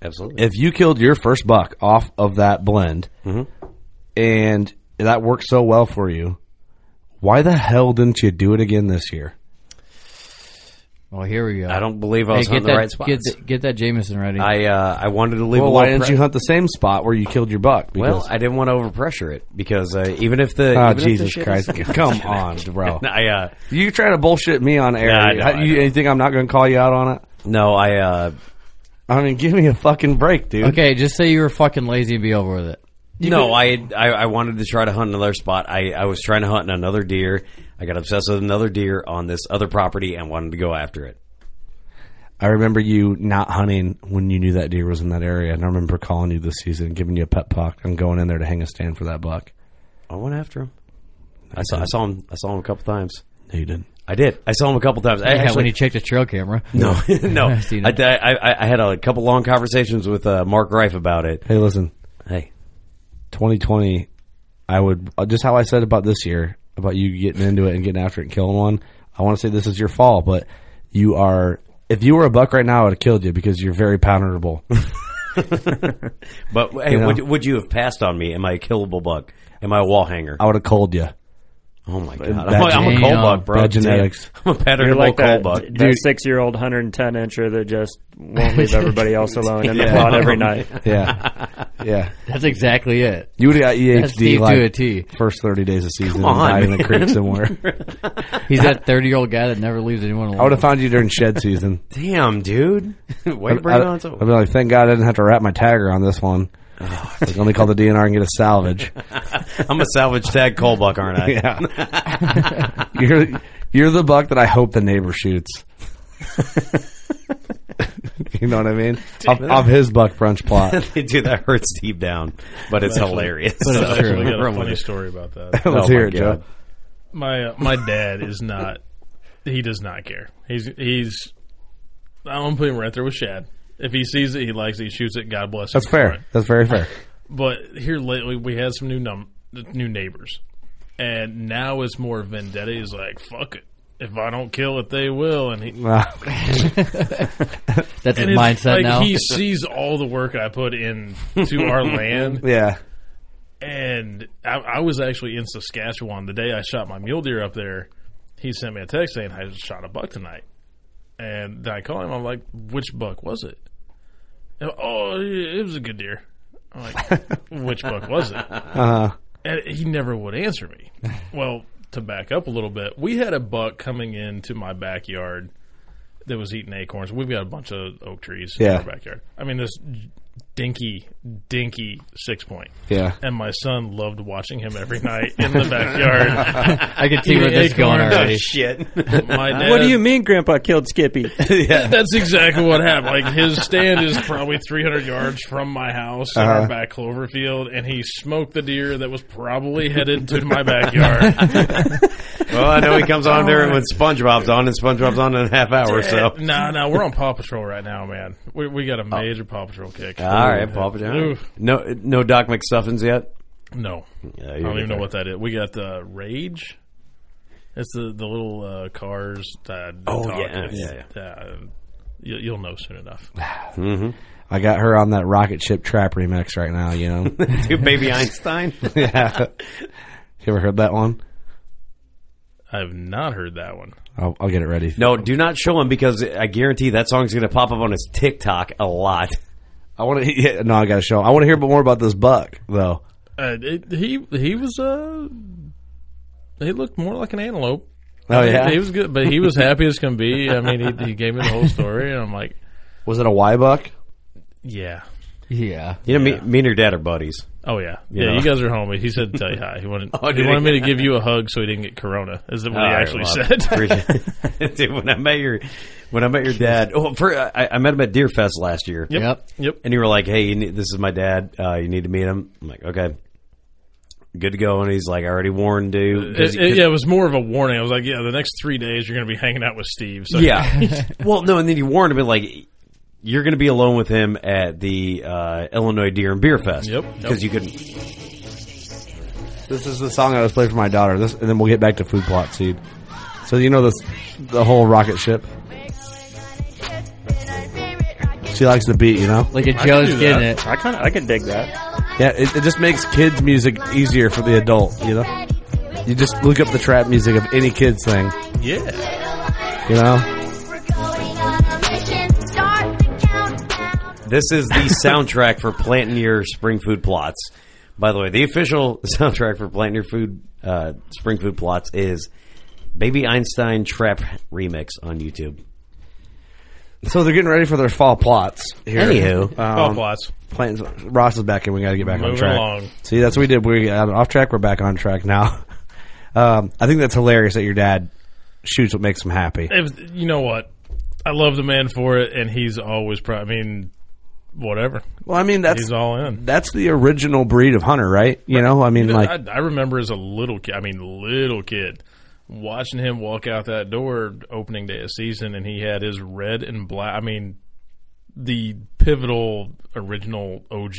absolutely.
If you killed your first buck off
Mm-hmm.
of that blend and that worked so well for you, Why the hell didn't you do it again this year?
Well, here we go.
I don't believe I was
hey,
on
get
the
that,
right spots.
get, th- get that Jameson ready.
I uh, I wanted to leave.
Well,
a
why
little
didn't
pre-
you hunt the same spot where you killed your buck?
Well, I didn't want to overpressure it because uh, even if the even
Oh,
if the
Jesus
shit
Christ.
is-
Come on, bro.
I uh,
you trying to bullshit me on air.
Nah, I know,
How-
I
you,
know.
you think I'm not going to call you out on it?
no, I uh,
I mean, give me a fucking break, dude.
okay, just say you were fucking lazy and be over with it.
no, I, I I wanted to try to hunt another spot. I I was trying to hunt another deer. I got obsessed with another deer on this other property and wanted to go after it.
I remember you not hunting when you knew that deer was in that area, and I remember calling you this season, giving you a pep talk, and going in there to hang a stand for that buck.
I went after him. I saw I saw him I saw him a couple times.
No, you didn't.
I did. I saw him a couple times. I
Yeah,
actually,
when you checked the trail camera.
No, no. I,
seen it.
I, I, I had a couple long conversations with uh, Mark Reif about it.
Hey, listen,
Hey,
2020, I would uh, just how I said about this year about you getting into it and getting after it and killing one. I want to say this is your fall, but you are. If you were a buck right now, I would have killed you because you're very patternable.
but hey,
You know.
would, would you have passed on me? Am I a killable buck? Am I a wall hanger?
I would have cold you.
Oh my god,
Bad
I'm, a- I'm a
gen-
coal
Damn.
buck, bro.
Bad genetics.
Damn. I'm a patternable
You're like
coal
that,
buck.
that six-year-old 110 incher that just won't leave everybody else alone in the
Yeah.
plot every night.
Yeah, yeah.
That's exactly it.
You would have got
That's Steve
EHD
to a
like
T.
first 30 days of season,
Come on,
and died in the
man.
creek somewhere.
He's that 30 year old guy that never leaves anyone alone.
I would have found you during shed season.
Damn, dude. White brain on
I'd be like, thank God I didn't have to wrap my tagger on this one. Like, let me call the DNR and get a salvage.
I'm a salvage tag coal buck, aren't I?
yeah, you're you're the buck that I hope the neighbor shoots. you know what I mean? Off, off his buck brunch plot.
Dude, that hurts deep down, but it's hilarious.
it's
So,
true.
I got a
run with
funny
it.
story about that.
Let's
Oh,
hear
my
it, Joe.
God.
my uh, my dad is not. He does not care. He's he's. I'm putting him right there with Shad. If he sees it, he likes it. He shoots it. God bless. him
That's
for it.
fair. That's very fair.
But here lately, we had some new num new neighbors, and now it's more vendetta. He's like, "Fuck it, if I don't kill it, they will." And he
Wow.
That's his
and it's
mindset
like,
now.
He sees all the work I put in to our land,
yeah.
and I, I was actually in Saskatchewan the day I shot my mule deer up there. He sent me a text saying I just shot a buck tonight, and I call him. I'm like, "Which buck was it?" And, oh, it it was a good deer. I'm like, "Which buck was it?" And he never would answer me. Well, to back up a little bit, we had a buck coming into my backyard that was eating acorns. We've got a bunch of oak trees
Yeah.
in our backyard. I mean, this dinky, dinky six point
Yeah.
and my son loved watching him every night in the backyard.
I can see where
Yeah,
this is going
acorn.
already.
Shit.
my dad,
What do you mean Grandpa killed Skippy?
That's exactly what happened. Like his stand is probably 300 yards from my house in
Uh-huh.
our back clover field, and he smoked the deer that was probably headed to my backyard.
Well, I know he comes on there when SpongeBob's on, and SpongeBob's on in a half hour, so. Oh.
nah, nah, we're on Paw Patrol right now, man. We, we got a major Paw Patrol kick.
All right, Papa John.
Oof.
No, no Doc McStuffins yet.
No,
Yeah,
I don't even know what that is. We got the Rage. It's the the little uh, cars that
Oh,
talk.
yeah,
It's-
yeah,
yeah. You, you'll know soon enough.
I got her on that rocket ship trap remix right now, you know?
Dude, baby Einstein.
yeah. You ever heard that one?
I've not heard that one.
I'll, I'll get it ready.
No, do not show him because I guarantee that song's going to pop up on his TikTok a lot.
I want to. Yeah, no, I got to show. I want to hear more about this buck, though.
Uh, it, he he was uh he looked more like an antelope.
Oh
Uh, he, was good, but he was happy as can be. I mean, he, he gave me the whole story, and I'm like,
was it a Y buck?
yeah,
Yeah.
You know, me, me and your dad are buddies.
oh yeah, yeah.
Yeah.
You guys are homie. He said to tell you hi. He wanted
Oh,
he
did
wanted
he?
me to give you a hug so he didn't get corona. Is that what he
All right,
actually
well,
said?
I appreciate it. Dude, when I met your when I met your dad, oh, for, I, I met him at Deer Fest last year.
Yep.
yep.
And you were like, "Hey, you need, this is my dad. Uh, you need to meet him." I'm like, "Okay, good to go." And he's like, "I already warned you." 'Cause-
Uh, It, it- yeah, it was more of a warning. I was like, yeah, the next three days you're going to be hanging out with Steve. So
Yeah. well, no, and then you warned him, like, you're going to be alone with him at the uh, Illinois Deer and Beer Fest.
Yep.
Because you could.
This is the song I was playing for my daughter. This, and then we'll get back to food plot seed. So you know this, the whole rocket ship. She likes the beat, you know.
Like a
I can
Joe's
do
getting
that.
it.
I kind of I could dig that.
Yeah, it, it just makes kids music easier for the adult, you know. You just look up the trap music of any kids thing.
Yeah.
You know,
This is the soundtrack for planting your spring food plots. By the way, the official soundtrack for planting your food uh, spring food plots is Baby Einstein Trap Remix on YouTube.
so they're getting ready for their fall plots. Here.
Anywho.
All
um,
plots.
plans. Ross is back in. We got to get back on
Moving
track.
along.
See, that's what we did. We got off track. We're back on track now. Um, I think that's hilarious that your dad shoots what makes him happy.
If, you know what? I love the man for it, and he's always. Pro- I mean, whatever.
Well, I mean that's
He's all in.
that's the original breed of hunter, right? You know, I mean, like
I, I remember as a little kid. I mean, little kid. Watching him walk out that door opening day of season, and he had his red and black. I mean, the pivotal original OG.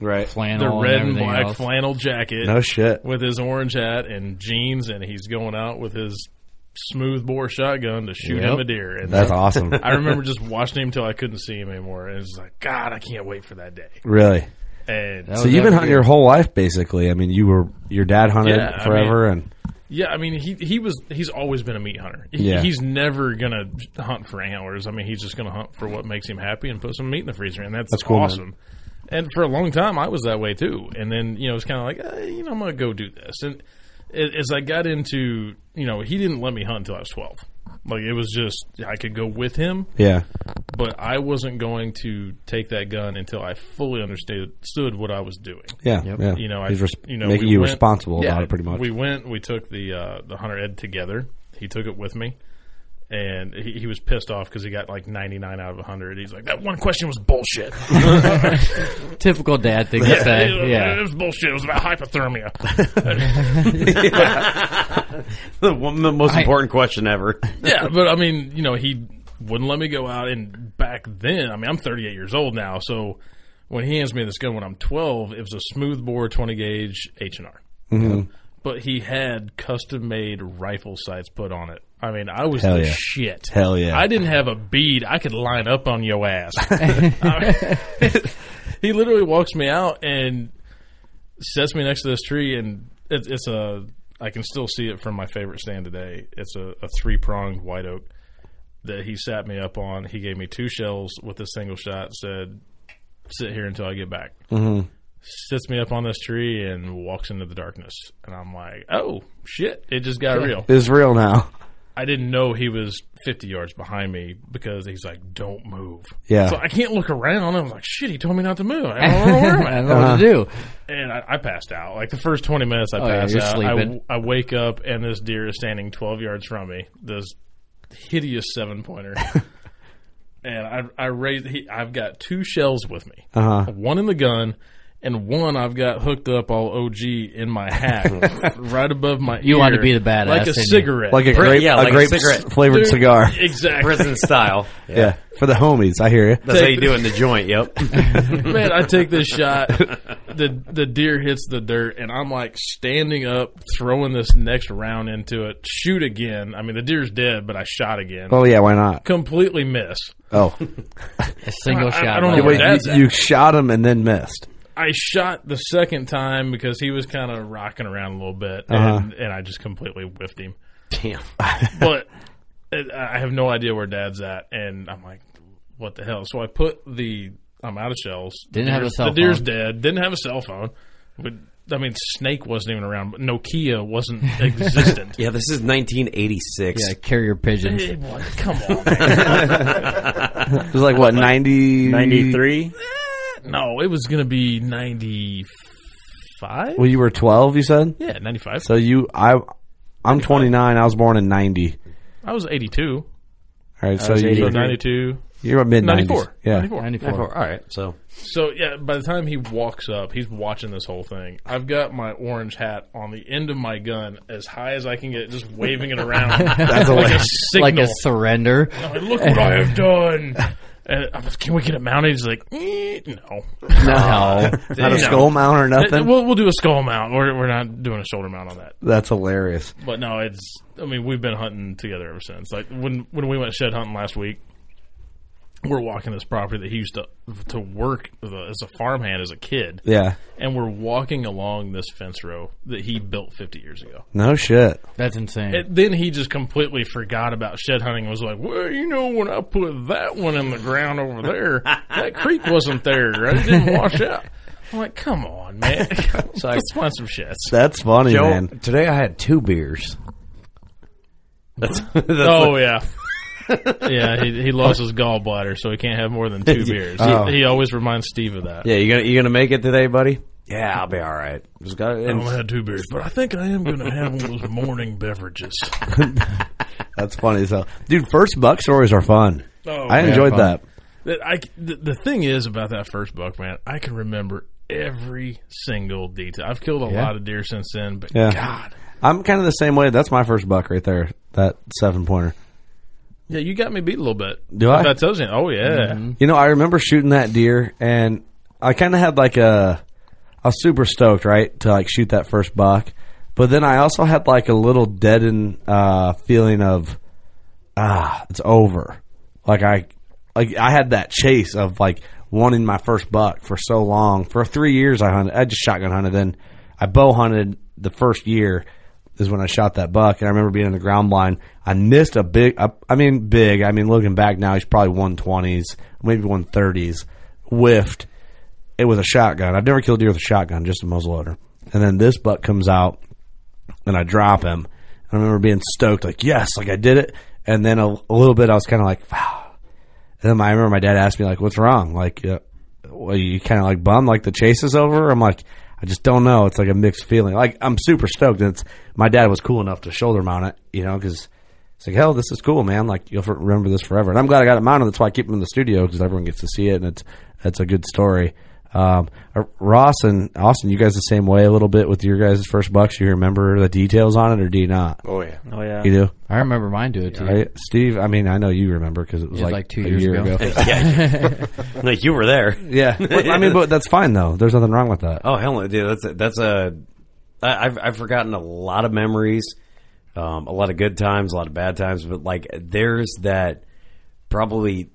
right.
the
flannel
red and
Oh, and, everything
black
else.
flannel jacket
No shit.
with his orange hat and jeans, and he's going out with his smooth bore shotgun to shoot
Yep.
him a deer. And
That's awesome.
I remember just watching him till I couldn't see him anymore. And it's like, God, I can't wait for that day.
really.
And
That
So
was
you've
actually
been hunting your whole life, basically. I mean, you were your dad hunted
Yeah, I mean-
forever, and
yeah, I mean, he he was he's always been a meat hunter. He,
Yeah.
He's never gonna hunt for antlers. I mean, he's just gonna hunt for what makes him happy and put some meat in the freezer, and that's,
That's cool, man.
awesome. And for a long time, I was that way too. And then you know, it's kind of like, eh, you know, I'm gonna go do this. And a- as I got into, you know, he didn't let me hunt until I was 12. Like it was just I could go with him,
yeah,
but I wasn't going to take that gun until I fully understood stood what I was doing.
yeah, yeah.
You know, I,
He's res-
you know,
making
we
you
went-
responsible
yeah,
about it, pretty much.
We went. We took the uh, the hunter ed together. He took it with me, and he, he was pissed off because he got like ninety nine out of hundred. He's like, that one question was bullshit.
Typical dad thing to say.
it
Yeah.
was bullshit. It was about hypothermia.
the, one, the most important question ever.
yeah, but I mean, you know, he wouldn't let me go out. And back then, I mean, I'm 38 years old now, so when he hands me this gun when I'm 12, it was a smooth bore 20 gauge H and R.
Mm-hmm.
But he had custom made rifle sights put on it. I mean, I was
Hell
the
yeah.
shit.
Hell yeah.
I didn't have a bead. I could line up on your ass. I mean, he literally walks me out and sets me next to this tree, and it, it's a. I can still see it from my favorite stand today. It's a, a three pronged white oak that he sat me up on. He gave me two shells with a single shot. Said, "Sit here until I get back." Mm-hmm. Sits me up on this tree and walks into the darkness, and I'm like, "Oh shit!" It just got real.
it's real now.
I didn't know he was 50 yards behind me because he's like, "Don't move."
Yeah.
So I can't look around. I was like, "Shit!" He told me not to move. I don't know where I'm
I
at.
don't know what to do.
And I, I passed out. Like the first 20 minutes, I
Oh, yeah,
passed
you're
out.
sleeping.
I, I wake up and this deer is standing 12 yards from me. This hideous seven pointer. and I, I raised. He, I've got two shells with me.
Uh-huh.
One in the gun. And one I've got hooked up all OG in my hat, right above my
You
ear,
wanted to be the badass,
like a
didn't you?
cigarette,
Like a
Pretty-
grape,
yeah,
a
like a
grape
cigarette.
flavored
Dude,
cigar.
Exactly,
Prison style.
Yeah. for the homies. I hear you.
That's how you do it in the joint, yep.
Man, I take this shot. The the deer hits the dirt, and I'm like standing up, throwing this next round into it. Shoot again. I mean, the deer's dead, but I shot again.
Oh yeah, why not?
Completely miss.
Oh,
A single
I- I
shot.
don't know
like
what
wait,
that.
that- dad's
you, you shot him and then missed.
I shot the second time because he was kind of rocking around a little bit, and, and I just completely whiffed him.
Damn.
But it, I have no idea where Dad's at, and I'm like, what the hell? So I put the I'm out of shells.
Didn't
The
have a
deer's-
cell
The deer's
phone.
dead. Didn't have a cell phone. But I mean, Snake wasn't even around. But Nokia wasn't existent.
Yeah, this is 1986.
Yeah, carrier pigeons.
It was- Come on, man.
It was like what 90?
93?
no, it was gonna be ninety five.
Well, you were twelve. You said
Yeah, ninety five.
so. You I, I'm 29. I was born in 90.
I was eighty two.
All right, so
was
So
83.
you,
ninety two.
you're mid 90s.
94.
Yeah,
94.
94.
All right, so
So yeah, by the time he walks up, he's watching this whole thing. I've got my orange hat on the end of my gun as high as I can get, just waving it around like a signal.
Like a surrender.
I'm like, Look what I have done. And I'm like, Can we get it mounted? He's like, eh, no.
No.
not
No.
a skull mount or
Eh,
nothing.
We'll, we'll do a skull mount. We're, we're not doing a shoulder mount on that.
That's hilarious.
But no, it's. I mean, we've been hunting together ever since. Like when when we went shed hunting last week, we're walking this property that he used to to work the- as a farmhand as a kid.
Yeah.
And we're walking along this fence row that he built 50 years ago.
No shit.
That's insane.
And then he just completely forgot about shed hunting and was like, well, you know, when I put that one in the ground over there, that creek wasn't there. Right? It didn't wash out. I'm like, come on, man. Let's find some sheds.
That's funny,
Joe,
man.
today I had two beers. That's, that's
oh, yeah. yeah, he, he lost his gallbladder, so he can't have more than two beers. He, he always reminds Steve of that.
Oh. yeah. You gonna you gonna make it today, buddy? Yeah, I'll be all right. Just got
I
and
only had two beers, but I think I am going to have one of those morning beverages.
That's funny as hell, dude. First buck stories are fun.
Oh,
I enjoyed that.
That I, the, the thing is about that first buck, man, I can remember every single detail. I've killed a lot of deer since then, but
Yeah.
God.
I'm kind of the same way. That's my first buck right there. That seven pointer.
Yeah, you got me beat a little bit.
Do I? Mm-hmm.
That tells you. Oh, yeah.
You know, I remember shooting that deer, and I kind of had like a. I was super stoked, right, to like shoot that first buck, but then I also had like a little deadened uh, feeling of, ah, it's over. Like I, like I had that chase of like wanting my first buck for so long. For three years, I hunted. I just shotgun hunted. Then I bow hunted the first year. Is when I shot that buck, and I remember being in the ground blind. I missed a big. I, I mean, big. I mean, looking back now, he's probably one twenties, maybe one thirties. Whiffed. It was a shotgun. I've never killed deer with a shotgun, just a muzzleloader. And then this buck comes out, and I drop him. I remember being stoked, like yes, like I did it. And then a, a little bit, I was kind of like, wow. And then my, I remember my dad asked me like, "What's wrong?" Like, uh, well, you kind of like bummed, like the chase is over. I'm like, I just don't know. It's like a mixed feeling. Like I'm super stoked, and it's my dad was cool enough to shoulder mount it, you know, because it's like, hell, this is cool, man. Like you'll remember this forever. And I'm glad I got it mounted. That's why I keep them in the studio because everyone gets to see it, and it's it's a good story. Um, uh, Ross and Austin, you guys the same way a little bit with your guys' first bucks. You remember the details on it, or do you not?
Oh yeah.
Oh yeah.
You do,
I remember mine do it too.
right? Steve? I mean, I know you remember because it was
It was
like,
like two
a
years
year
ago.
like you were there.
Yeah, Well, I mean, but that's fine though. There's nothing wrong with that.
Oh hell no, dude! That's a, that's a I, I've I've forgotten a lot of memories, um, a lot of good times, a lot of bad times. But like, there's that probably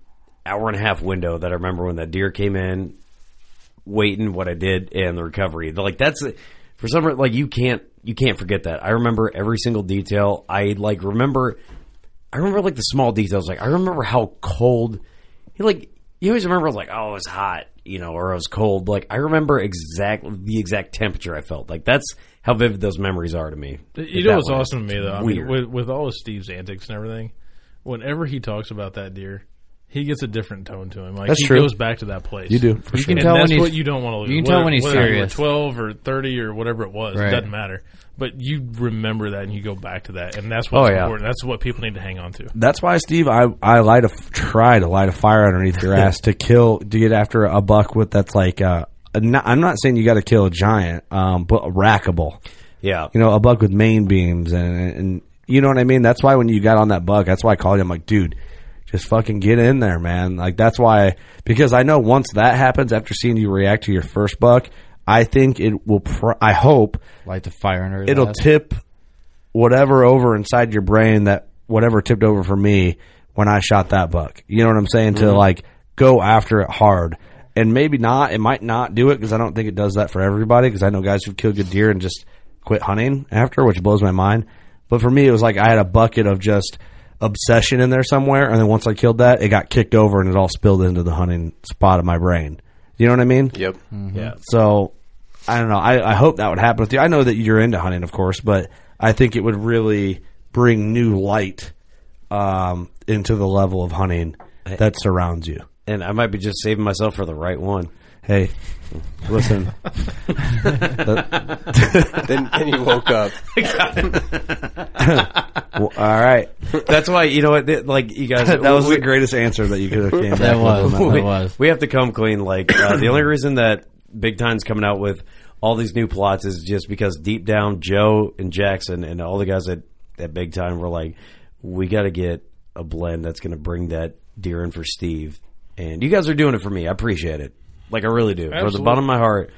hour and a half window that I remember when that deer came in, waiting what I did and the recovery. Like that's for some reason, like you can't you can't forget that. I remember every single detail. I like remember. I remember like the small details. Like I remember how cold he like you always remember like oh it was hot you know or it was cold like i remember exactly the exact temperature i felt like that's how vivid those memories are to me
You
That
know what's
way.
awesome to me, though? I mean,
weird.
with, with all of Steve's antics and everything, whenever he talks about that deer, he gets a different tone to him. Like
That's
he
true.
goes back to that place.
You do for
You
sure.
can
And
tell
that's
when he's
what you don't want to lose.
you can tell
Whether-
when he's
whether you were
serious.
Twelve or thirty or whatever it was,
Right.
it doesn't matter. But you remember that and you go back to that, and that's what's
Oh, yeah.
important. That's what people need to hang on to.
That's why Steve, I I light a try to light a fire underneath your ass to kill to get after a buck with that's like uh a not, I'm not saying you got to kill a giant, um, but a rackable.
yeah
You know, a buck with main beams and and you know what I mean. That's why when you got on that buck, that's why I called you. I'm like, dude, just fucking get in there, man. Like that's why because I know once that happens after seeing you react to your first buck, I think it will. Pr- I hope
Light the fire under his
it'll
ass.
tip whatever over inside your brain that whatever tipped over for me when I shot that buck. You know what I'm saying? To like go after it hard. And maybe not, it might not do it because I don't think it does that for everybody because I know guys who've killed good deer and just quit hunting after, which blows my mind. But for me, it was like I had a bucket of just obsession in there somewhere. And then once I killed that, it got kicked over and it all spilled into the hunting spot of my brain. You know what I mean?
Yep.
Mm-hmm.
Yeah.
So I don't know. I, I hope that would happen with you. I know that you're into hunting, of course, but I think it would really bring new light um, into the level of hunting that surrounds you.
and i might be just saving myself for the right one
Hey, listen.
then then you woke up.
Oh,
Well, all right,
that's why you know what th- like you guys
that was
we,
the greatest answer that you could have came. back
That
with
was.
on that.
That was.
we have to come clean like uh, the only reason that big time's coming out with all these new plots is just because deep down joe and jackson and all the guys at, at big time were like we got to get a blend that's going to bring that deer in for steve and you guys are doing it for me i appreciate it like i really do from the
Absolutely.
bottom of my heart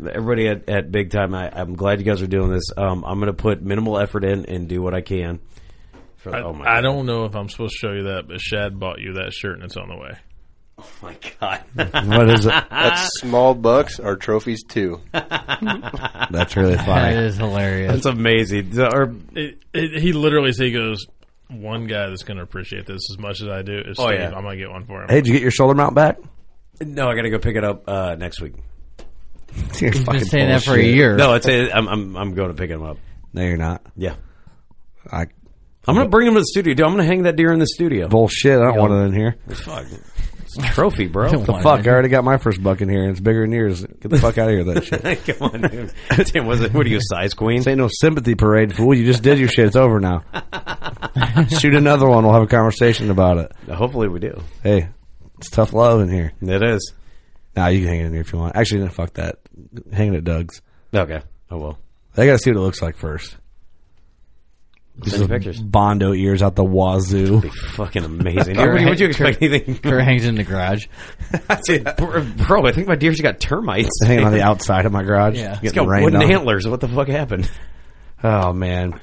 everybody at, at big time I, i'm glad you guys are doing this um, i'm going to put minimal effort in and do what i can for,
I,
oh my
I
God.
don't know if I'm supposed to show you that, but Shad bought you that shirt and it's on the way.
my god. Ah.
What is it?
That's small bucks are trophies too.
That's really
That
funny.
is hilarious.
That's amazing. So, Or
It, it, he literally said, he goes, one guy that's going to appreciate this as much as I do is
Oh,
Steve.
yeah.
I'm going to get one for him.
Hey, did you get your shoulder mount back?
no, I got to go pick it up uh, next week.
You're
I've
fucking
been saying that for a
bullshit.
year.
No, it's a, I'm, I'm I'm going to pick him up.
No, you're not.
Yeah,
I
I'm gonna bring him to the studio. Dude, I'm gonna hang that deer in the studio.
bullshit. I don't want it in here.
Fuck. It's a trophy, bro.
Don't
Come
want
Fuck! I
it.
already got my first buck in here, and it's bigger than yours. Get the fuck out of here, with that shit.
on, dude. Damn, was it, what are you, a size queen?
This ain't no sympathy parade, fool. You just did your shit. It's over now. Shoot another one. We'll have a conversation about it.
Hopefully we do.
Hey, it's tough love in here.
It is.
Now nah, you can hang it in here if you want. Actually, no, fuck that. Hang it at Doug's.
Okay. Oh, well.
They got to see what it looks like first.
Send me pictures.
Bondo ears out the wazoo.
Be fucking amazing.
All
Dude, What
right.
would you expect? Anything?
Kurt hangs in the garage.
Bro, I think my deer's got termites.
Hanging on the outside of my garage.
Yeah.
It's
Getting
got
rained
wooden
on.
antlers. What the fuck happened?
Oh man.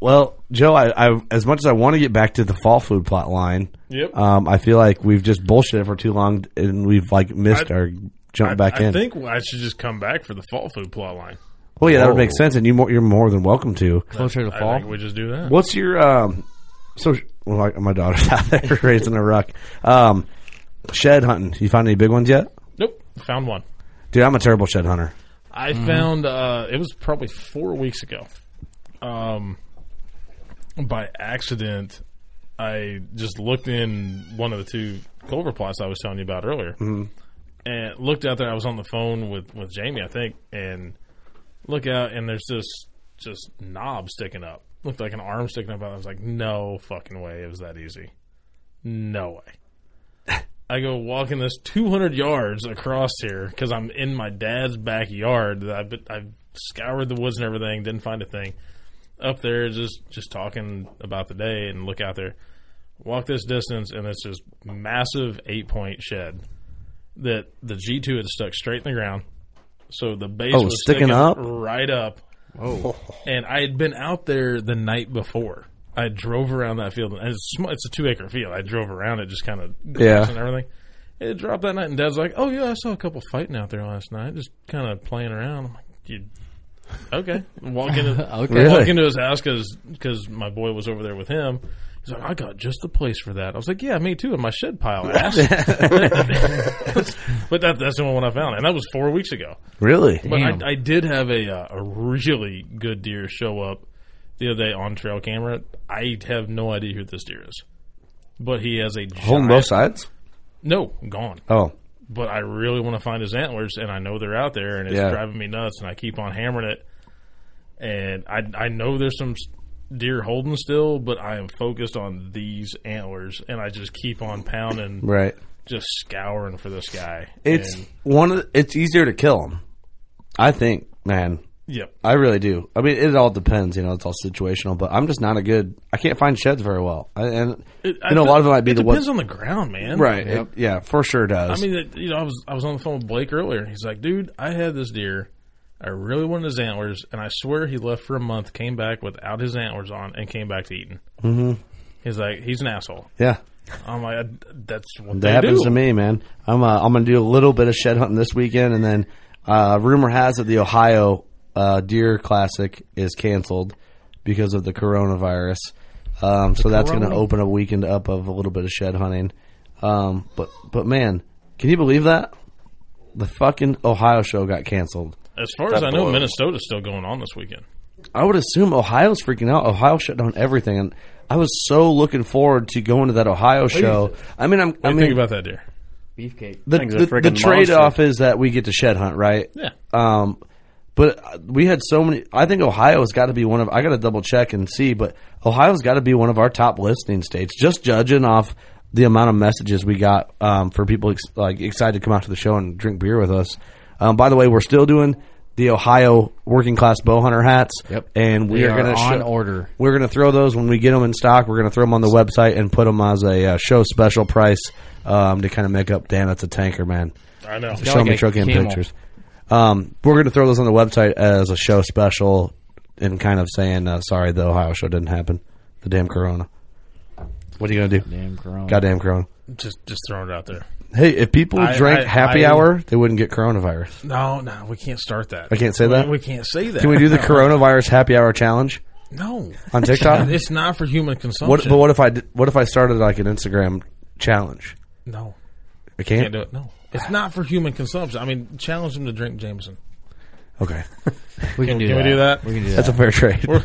Well, Joe, I, I as much as I want to get back to the fall food plot line,
Yep.
um, I feel like we've just bullshitted for too long and we've like missed
I-
our jump
I,
back
I
in.
think I should just come back for the fall food plot line.
well, yeah, that would make
Whoa.
sense, and you more, you're more than welcome to.
Closer to
I
fall.
think we just do that.
What's your um? So well, like, my daughter's out there raising a ruck. Um, shed hunting. You found any big ones yet,
Nope, found one.
dude? I'm a terrible shed hunter.
I found uh, it was probably four weeks ago. Um, by accident, I just looked in one of the two clover plots I was telling you about earlier, and looked out there. I was on the phone with with Jamie, I think, and look out, and there's this just knob sticking up. Looked like an arm sticking up. I was like, no fucking way, it was that easy. No way. I go walking this 200 yards across here because I'm in my dad's backyard. that I've, been- I've scoured the woods and everything, didn't find a thing. Up there, just just talking about the day and look out there. Walk this distance, and it's just massive eight point shed that the G2 had stuck straight in the ground. So the base
Oh,
was
sticking up?
right up. Oh, and I had been out there the night before. I drove around that field, and it's, sm- it's a two acre field. I drove around it, just kind of
Yeah.
and everything. It dropped that night, and Dad's like, "Oh yeah, I saw a couple fighting out there last night, just kind of playing around." I'm like, "You okay?" Walk into
Okay.
Really?
walk into his house because my boy was over there with him. He's like, "I got just the place for that." I was like, "Yeah, me too." In my shed pile, ass. but that, that's the only one I found, and that was four weeks ago.
Really?
But
Damn.
I, I did have a uh, a really good deer show up the other day on trail camera. I have no idea who this deer is, but he has a giant-
Holding both sides?
No, gone
Oh,
but I really want to find his antlers, and I know they're out there, and it's
Yeah.
driving me nuts, and I keep on hammering it, and I I know there's some s- deer holding still, but I am focused on these antlers, and I just keep on pounding,
right.
just scouring for this guy.
It's
and,
one. Of the, it's easier to kill them. I think, man.
yep.
I really do. I mean, it all depends. You know, it's all situational. But I'm just not a good. I can't find sheds very well, I, and
I
you know,
feel-
a lot of it might be
it
the
depends
ones.
on the ground, man.
right. it- yeah, for sure
I
does.
mean, it, you know, I was I was on the phone with Blake earlier, and he's like, "Dude, I had this deer. I really wanted his antlers, and I swear he left for a month, came back without his antlers on, and came back to eating." Mm-hmm. He's like, "He's an asshole."
yeah,
I'm like, "That's what
that
they
happens
do."
to me, man. I'm uh, I'm gonna do a little bit of shed hunting this weekend, and then uh, rumor has it the Ohio uh, Deer Classic is canceled because of the coronavirus. Um, so that's gonna open a weekend up of a little bit of shed hunting. Um, but but man, can you believe that the fucking Ohio show got canceled?
As far as I know, Minnesota's still going on this weekend.
I would assume Ohio's freaking out. Ohio shut down everything, and I was so looking forward to going to that Ohio show. I mean, I'm, I
Think
mean,
about that deer.
Beefcake.
the,
Thing's a
the, the
friggin'
trade off is that we get to shed hunt, right?
Yeah.
Um, but uh, we had so many. I think Ohio's got to be one of. I got to double check and see, but Ohio's got to be one of our top listening states. Just judging off the amount of messages we got um, for people ex- like excited to come out to the show and drink beer with us. Um, by the way, we're still doing the Ohio working class bow hunter hats,
Yep.
and we
They
are,
are
going to
on order.
We're going to throw those when we get them in stock. We're going to throw them on the website and put them as a uh, show special price um, to kind of make up. Dan, that's a tanker, man.
I know.
Show
like
me
a
truck and
camel.
pictures. Um, we're going to throw those on the website as a show special and kind of saying, uh, sorry, the Ohio show didn't happen. The damn corona. What are you going to do?
Damn grown.
Goddamn corona.
Just just throwing it out there.
Hey, if people
I-
drank
I-
happy
I-
hour, they wouldn't get coronavirus.
No, no, we can't start that.
I can't say
We-
that?
We can't say that.
Can we do the
No.
coronavirus happy hour challenge
No,
on TikTok?
it's not for human consumption.
Uh, what, but what if I did- what if I started like an Instagram challenge?
No,
I can't.
can't do it. No, it's not for human consumption. I mean, challenge them to drink Jameson.
Okay,
We can, do,
can we
that.
do that?
We can do that.
that's a fair trade.
We're-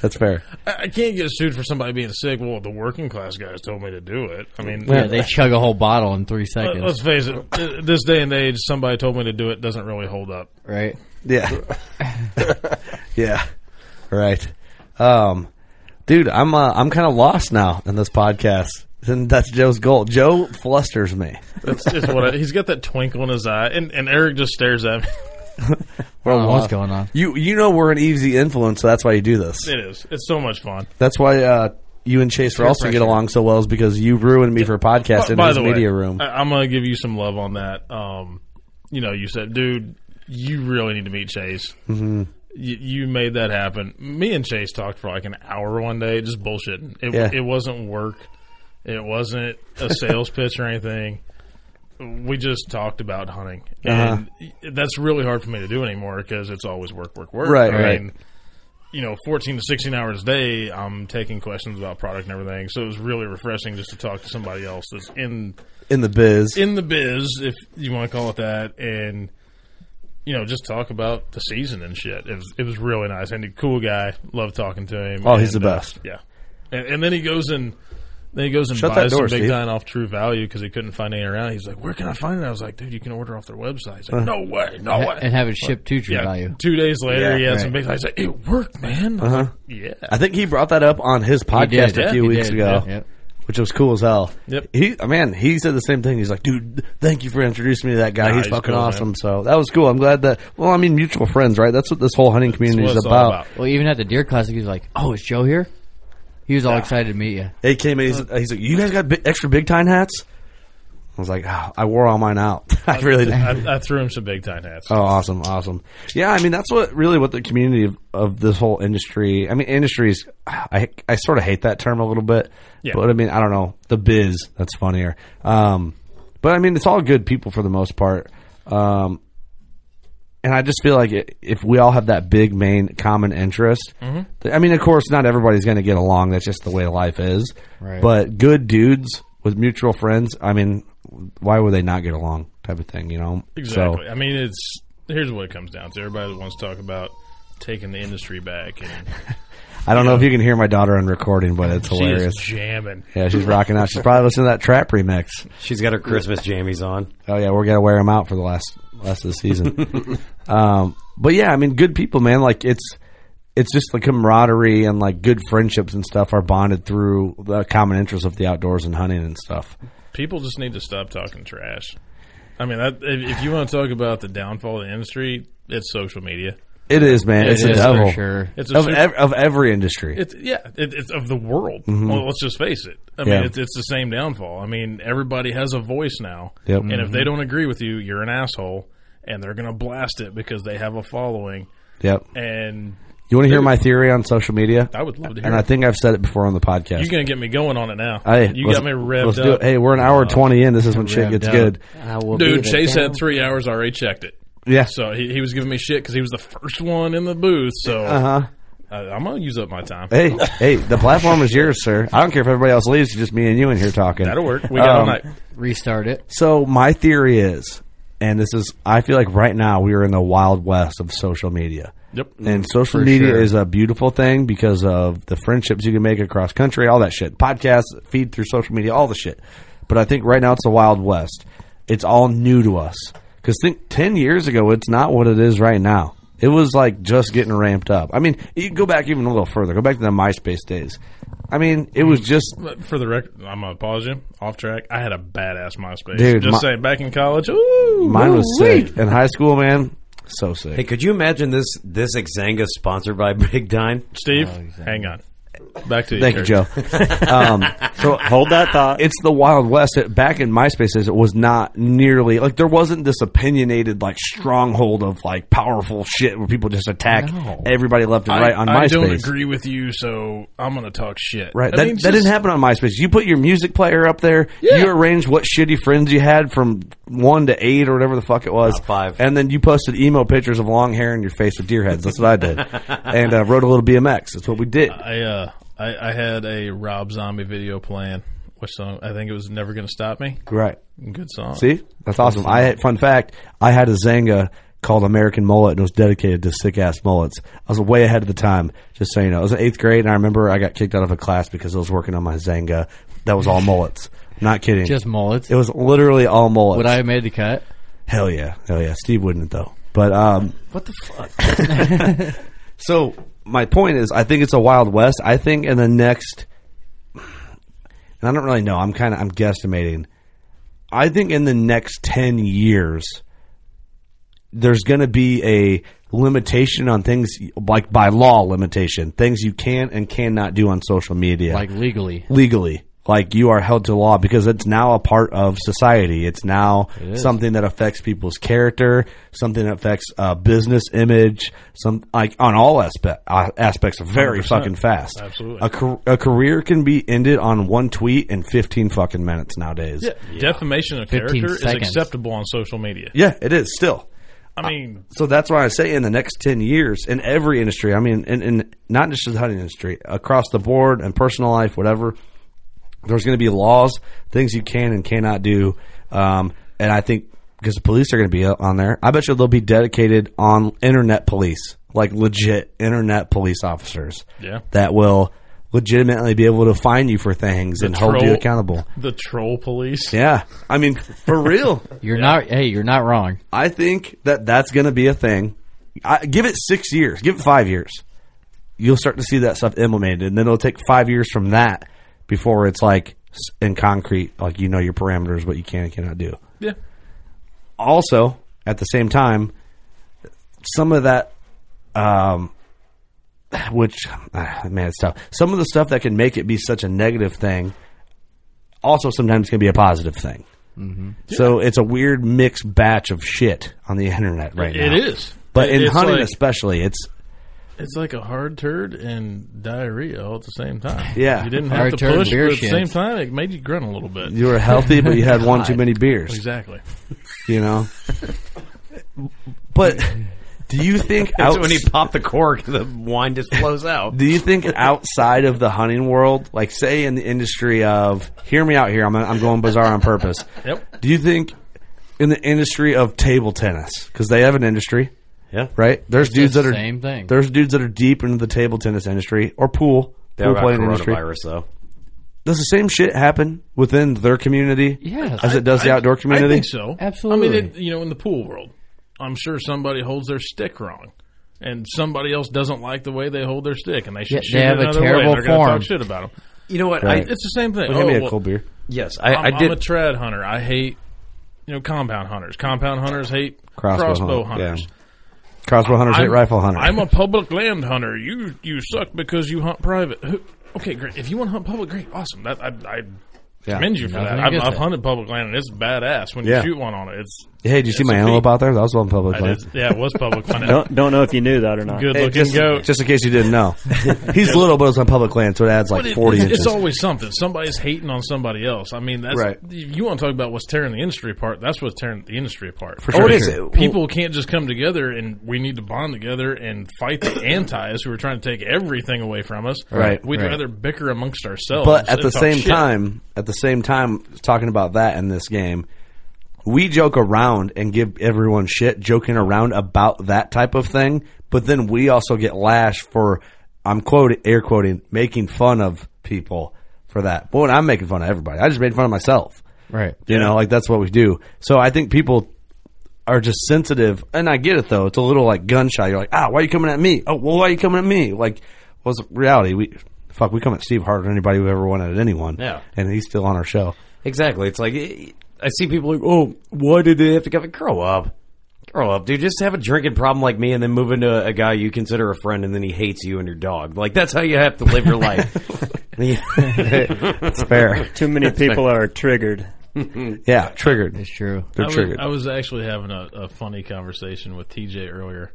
that's fair.
I I can't get sued for somebody being sick. Well, the working class guys told me to do it. I mean,
yeah, they chug a whole bottle in three
let-
seconds,
let's face it. th- This day and age, somebody told me to do it doesn't really hold up.
right?
Yeah. yeah. Right. Um, dude, I'm uh, I'm kind of lost now in this podcast. And that's Joe's goal. Joe flusters me.
That's just what I, he's got that twinkle in his eye, and, and Eric just stares at me.
I
Oh,
don't know what's going on?
You you know we're an easy influence, so that's why you do this.
It is. It's so much fun.
That's why uh, you and Chase Ralston get along so well is because you ruined me for a podcast
But
in his media room.
Uh,
I, I'm gonna give you some love on that. Um, you know, you said, dude, you really need to meet Chase. Mm-hmm. You, you made that happen. Me and Chase talked for like an hour one day, just bullshitting. It,
Yeah.
it wasn't work. It wasn't a sales pitch or anything. We just talked about hunting,
Uh-huh.
and that's really hard for me to do anymore because it's always work, work, work.
Right,
I
right.
mean, you know, 14 to 16 hours a day, I'm taking questions about product and everything. So it was really refreshing just to talk to somebody else that's in
in the biz.
in the biz, if you want to call it that, and you know, just talk about the season and shit. It was it was really nice. And a cool guy. Love talking to him.
Oh, he's
And,
the
uh,
best.
yeah. And, and then he goes and then he goes and
Shut
buys
that door,
some big
Steve.
time off True Value because he couldn't find any around. He's like, "Where can I find it?" I was like, "Dude, you can order off their website." He's
Uh.
like, "No way, no way."
and have it shipped to True
Oh, yeah,
Value.
two days later, he had
Right.
some big. He's like, "It worked, man." I
Uh-huh.
was like, yeah,
I think he brought that up on his
He
podcast
did.
a few
He
weeks
did.
ago.
Yep.
which was cool as hell.
Yep.
He uh, man, he said the same thing. He's like, dude, thank you for introducing me to that guy.
Nah,
he's,
he's
fucking
cool, man.
awesome. So that was cool. I'm glad that. Well, I mean, mutual friends, right? That's what this whole hunting community
That's what it's
is
all
about.
about.
Well, even at the Deer Classic, he was like, "Oh, is Joe here?" He was all excited to meet you.
He came in. He's, he's like, you guys got bi- extra big time hats? I was like, oh, I wore all mine out. I really did.
I, I threw him some big time hats.
Oh, awesome, awesome. Yeah, I mean that's what really what the community of, of this whole industry. I mean, industries. I I sort of hate that term a little bit,
Yeah.
but I mean I don't know the biz. That's funnier. Um, but I mean it's all good people for the most part. Um, and I just feel like i- if we all have that big main common interest,
Mm-hmm.
th- I mean, of course, not everybody's going to get along. That's just the way life is.
Right.
But good dudes with mutual friends. I mean, why would they not get along? Type of thing, you know. So-
Exactly. I mean, it's here's what it comes down to. Everybody wants to talk about taking the industry back, and
I don't know if you can hear my daughter on recording, but it's
she is
hilarious.
jamming.
yeah, she's rocking out. She's probably listening to that trap remix.
She's got her Christmas jammies on.
Oh yeah, we're gonna wear them out for the last last of the season. um, but yeah, I mean, good people, man. Like it's it's just the camaraderie and like good friendships and stuff are bonded through the common interest of the outdoors and hunting and stuff.
People just need to stop talking trash. I mean, that, if, if you want to talk about the downfall of the industry, it's social media.
It is, man. it's
It
a
is
devil
for sure.
It's a
of
super-
ev- of every industry.
it's yeah, it, it's of the world. Well, let's just face it. I
Mm-hmm. Yeah.
mean, it's, it's the same downfall. I mean, everybody has a voice now,
Yep. Mm-hmm.
and if they don't agree with you, you're an asshole, and they're gonna blast it because they have a following.
yep.
And
You want to hear my theory on social media?
I would love to hear.
And I think I've said it before on the podcast.
You're gonna get me going on it now.
Hey,
you
let's-
got me revved
let's
up.
Do it. Hey, we're an hour twenty in. This is when shit
Revved
gets
up.
good.
Dude, Chase had three hours. I already checked it.
Yeah.
So he, he was giving me shit because he was the first one in the booth. So
Uh huh.
I, I'm gonna use up my time.
Hey, hey, the platform is yours, sir. I don't care if everybody else leaves. It's just me and you in here talking.
That'll work. We got all
Um,
night.
Restart it.
So my theory is, and this is, I feel like right now we are in the wild west of social media.
Yep.
And social
For
media
sure.
is a beautiful thing because of the friendships you can make across country, all that shit. Podcasts, feed through social media, all the shit. But I think right now it's the wild west. It's all new to us. Because think ten years ago, it's not what it is right now. It was like just getting ramped up. I mean, you go back even a little further. Go back to the MySpace days. I mean, it was just
But for the record, I'm gonna pause you. Off track. I had a badass MySpace.
Dude,
just
my-
say back in college. Ooh,
mine was sick in high school, man. So sick.
Hey, could you imagine this this Xanga sponsored by Big Dine?
Steve, hang on. Back to you.
Thank you,
Kurt.
Joe. Um, so
Hold that thought.
it's the Wild West. It, back in MySpace, days, it was not nearly like there wasn't this opinionated like stronghold of like powerful shit where people just attack everybody left and right on
I, I
MySpace.
don't agree with you, so I'm going to talk shit.
Right,
I
that,
mean,
that
just-
didn't happen on MySpace. You put your music player up there. You arranged what shitty friends you had from one to eight or whatever the fuck it was.
About five.
and then you posted emo pictures of long hair in your face with deer heads. That's what I did, and uh, wrote a little BMX. That's what we did.
I, uh, I I had a Rob Zombie video playing, which song I think it was "Never Gonna Stop Me."
Right.
Good song.
See, that's awesome. I had fun fact. I had a Zanga called American Mullet, and it was dedicated to sick ass mullets. I was way ahead of the time. Just so you know, I was in eighth grade, and I remember I got kicked out of a class because I was working on my Zanga that was all mullets. Not kidding.
Just mullets.
it was literally all mullets.
Would I have made the cut?
Hell yeah, hell yeah. Steve wouldn't though. But um, what the fuck? so my point is, I think it's a wild west. I think in the next, and I don't really know. I'm kind of I'm guesstimating. I think in the next ten years, there's going to be a limitation on things like by law limitation things you can and cannot do on social media
Like legally.
legally. Like you are held to law because it's now a part of society. It's now something that affects people's character, something that affects uh, business image, some like on all aspect uh, aspects very fucking fast. Absolutely, a, car- a career can be ended on one tweet in fifteen fucking minutes nowadays.
Yeah. Defamation of
15
character
seconds.
is acceptable on social media.
yeah, it is still.
I mean,
So that's why I say in the next 10 years, in every industry, I mean, in, in not just the hunting industry, across the board and personal life, whatever, there's going to be laws, things you can and cannot do. Um, and I think because the police are going to be on there, I bet you they'll be dedicated on internet police, like legit internet police officers
Yeah.
that will legitimately be able to find you for things and hold you
troll-
accountable.
the troll police.
Yeah. I mean, for real.
You're not. Hey, you're not wrong.
I think that that's going to be a thing. I, give it six years, give it five years. You'll start to see that stuff implemented, and then it'll take five years from that before it's like s- in concrete, like you know your parameters, what you can and cannot do.
Yeah.
Also, at the same time, some of that, um, which ah, man, it's tough. Some of the stuff that can make it be such a negative thing, also sometimes can be a positive thing.
Mm-hmm.
So it's a weird mixed batch of shit on the internet right now.
It is.
But in
It's
hunting,
like-
especially, it's
It's like a hard turd and diarrhea all at the same time.
Yeah.
You didn't have
Hard
to
turd,
push, but
beer
at the
shits.
same time, it made you grunt a little bit.
you were healthy, but you had one too many beers.
Exactly.
You know. But do you think
That's
outs-
when you pop the cork, the wine just flows out.
do you think outside of the hunting world, like say in the industry of, hear me out here, I'm I'm going bizarre on purpose.
Yep.
Do you think in the industry of table tennis because they have an industry,
Yeah.
right? There's dudes
the
that are
same thing.
There's dudes that are deep into the table tennis industry or pool.
They
pool
all got
playing industry.
coronavirus, though.
does the same shit happen within their community
Yes.
as it does the outdoor community?
I think so.
Absolutely.
I mean, it, you know, in the pool world, I'm sure somebody holds their stick wrong, and somebody else doesn't like the way they hold their stick, and they should
Yeah,
shoot
they
it
have a
another
terrible
way. They're gonna
form.
talk shit about them.
You know what?
Right.
I,
It's the same thing.
Well, hand
oh,
me a
well,
cold beer.
yes, I,
I'm,
I
I'm
did.
a trad hunter. I hate, you know, compound hunters. Compound hunters hate
Crossbow
crossbow,
hunt- yeah.
hunters.
Crossbow hunters hate
I'm-
rifle hunters.
I'm a public land hunter. You you suck because you hunt private. Who- Okay, great. If you want to hunt public, great, awesome. That I, I
Yeah.
commend you for that.
Nothing
I've,
against
I've
it.
hunted public land, and it's badass when
Yeah.
you shoot one on it. It's
hey, did you see my
a
antelope
feat.
out there? That was on public
it
land.
is- yeah, it was public land.
don't, don't know if you knew that or not.
Good
Hey,
looking
just,
goat.
just in case you didn't know, he's little, but it's on public land, so it adds like
But it-
forty
it's,
inches.
it's always something. Somebody's hating on somebody else. I mean, that's
Right.
you want to talk about what's tearing the industry apart. That's what's tearing the industry apart. For
sure. Oh, it is. Well-
People can't just come together and we need to bond together and fight the antis who are trying to take everything away from us.
Right,
We'd
right.
rather bicker amongst ourselves.
But at
and
the
talk
same
shit.
time, at the same time, talking about that in this game, we joke around and give everyone shit, joking around about that type of thing. But then we also get lashed for, I'm quoting, air quoting, making fun of people for that. But when I'm making fun of everybody, I just made fun of myself.
right.
You know, like that's what we do. So I think people are just sensitive, and I get it though. It's a little like gun shy. You're like, ah, why are you coming at me? Oh, well, why are you coming at me? Like, was reality? We fuck, we come at Steve harder than anybody we ever wanted at anyone.
Yeah.
and he's still on our show.
Exactly. It's like eh, I see people like, oh, why did they have to come? Grow up. Grow up, dude. Just have a drinking problem like me, and then move into a guy you consider a friend, and then he hates you and your dog. Like that's how you have to live your life.
It's fair.
Too many people are triggered.
Yeah, triggered.
It's true.
I
They're
was,
triggered.
I was actually having a, a funny conversation with TJ earlier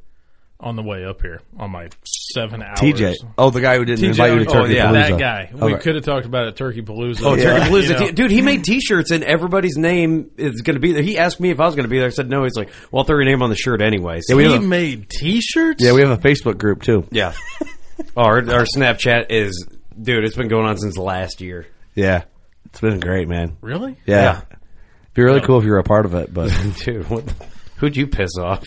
on the way up here on my seven hours.
TJ. Oh, the guy who didn't invite you to
oh,
Turkey
yeah,
Palooza.
that guy. We
Okay.
could have talked about it, Turkey Palooza.
Oh, Turkey Palooza,
You know,
t- dude! He made T-shirts, and everybody's name is going to be there. He asked me if I was going to be there. I said no. He's like, "Well, I'll throw your name on the shirt anyway." So
we
He
have a-
made T-shirts.
Yeah, we have a Facebook group too.
yeah. Oh, our our Snapchat is, dude. It's been going on since last year.
Yeah, it's been great, man.
really.
Yeah, be really cool if you were a part of it, but
Dude, what, who'd you piss off?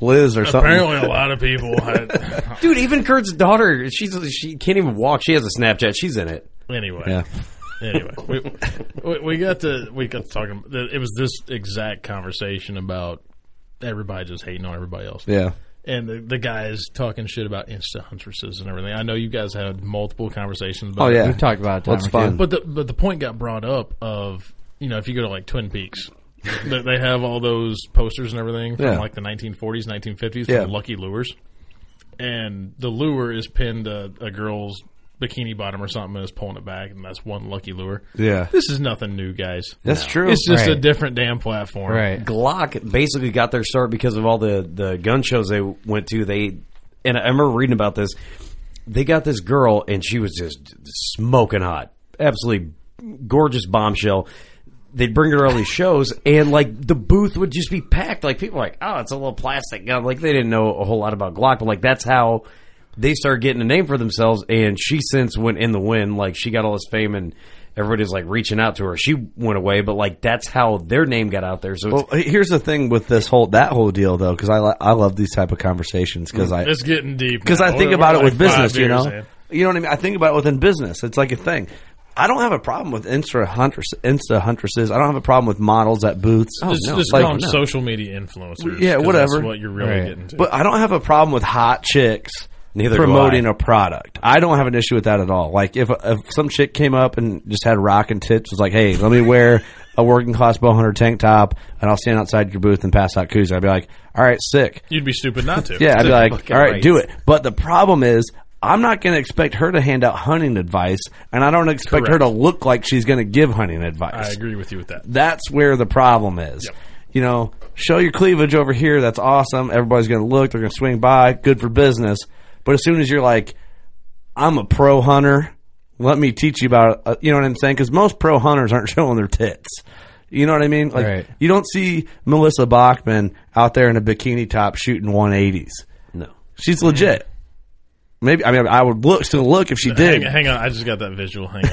Liz or something.
Apparently, a lot of people. Had,
Dude, even Kurt's daughter, she's she can't even walk. She has a Snapchat. She's in it.
anyway,
Yeah.
anyway, we, we, we got to we got to talking. It was this exact conversation about everybody just hating on everybody else.
Yeah,
and the, the guys talking shit about insta huntresses and everything. I know you guys had multiple conversations about
Oh yeah,
it.
We've talked about it.
What's
time or two.
fun?
But the but the point got brought up of you know if you go to like Twin Peaks, they, they have all those posters and everything from
Yeah.
like the 1940s, 1950s
Yeah.
from Lucky Lures, and the lure is pinned to a girl's bikini bottom or something and is pulling it back, and that's one lucky lure.
Yeah.
this is nothing new, guys.
that's true.
It's just a
Right.
different damn platform.
Right.
Glock basically got their start because of all the the gun shows they went to. They and I remember reading about this. They got this girl and she was just smoking hot, absolutely gorgeous bombshell. They'd bring her to all these shows, and like the booth would just be packed. Like people were like, oh, it's a little plastic gun. Like they didn't know a whole lot about Glock, but like that's how they started getting a name for themselves. And she since went in the wind. Like she got all this fame, and everybody's like reaching out to her. She went away, but like that's how their name got out there. So it's
Well, he- here's the thing with this whole that whole deal though, because I li- I love these type of conversations because I
It's getting deep
because I
now.
think
We're-
about
we're
it with
like five
business, you know.
years in.
You know what I mean? I think about it within business. It's like a thing. I don't have a problem with insta hunters, insta huntresses. I don't have a problem with models at booths.
Just,
Oh, no.
just
Like,
call them
no.
social media influencers.
Yeah,
'cause
whatever.
That's what you're really
Right.
getting to.
But I don't have a problem with hot chicks
Neither do
promoting
I.
a product. I don't have an issue with that at all. Like if if some chick came up and just had rockin' tits, was like, "Hey, let me wear a working class bow hunter tank top, and I'll stand outside your booth and pass out koozie," I'd be like, "All right, sick."
You'd be stupid not to.
Yeah, I'd be like,
fucking
"All right,
right."
do it." But the problem is. I'm not going to expect her to hand out hunting advice, and I don't expect her
Correct.
to look like she's going to give hunting
I
advice
agree with you with that.
that's where the problem is.
Yep.
You know, show your cleavage over here. That's awesome. Everybody's going to look. They're going to swing by. Good for business. But as soon as you're like, I'm a pro hunter, let me teach you about, uh, you know what I'm saying? Because most pro hunters aren't showing their tits. You know what I mean? Like,
Right.
You don't see Melissa Bachman out there in a bikini top shooting 180s.
no.
She's legit. Maybe I mean I would look still look if she did,
Hang, hang on, I just got that visual. Hang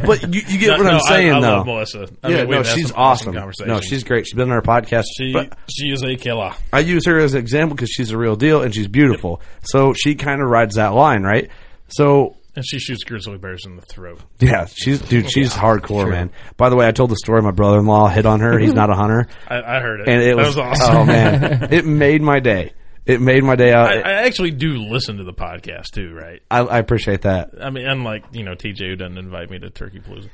on.
but you, you get what
No,
I'm
I-
saying
I,
though.
love Melissa. I
yeah,
mean, we've
no,
had
she's
some
awesome.
conversations.
No, she's great. She's been on our podcast.
she
But-
she is a killer.
I use her as an example because she's the real deal and she's beautiful. So she kind of rides that line, right? So
And she shoots grizzly bears in the throat.
yeah, she's dude, she's hardcore, man. By the way, I told the story. My brother in law hit on her. He's not a hunter,
I, I heard it.
and
that
it
was,
was,
awesome.
oh man, it made my day. It made my day out.
I,
I,
I actually do listen to the podcast too, right?
I, appreciate that.
I mean, unlike you know TJ who doesn't invite me to Turkey Palooza.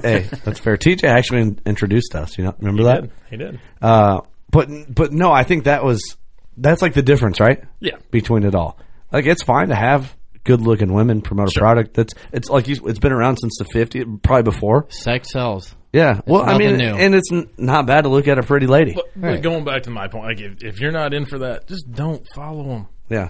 hey, that's fair. TJ actually in- introduced us. You know, remember
He
that?
did. He did.
Uh, but but no, I think that was that's like the difference, right?
Yeah.
between it all. Like it's fine to have good looking women promote a product that's it's like you, it's been around since the 50 probably before
Sex sells.
yeah well i
nothing
mean
new.
and it's n- not bad to look at a pretty lady
But, but going back to my point, like if, if you're not in for that, just don't follow them.
yeah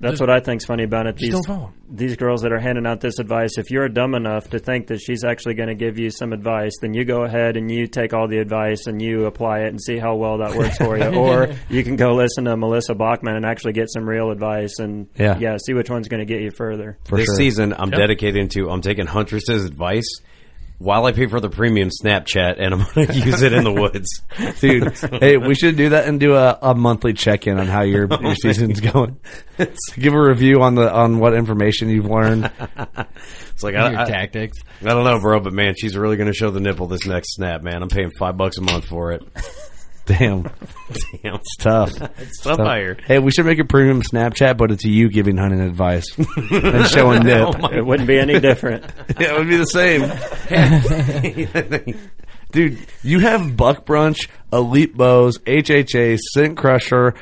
That's what I think's funny about it. These,
don't follow 'em.
these girls that are handing out this advice, if you're dumb enough to think that she's actually going to give you some advice, then you go ahead and you take all the advice and you apply it and see how well that works for you. or you can go listen to Melissa Bachman and actually get some real advice and
Yeah.
see which one's going to get you further.
for
this
sure
season, I'm dedicating to I'm taking Huntress's advice while I pay for the premium Snapchat, and I'm going to use it in the woods.
dude hey we should do that and do a, a monthly check-in on how your, your season's going give a review on the on what information you've learned
It's like
Your
I, I,
tactics.
I don't know, bro, but man, she's really going to show the nipple this next snap, man. I'm paying five bucks a month for it.
damn
Damn, it's
tough
tough out here.
hey we should make a premium snapchat but it's you giving hunting advice and showing
Oh
nip
It wouldn't be any different.
yeah it would be the same dude. You have Buck Brunch, Elite Bows, HHA, Scent Crusher,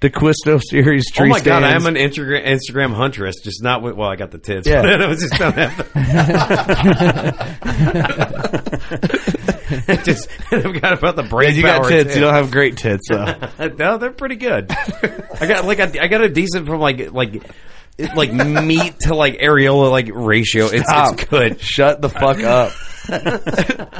DeQuisto Series tree
oh my god, I
stands.
am an Instagram Instagram huntress, just not with, well, I got the tits.
Yeah.
but I was just don't have the- just I forgot about the brain.
Yeah, you got
power
tits. You
too.
don't have great tits though.
no, they're pretty good. I got like a, I got a decent from like like it- like meat to like areola like ratio. It's,
Stop.
it's good.
Shut the fuck up.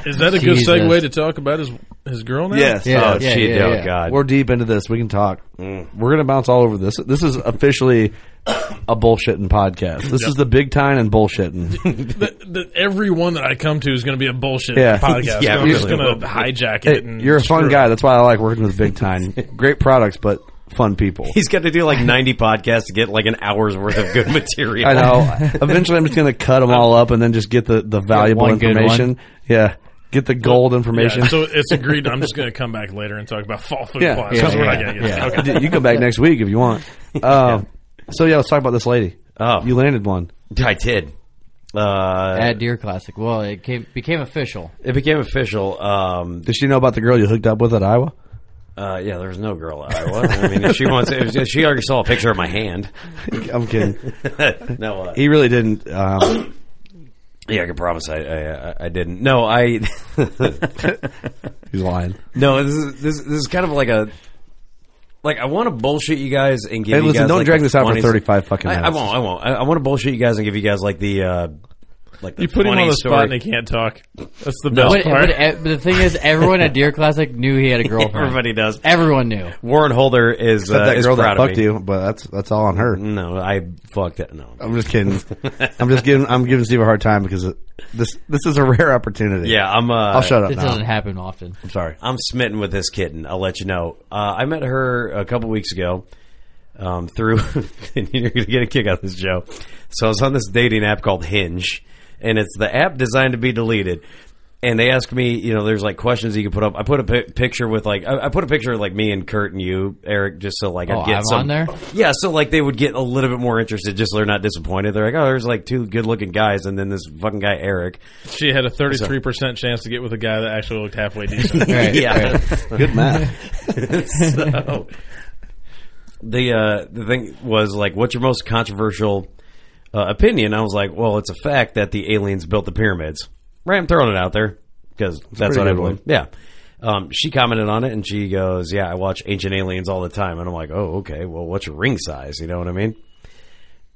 Is that a good
Jesus.
segue to talk about his his girl now?
Yes.
Yeah,
oh,
yeah,
shit,
yeah,
oh
yeah.
god. Mm.
We're deep into this. We can talk. We're gonna bounce all over this. This is officially a bullshitting podcast. This is the big time and bullshitting.
The, the, every one that I come to is going to be a bullshit
Yeah.
podcast.
Yeah,
I'm just
really.
going to hijack
Hey,
it. and
you're a fun
screw it.
guy. That's why I like working with big time. Great products, but fun people.
He's got to do like 90 podcasts to get like an hour's worth of good material.
I know. Eventually, I'm just gonna cut them all up and then just get the the valuable
one good
information. Yeah, get the gold
Yeah,
information.
so it's agreed. I'm just going to come back later and talk about fall food
Yeah.
plots.
Yeah,
That's what I
yeah,
gotta get
yeah.
to.
you can come back next week if you want. Um, So yeah, let's talk about this lady.
Oh.
you landed one.
I did. Uh,
At Deer Classic. Well, it came, became official.
it became official. Um,
Did she know about the girl you hooked up with at Iowa?
uh, yeah, there was no girl at Iowa. I mean, if she wants, if if she already saw a picture of my hand.
I'm kidding.
no, uh,
He really didn't. Um,
yeah, I can promise I, I, I- I didn't. No, I.
he's lying.
No, this is this, this is kind of like a like I want to bullshit you guys and give
Hey,
you
listen,
guys,
don't
like,
drag
the
this out for
funniest-
35 fucking
I, I
minutes.
won't. I won't. I, I want to bullshit you guys and give you guys like the uh like the
You put him
funny
on the
story.
spot and he can't talk. That's the best
But,
part.
but, e- but the thing is, everyone at Deer Classic knew he had a girlfriend.
Everybody does.
Everyone knew.
Warren Holder is uh,
Except that
is
girl that
proud
fucked
of me. Mm.
you, but that's that's all on her.
No, I fucked it. No.
I'm just kidding. I'm just giving I'm giving Steve a hard time because it, this this is a rare opportunity.
Yeah, I'm. Uh,
I'll shut up
This
now.
doesn't happen often.
I'm sorry.
I'm smitten with this kitten. I'll let you know. Uh, I met her a couple weeks ago um, through. and you're going to get a kick out of this, Joe. So I was on this dating app called Hinge, and it's the app designed to be deleted. And they asked me, you know, there's like questions you can put up. I put a pi picture with like, I, I put a picture of like me and Kurt and you, Eric, just so like
Oh,
I'd get
I'm
some.
on there?
Yeah, so like they would get a little bit more interested just so they're not disappointed. They're like, oh, there's like two good looking guys, and then this fucking guy, Eric.
she had a 33% chance to get with a guy that actually looked halfway decent.
Right,
Yeah.
right.
Good math.
so the uh, the thing was like, what's your most controversial uh, opinion? I was like, well, it's a fact that the aliens built the pyramids. Right, I'm throwing it out there because that's
pretty
what I
good
believe. Yeah. Um, she commented on it and she goes, "Yeah, I watch Ancient Aliens all the time." And I'm like, "Oh, okay. Well, what's your ring size? You know what I mean?"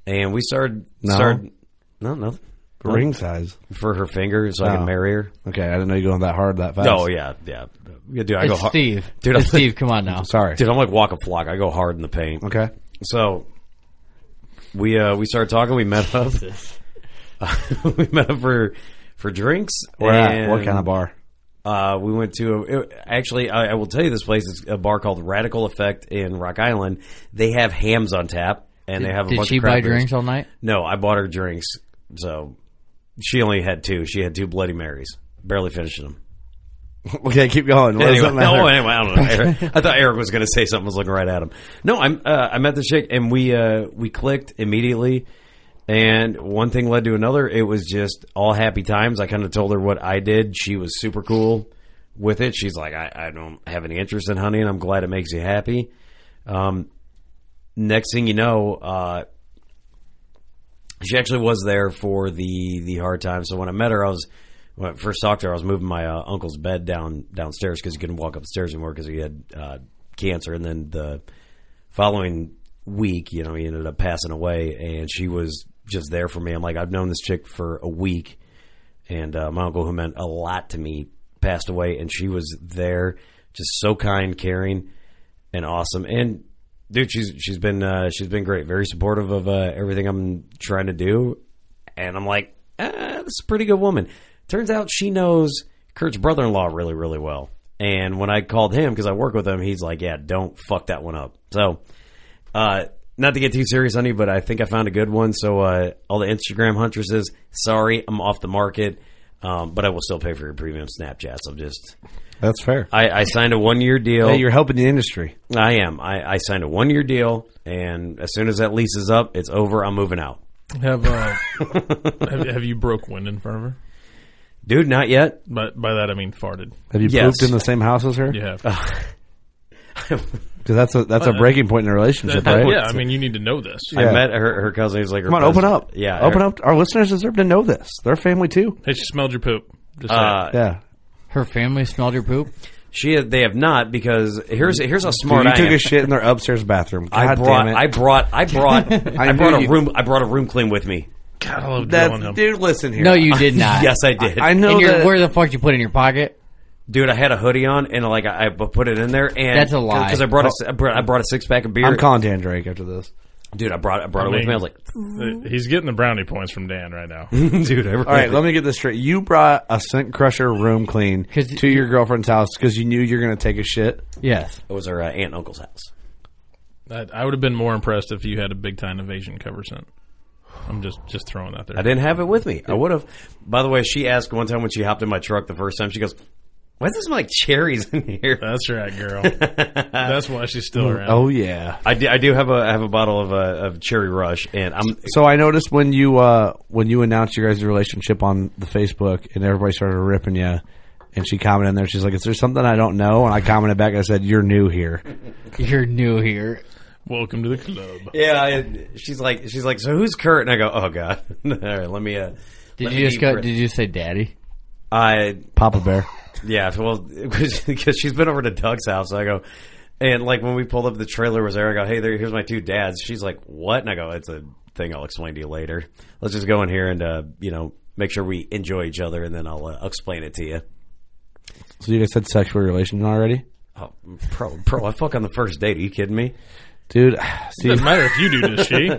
And we started
No.
started no no
Ring size.
for her finger so I
Oh.
can marry her.
Okay, I didn't know you going that hard that fast.
Oh yeah, yeah, yeah, dude. I go
It's
hard,
Steve.
Dude,
It's
I'm-
Steve, come on now.
Sorry.
dude. I'm like walk a flock. I go hard in the paint.
Okay.
So we uh we started talking. We met up. we met up for for drinks.
Where at?
and,
What kind of bar?
Uh, we went to a, it- actually. I, I will tell you this place is a bar called Radical Effect in Rock Island. They have hams on tap, and they have a
Did
bunch
she
of craft
buy
beers.
drinks all night?
No, I bought her drinks. So she only had two. She had two Bloody Marys. Barely finishing them.
Okay, keep going. What does
Anyway,
that matter?
no, anyway, I don't know. Eric- I thought Eric was going to say something. I was looking right at him. No, I'm. Uh, I met this chick, and we uh, we clicked immediately. And one thing led to another. It was just all happy times. I kind of told her what I did. She was super cool with it. She's like, I, I don't have any interest in hunting. I'm glad it makes you happy. Um, next thing you know, uh, she actually was there for the the hard time. So when I met her, I was when I first talked to her. I was moving my uh, uncle's bed down downstairs because he couldn't walk upstairs anymore because he had uh, cancer. And then the following week, you know, he ended up passing away, and she was just there for me. I'm like, I've known this chick for a week, and uh, my uncle, who meant a lot to me, passed away, and she was there, just so kind, caring, and awesome. And dude, she's she's been uh, she's been great, very supportive of uh, everything I'm trying to do. And I'm like, ah, this is a pretty good woman. Turns out she knows Kurt's brother-in-law really, really well. And when I called him because I work with him, he's like, yeah, don't fuck that one up. So uh, not to get too serious on you, but I think I found a good one. So uh, all the Instagram huntresses, sorry, I'm off the market, um, but I will still pay for your premium Snapchats. I'm just,
That's fair.
I, I signed a one year deal.
Hey, you're helping the industry.
I am. I, I signed a one year deal, and as soon as that lease is up, it's over. I'm moving out.
have, uh, have have you broke wind in front of her?
dude. Not yet.
But by that I mean farted.
Have you
Yes.
pooped in the same house as her?
Yeah.
Because that's a that's a
Uh,
breaking point in a relationship,
That-
right?
Yeah, I mean you need to know this.
Yeah.
I met her. Her cousin. He's like, her
Come on, open
cousin.
up.
Yeah,
open
her-
up. Our listeners deserve to know this. They're family too.
Hey, she smelled your poop. Just
Uh,
Yeah.
Her family smelled your poop.
She they have not because here's here's how
Dude,
smart
you
I
took
am.
a shit in their upstairs bathroom. God
I brought,
damn it.
I brought I brought I,
knew
brought a
you-
room I brought a room clean with me.
God, I love drilling him.
That's, dude, listen here.
No, you did not.
Yes, I did.
I know
And your,
that.
where the fuck you put it in your pocket?
dude. I had a hoodie on and like I, I put it in there and
That's a lie.
because I brought a, I brought, I brought a six pack of beer.
I'm calling Dan Drake after this.
dude, I brought I brought it with
mean-
me. I was like,
He's getting the brownie points from Dan right now.
dude, I really,
All right, let me get this straight. You brought a scent crusher room clean
'Cause-
to your girlfriend's house because you knew you're going to take a shit.
Yes.
it was her uh, aunt and uncle's house.
I, I would have been more impressed if you had a big time evasion cover scent. I'm just just throwing that there.
I didn't have it with me. I would have. By the way, she asked one time when she hopped in my truck the first time. She goes, "Why does this smell like cherries in here?"
That's right, girl. That's why she's still around.
Oh yeah.
I do, I do have a I have a bottle of uh, of cherry rush, and I'm
So I noticed when you uh, when you announced your guys' relationship on the Facebook and everybody started ripping you, and she commented in there. She's like, "Is there something I don't know?" And I commented back. I said, "You're new here."
You're new here.
Welcome to the club.
yeah. I, she's like she's like, so who's Kurt? And I go, oh god. All right, let me. Uh,
Did
let
you
me
just go?
debrief.
Did you say daddy?
I
Papa Bear.
yeah. Well, because she's been over to Doug's house, I go. And like when we pulled up, the trailer was there. I go, "Hey, there, here's my two dads." She's like, "What?" And I go, "It's a thing. I'll explain to you later. Let's just go in here and uh, you know make sure we enjoy each other, and then I'll uh, explain it to you."
So you guys had sexual relations already,
Oh, pro, pro, I fuck on the first date. Are you kidding me?
dude? See,
Doesn't matter if you do, does she?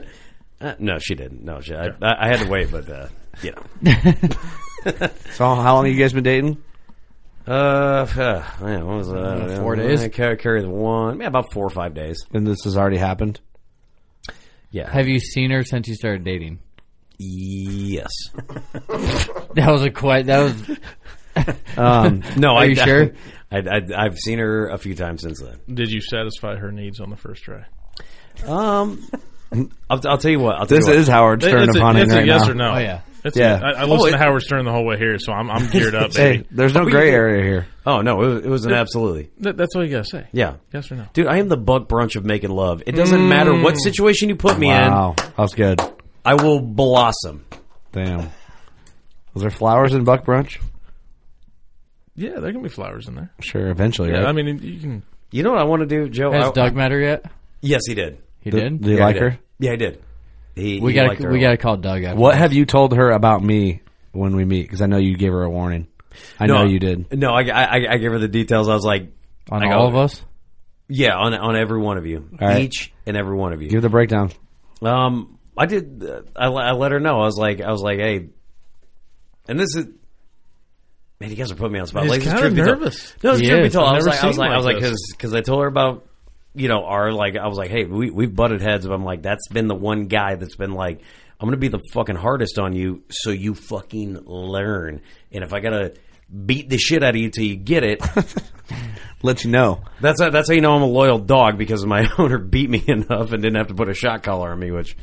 Uh, no, she didn't. No, she, I, I, I had to wait, but uh, you know.
so how long have you guys been dating?
Uh, uh, man, what was uh,
Four days?
I carry, carry the one. Yeah, about four or five days.
And this has already happened.
Yeah.
Have you seen her since you started dating?
yes.
That was a quite. That was.
Um,
No.
Are
I,
you sure?
I, I, have seen her a few times since then.
Did you satisfy her needs on the first try?
Um, I'll, I'll tell you what. I'll tell
this
you what.
is Howard Stern
it's
of
a,
hunting
it's a
right
yes
now.
or no.
Oh yeah.
It's
Yeah.
yeah. A, I, I listen to Howard Stern the whole way here, so I'm, I'm geared up, baby.
Hey, there's no gray area here.
Oh no, it was, it was an absolutely.
That- that's all you gotta say.
Yeah.
Yes or no?
Dude, I am the Buck Brunch of making love. It doesn't matter what situation you put me
Wow, that was good.
in, I will blossom.
Damn. Was there flowers in Buck Brunch?
Yeah, there can be flowers in there.
Sure, eventually,
Yeah,
right?
I mean, you can.
You know what I want to do, Joe?
Has
I-
Doug met her yet?
yes, he did.
He
Do-
did.
do you
Yeah, I
like
did.
her?
Yeah, I did. He,
we
he liked
gotta
her
we
a lot.
gotta call Doug. After
What
this.
have you told her about me when we meet? Because I know you gave her a warning. I know you did.
No, I, I, I gave her the details. I was like,
on
I got
all
it.
of us?
yeah, on on every one of you,
All right.
each and every one of you.
Give the breakdown.
Um, I did. Uh, I, le- I let her know. I was like, I was like, hey, and this is. Man, you guys are putting me on the spot.
He's
like, this
kinda
truth be told-
nervous.
No, it's
He
truth be
is.
told.
I've
I was
never
like, I was
seen
like, I was
him
like,
like this.
because I told her about you know our like I was like, hey, we we've butted heads, but I'm like, that's been the one guy that's been like, I'm gonna be the fucking hardest on you, so you fucking learn. And if I gotta beat the shit out of you till you get it,
Let you know.
That's how, that's how you know I'm a loyal dog because my owner beat me enough and didn't have to put a shot collar on me, which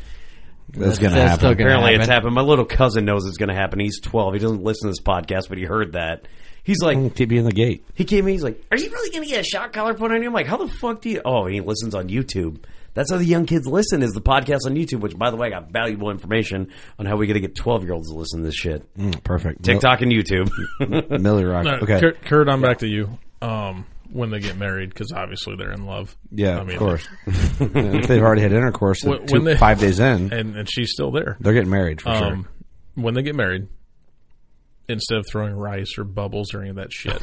That's going to
That's still
happen.
gonna
apparently it's
happen.
happened. My little cousin knows it's going to happen. He's 12. He doesn't listen to this podcast, but he heard that. He's like,
Keep you in the gate.
he came in. He's like, are you really going to get a shot collar put on you? I'm like, how the fuck do you? Oh, he listens on YouTube. That's how the young kids listen is the podcast on YouTube. Which, by the way, I got valuable information on how we going to get 12 year olds to listen to this shit.
Mm-hmm. Mm, Perfect.
TikTok and YouTube.
Mil- Millie Rock.
No,
okay.
Kurt, Kurt, I'm back to you. Um, when they get married, because obviously they're in love.
yeah,
I mean,
of course. if they've already had intercourse
When-
two,
when they-
five days in,
And and she's still there.
they're getting married for
Um, when they get married, instead of throwing rice or bubbles or any of that shit,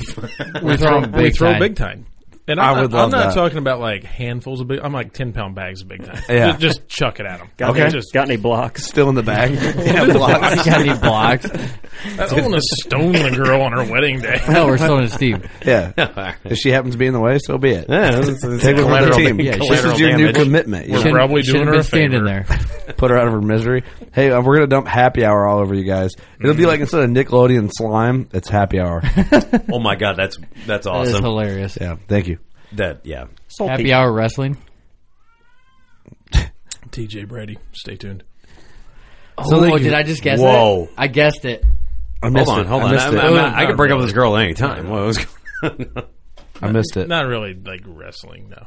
We throw him
we
big
throw
time.
big time. And I'm,
I would
not, I'm
love
not
that.
talking about like handfuls of big. I'm like ten pound bags of big time.
Yeah.
just, just chuck it at them.
sure. Okay.
just
Got any blocks?
Still in the bag. yeah, blocks.
got any blocks?
I don't want to stone the girl on her wedding day.
Hell, we're still in Steve.
yeah. If she happens to be in the way, so be it.
Yeah,
Take her from the
collateral-
team.
yeah,
this
collateral
is your
damage.
new commitment. You know?
We're probably
Shouldn't
doing
be
her a
standing
favor.
there.
put her out of her misery. Hey, uh, we're gonna dump happy hour all over you guys. It'll be like instead of Nickelodeon slime, it's happy hour.
Oh my god, that's that's
That is
awesome.
hilarious.
yeah, thank you.
that yeah.
Happy hour wrestling.
TJ Brady, stay tuned.
Oh,
they-
did I just guess it?
Whoa.
I guessed it.
I
Hold
missed
on,
it.
hold
I
on.
missed
I'm-
it.
I'm- I could break up with this girl at any time. What was
I missed it.
Not really like wrestling, no.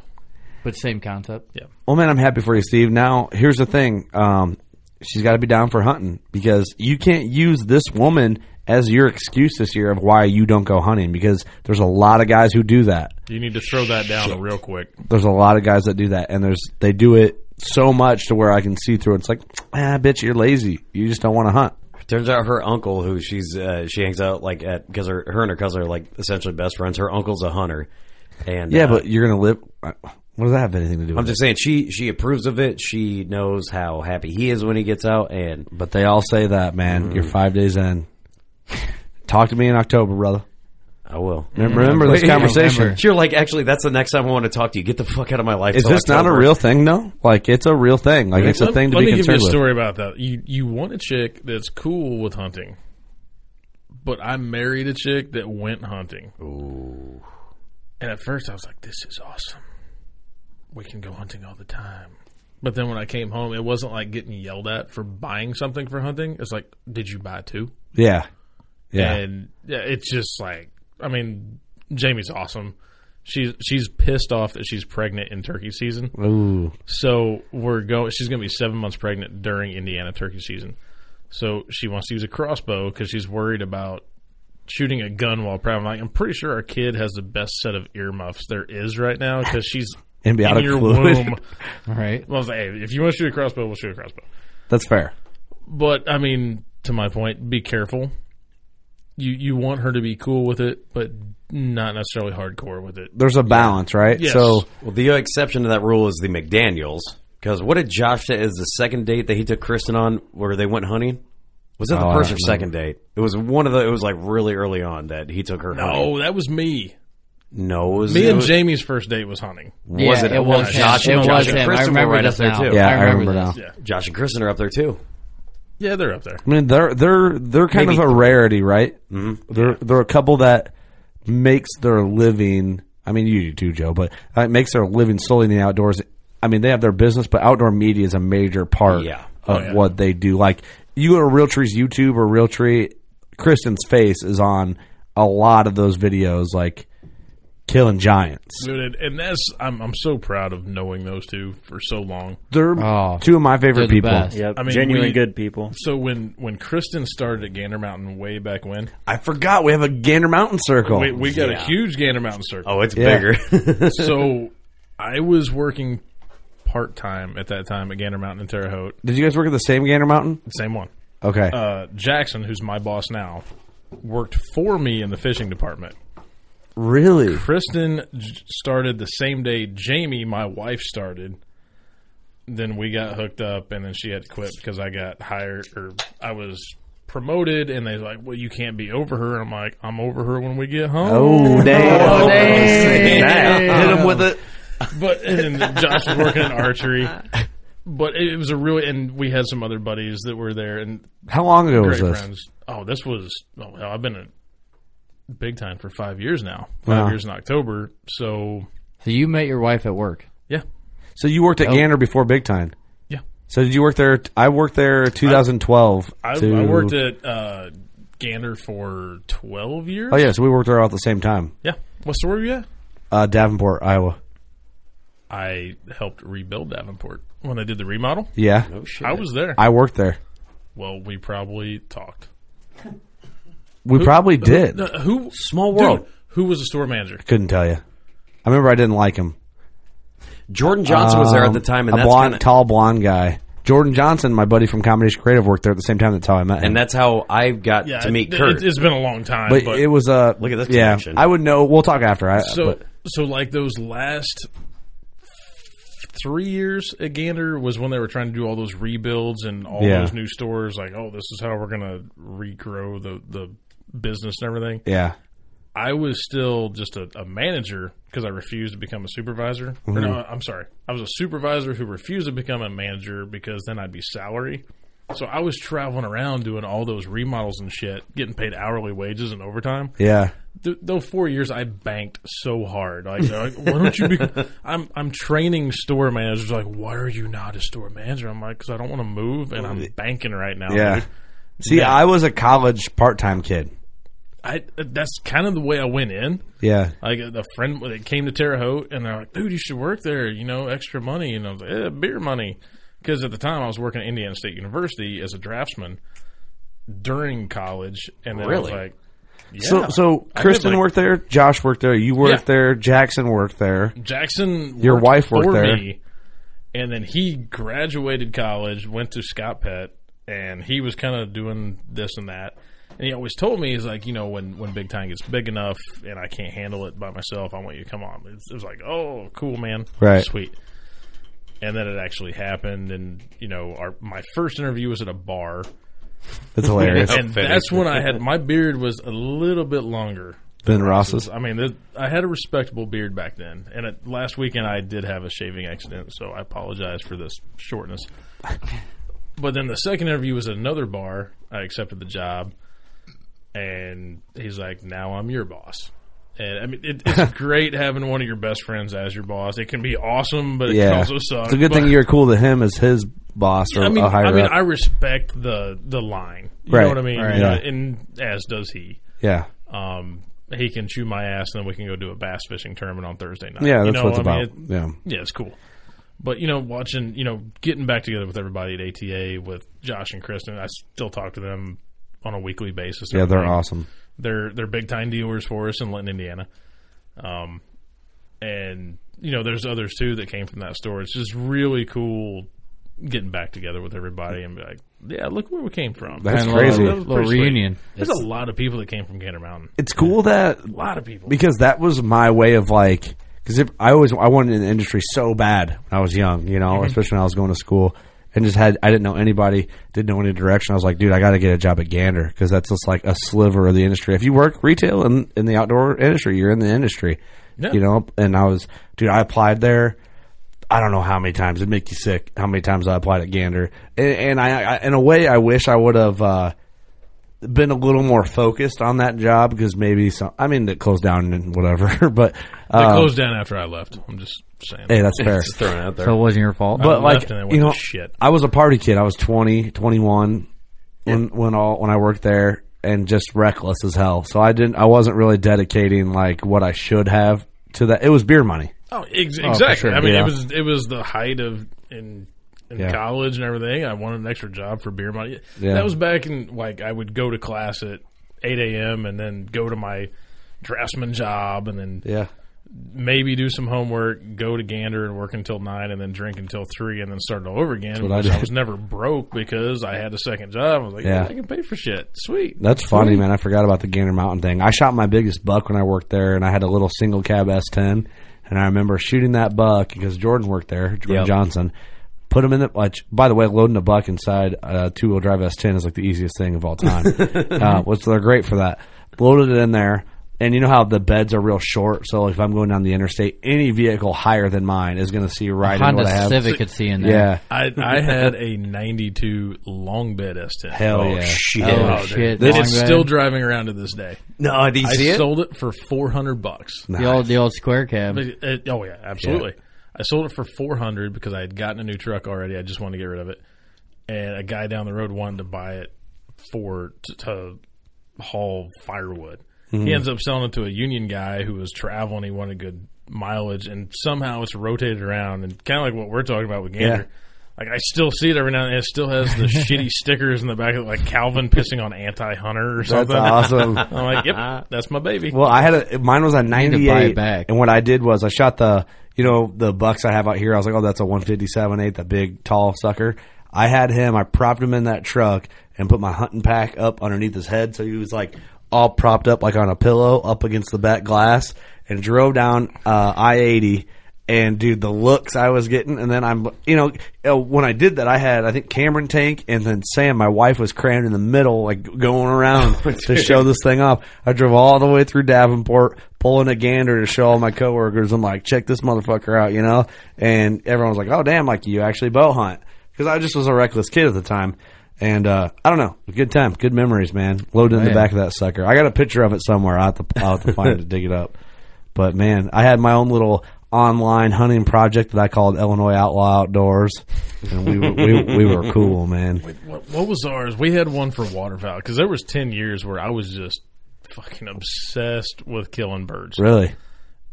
But same concept.
Yeah.
Well, Oh, man, I'm happy for you, Steve. Now, here's the thing. Um, she's got to be down for hunting because you can't use this woman as your excuse this year of why you don't go hunting because there's a lot of guys who do that.
You need to throw that down real quick.
There's a lot of guys that do that, and there's they do it so much to where I can see through. it. It's like, ah, bitch, you're lazy. You just don't want to hunt.
Turns out her uncle, who she's uh, she hangs out like at because her her and her cousin are like essentially best friends. Her uncle's a hunter, and
Yeah,
uh,
but you're gonna live. What does that have anything to do? with
I'm just saying she she approves of it. She knows how happy he is when he gets out, and
it? But they all say that, man. You're five days in. Talk to me in October, brother.
I will.
Remember this
Wait,
conversation.
You're like, actually, that's the next time I want to talk to you. Get the fuck out of my life.
Is
till
this not a
October.
real thing though? Like it's a real thing. Like it's a
Let-
thing to
let
be
me give you a
concerned with.
story about that. You you want a chick that's cool with hunting, but I married a chick that went hunting. Ooh. And at first I was like, "This is awesome. We can go hunting all the time." But then when I came home, it wasn't like getting yelled at for buying something for hunting. It's like, "Did you buy two?
Yeah, yeah.
And yeah, it's just like, I mean, Jamie's awesome. She's she's pissed off that she's pregnant in turkey season.
Ooh,
So we're going. She's going to be seven months pregnant during Indiana turkey season. So she wants to use a crossbow because she's worried about shooting a gun while pregnant. I'm like, I'm pretty sure our kid has the best set of earmuffs there is right now because she's in
Amniotic
your
fluid.
womb.
All right.
Well, I was like, hey, if you want to shoot a crossbow, we'll shoot a crossbow.
that's fair.
But I mean, to my point, be careful. You you want her to be cool with it, but not necessarily hardcore with it.
There's a balance, right?
Yes.
So
Well, the exception to that rule is the McDaniels. Because what did Josh say is the second date that he took Kristen on where they went hunting? Was that the
Oh, I
first or
don't
second date? It was one of the. It was like really early on that he took her. hunting.
Oh, that was me.
no, it was,
Me
it
and
was,
Jamie's first date was hunting.
Was
yeah,
it-
it was him.
Josh
it
and- Josh
was
and
him. I
Kristen were
remember
right
this
up there,
now.
too.
yeah, I remember,
this.
now.
Yeah,
Josh and Kristen are up there too.
yeah, they're up there.
I mean, they're they're they're kind
Maybe.
of a rarity, right? Mm-hmm. They're they're a couple that makes their living. I mean, you do too, Joe, but uh, makes their living solely in the outdoors. I mean, they have their business, but outdoor media is a major part
Yeah.
of what they do. Like you go to Realtree's YouTube or Realtree, Kristen's face is on a lot of those videos, like killing giants.
Dude, and- and that's I'm I'm so proud of knowing those two for so long.
They're
Oh,
two of my
they're
favorite
the
people.
best.
Yep.
I mean,
Genuinely
we-
good people.
So when when Kristen started at Gander Mountain way back when,
I forgot we have a Gander Mountain Circle.
we, we got a huge Gander Mountain circle.
Oh, it's
Yeah.
bigger.
So I was working part time at that time at Gander Mountain in Terre Haute.
Did you guys work at the same Gander Mountain?
Same one.
Okay.
Uh, Jackson, who's my boss now, worked for me in the fishing department.
really?
Kristen j- started the same day Jamie, my wife, started. Then we got hooked up, and then she had to quit because I got hired or I was promoted, and they was like, "Well, you can't be over her." And I'm like, "I'm over her when we get home."
Oh, damn. Hit him with it.
But and then Josh was working in archery, but it, it was a really and we had some other buddies that were there and
How long ago was
great
this?
friends. Oh, this was oh well, I've been a big time for five years now. Five
Wow.
years in October, so
So you met your wife at work.
yeah,
So you worked at Gander before Big Time.
yeah.
So did you work there? I worked there 2012.
I,
to-
I worked at uh, Gander for twelve years.
Oh yeah, so we worked there all at the same time.
yeah. What store were you at?
Uh, Davenport, Iowa.
I helped rebuild Davenport when they did the remodel.
Yeah,
I was there.
I worked there.
well, we probably talked.
We probably did.
Uh, who?
Small
dude,
world.
who was the store manager?
Couldn't tell you. I remember I didn't like him. Um,
Jordan Johnson was there at the time, and
a
that's
blonde,
kinda,
tall blonde guy. Jordan Johnson, my buddy from Combination Creative, worked there at the same time. That's how I met him.
and that's how I got
Yeah,
to meet
it,
Kurt.
It, has been a long time,
but,
but,
it was a uh,
Look at this
Yeah,
connection.
I would know. We'll talk after. I,
so
but
so like those last three years at Gander was when they were trying to do all those rebuilds and all
Yeah.
those new stores. Like, oh, this is how we're gonna regrow the the business and everything.
yeah,
I was still just a, a manager because I refused to become a supervisor. Or
Mm-hmm.
no, I'm sorry. I was a supervisor who refused to become a manager because then I'd be salary. So I was traveling around doing all those remodels and shit, getting paid hourly wages and overtime.
yeah.
Th- those four years, I banked so hard. Like, they're like, why don't you? Be- I'm I'm training store managers. Like, why are you not a store manager? I'm like, because I don't want to move, and I'm banking right now.
Yeah.
dude.
See, I was a college part time kid.
I that's kind of the way I went in.
Yeah.
Like a a friend that came to Terre Haute, and they're like, "Dude, you should work there. You know, extra money." And I was like, eh, "Beer money," because at the time I was working at Indiana State University as a draftsman during college, and then
Really?
I was like, "Yeah."
So, so
I did,
Kristen
like-
worked there. Josh worked there. You worked
Yeah.
there. Jackson worked there.
Jackson,
Your
worked
wife worked
for
there.
me, and then he graduated college, went to Scott Pet, and he was kind of doing this and that. And he always told me, he's like, you know, when when Big Time gets big enough and I can't handle it by myself, I want you to come on. It's, it was like, oh, cool, man,
Right.
sweet. And then it actually happened, and you know, our my first interview was at a bar,
That's hilarious.
and that's when I had my beard was a little bit longer
ben Ross's.
I mean, th- I had a respectable beard back then, and it, last weekend I did have a shaving accident, so I apologize for this shortness. but then the second interview was at another bar. I accepted the job, and he's like, "Now I'm your boss." And I mean, it, it's great having one of your best friends as your boss. It can be awesome, but it can
Yeah.
also suck.
It's a good
But-
thing you're cool to him as his boss or
I mean,
a higher
I mean,
up.
I respect the the line. You
Right,
know what I mean?
right.
You know,
Yeah.
And as does he
yeah.
um, he can chew my ass, and then we can go do a bass fishing tournament on Thursday night.
Yeah,
You
that's
know,
what it's
I mean,
about.
it-
yeah.
yeah, it's cool. But you know, watching, you know, getting back together with everybody at ATA with Josh and Kristen, I still talk to them on a weekly basis.
Yeah, they're
Like,
awesome.
They're they're big time dealers for us in Linton, Indiana. Um, and you know, there's others too that came from that store. It's just really cool getting back together with everybody and be like, yeah, look where we came from.
That's
And a
crazy.
little, little
Pretty sweet.
reunion.
There's a lot of people that came from Gator Mountain.
It's cool that
A lot of people.
because that was my way of like because I always I wanted in the industry so bad when I was young, you know,
Mm-hmm.
especially when I was going to school and just had I didn't know anybody, didn't know any direction. I was like, dude, I got to get a job at Gander because that's just like a sliver of the industry. If you work retail and in the outdoor industry, you're in the industry,
Yeah.
you know. And I was, dude, I applied there. I don't know how many times it make you sick. How many times I applied at Gander, and, and I, I in a way I wish I would have. uh been a little more focused on that job because maybe some. I mean, it closed down and whatever, but
They
um,
closed down after I left. I'm just saying.
hey, that's fair.
thrown out there.
So it wasn't your fault.
I left
But like
and they went
you
to
know,
shit.
I was a party kid. I was 20, 21 when when all when I worked there, and just reckless as hell. So I didn't. I wasn't really dedicating like what I should have to that. It was beer money.
Oh, ex- exactly.
sure,
I mean,
yeah.
it was it was the height of in in
Yeah.
college and everything. I wanted an extra job for beer money.
Yeah.
That was back in like I would go to class at 8 a.m. and then go to my draftsman job and then
Yeah,
maybe do some homework, go to Gander and work until nine, and then drink until three, and then start all over again.
what I
because I,
did.
was never broke because I had a second job. I was like,
Yeah.
yeah, I can pay for shit. Sweet.
that's funny, man. I forgot about the Gander Mountain thing. I shot my biggest buck when I worked there, and I had a little single cab S10, and I remember shooting that buck because Jordan worked there, Jordan
Yep.
Johnson. Put him in the like. By the way, loading a buck inside a two wheel drive S10 is like the easiest thing of all time. uh, which they're great for that. Loaded it in there, and you know how the beds are real short. So if I'm going down the interstate, any vehicle higher than mine is going to see right in what
Honda
I have.
Civic could see in there.
Yeah,
I, I had a 92 long bed S10.
hell yeah.
shit.
Oh,
dude.
shit.
And
long
it's still
bed.
driving around to this day.
No, do you
I
see it?
sold it for 400 bucks.
the old the old square cab.
But it- oh yeah, absolutely. I sold it for 400 because I had gotten a new truck already. I just wanted to get rid of it. And a guy down the road wanted to buy it for to, to haul firewood.
Mm-hmm.
He ends up selling it to a union guy who was traveling. He wanted good mileage, and somehow it's rotated around and kind of like what we're talking about with Gander. Like I still see it every now and then. It still has the shitty stickers in the back of it, like Calvin pissing on anti hunter or
That's
something.
awesome.
I'm like, yep, that's my baby.
Well, I had a mine was a
to buy it
ninety eight,
back.
and what I did was I shot the you know the bucks I have out here. I was like, oh, that's a one fifty seven eight, the big tall sucker. I had him. I propped him in that truck and put my hunting pack up underneath his head, so he was like all propped up like on a pillow up against the back glass, and drove down uh, I eighty. And dude, the looks I was getting, and then I'm, you know, uh, when I did that, I had I think Cameron Tank, and then Sam, my wife, was crammed in the middle, like going around to show this thing off. I drove all the way through Davenport, pulling a gander to show all my coworkers. I'm like, check this motherfucker out, you know, and everyone was like, oh damn, like you actually bow hunt, because I just was a reckless kid at the time, and uh, I don't know, good time, good memories, man. Loaded in the
Man.
back of that sucker. I got a picture of it somewhere. I will have to, I'll have to find it, dig it up. But man, I had my own little online hunting project that I called Illinois Outlaw Outdoors, and we were, we, we were cool, man.
What, what was ours? We had one for waterfowl because there was ten years where I was just fucking obsessed with killing birds.
Really,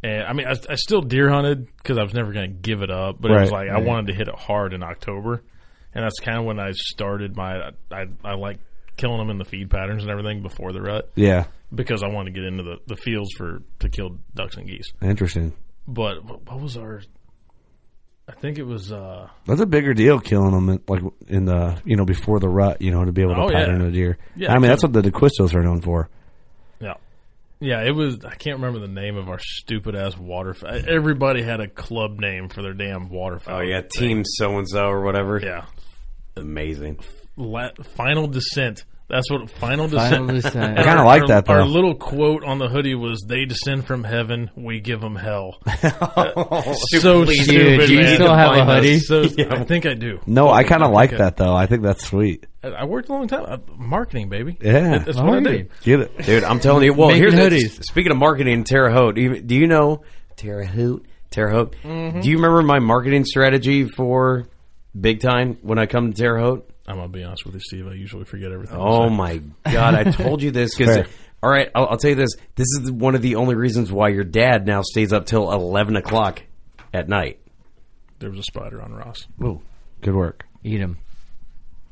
And I mean, I, I still deer hunted because I was never going to give it up, but it was
Right,
like I wanted to hit it hard in October, and that's kind of when I started my I I like killing them in the feed patterns and everything before the rut
yeah,
because I wanted to get into the, the fields for to kill ducks and geese.
interesting.
But what, what was our? I think it was. uh
That's a bigger deal killing them in, like in the you know before the rut, you know, to be able to
Oh,
pattern
yeah.
a deer.
Yeah,
I mean that's what the DeQuistos are known for.
Yeah. Yeah, it was. I can't remember the name of our stupid ass waterfowl. Everybody had a club name for their damn waterfowl.
Oh yeah, team so and so or whatever.
Yeah.
amazing.
La- Final Descent. That's what Final Descent.
Final descent.
I kinda
our-
like
our-
that, though.
Our little quote on the hoodie was, "They descend from heaven, we give them hell." so
Dude,
stupid.
do you
man.
still have a
That's
hoodie?
so- I think I do.
No, I kind of like
I-
that though. I think that's sweet.
I- I worked a long time. I- Marketing, baby.
Yeah.
That- that's what I do.
Marketing.
Get it?
Dude, I'm telling you. Well,
Making
here's
hoodies.
speaking of marketing, Terre Haute. Do you, do you know Terre Haute? Terre Haute.
Mm-hmm.
Do you remember my marketing strategy for big time when I come to Terre Haute?
I'm gonna be honest with you, Steve. I usually forget everything. I
Oh
say.
my god, I told you this because.
Fair.
All right, I'll, I'll tell you this. This is one of the only reasons why your dad now stays up till eleven o'clock at night.
There was a spider on Ross.
Ooh, good work.
Eat him.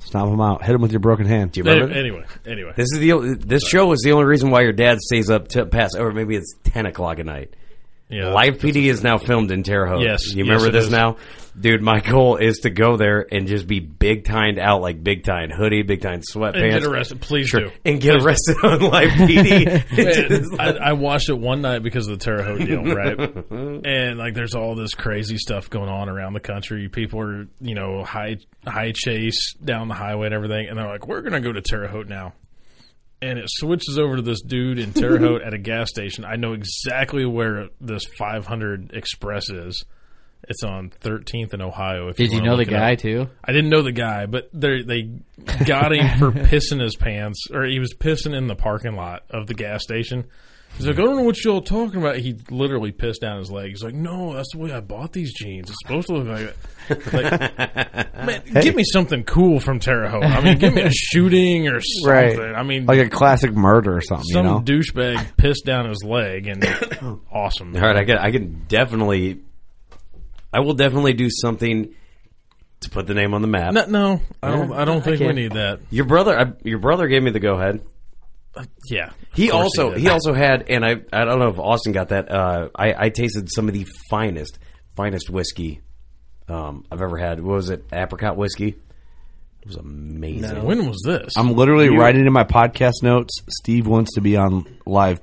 Stop them out. Hit them with your broken hand.
Do you remember?
Anyway, anyway.
This is the o- this show is the only reason why your dad stays up to past or maybe it's ten o'clock at night.
Yeah.
Live PD is now filmed in Terre Haute.
Yes,
you
yes,
remember
it
this
is.
now, dude. My goal is to go there and just be big timed out like big time hoodie, big time sweatpants,
And get arrested. Please do.
and get arrested on live PD.
Man, I, I watched it one night because of the Terre Haute deal, right? and like, there's all this crazy stuff going on around the country. People are, you know, high high chase down the highway and everything, and they're like, "We're gonna go to Terre Haute now." And it switches over to this dude in Terre Haute at a gas station. I know exactly where this 500 Express is. It's on 13th in Ohio. If
Did you
wanna
know the
look it up.
guy too?
I didn't know the guy, but they they got him for pissing his pants, or he was pissing in the parking lot of the gas station. He's like, I don't know what y'all talking about. He literally pissed down his leg. He's like, No, that's the way I bought these jeans. It's supposed to look like that. Like, man, give me something cool from Terre Haute. I mean, give me a shooting or something. I mean,
like a classic murder or something.
some
Oh, you know,
douchebag pissed down his leg, and awesome.
All right, I can I can definitely, I will definitely do something to put the name on the map.
No, no, I don't. I don't think we
can't.
need that.
Your brother, I, your brother gave me the go ahead.
Yeah,
He also
did.
he, also had, and I I don't know if Austin got that. Uh, I I tasted some of the finest finest whiskey um, I've ever had. What was it? Apricot whiskey. It was amazing.
When was this?
I'm literally writing in my podcast notes. Steve wants to be on live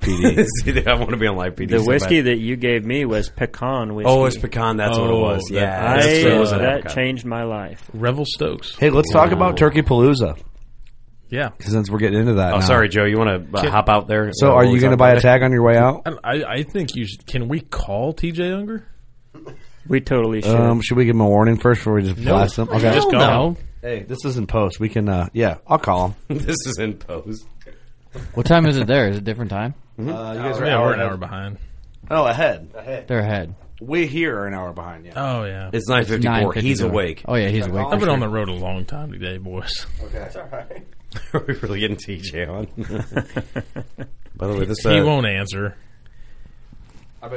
PD.
See, I want to be on live PD.
The
so bad.
whiskey that you gave me was pecan whiskey.
Oh, it's pecan. That's what it
Oh,
was.
that-
Yeah,
I,
that's- it was an
that
apricot.
changed my life.
Revel Stokes.
hey, let's talk about Turkey Palooza
Yeah,
since we're getting into that.
Oh,
now.
sorry, Joe. You want to uh, hop out there?
So, are you going to buy a tag on your way out?
I, don't- I I think you should, can we call TJ Unger?
We totally
Oh,
should.
Um, should we give him a warning first before we just blast him? Okay.
Just
Hell
call him.
no.
Hey, this isn't post. We can. Uh, yeah, I'll call him.
this is in post.
What time is it there? Is it different time?
Uh, you guys
Yeah, we're an hour behind.
Oh, ahead. Ahead.
They're ahead.
We here are an hour behind. Yeah.
Oh yeah,
It's nine fifty four.
9:50
He's
tomorrow.
awake.
Oh yeah, he's awake.
I've been on the road a long time today, boys.
Are we really getting TJ on? By the way, this
he
uh,
won't answer.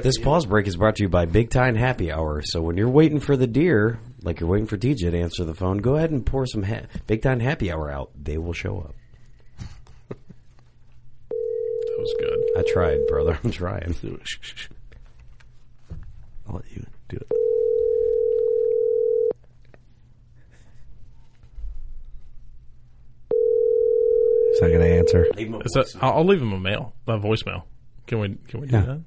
This pause break is brought to you by Big Time Happy Hour. So when you're waiting for the deer, like you're waiting for TJ to answer the phone, go ahead and pour some ha- Big Time Happy Hour out. They will show up.
That was good.
I tried, brother. I'm trying.
I'll let you do it. He's not going to answer.
Is that, I'll, I'll leave him a mail, a voicemail. Can we can we do
Yeah.
that?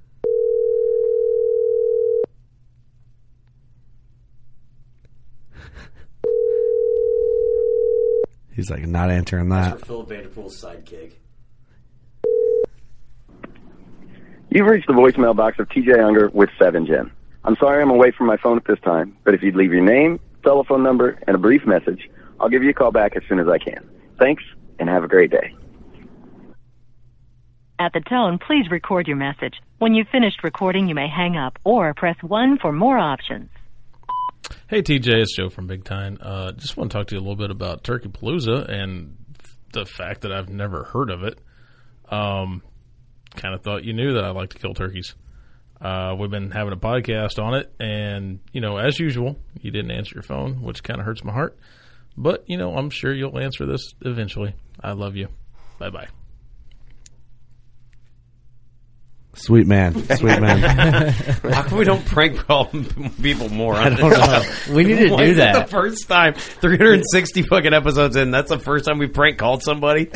He's like not answering that.
Phil Vanderpool's sidekick.
You've reached the voicemail box of TJ Unger with 7Gen. I'm sorry I'm away from my phone at this time, but if you'd leave your name, telephone number, and a brief message, I'll give you a call back as soon as I can. Thanks, and have a great day.
At the tone, please record your message. When you've finished recording, you may hang up or press 1 for more options.
Hey TJ, it's Joe from Big Time. Uh, just want to talk to you a little bit about Turkey Palooza and f- the fact that I've never heard of it. Um, kind of thought you knew that I like to kill turkeys. Uh, we've been having a podcast on it, and you know, as usual, you didn't answer your phone, which kind of hurts my heart. But you know, I'm sure you'll answer this eventually. I love you. Bye bye.
Sweet man, sweet man.
How come we don't prank call people more? I
don't know.
We need to
"Oh, Why
do
is that
that.
the first time, 360 fucking episodes in, that's the first time we prank called somebody.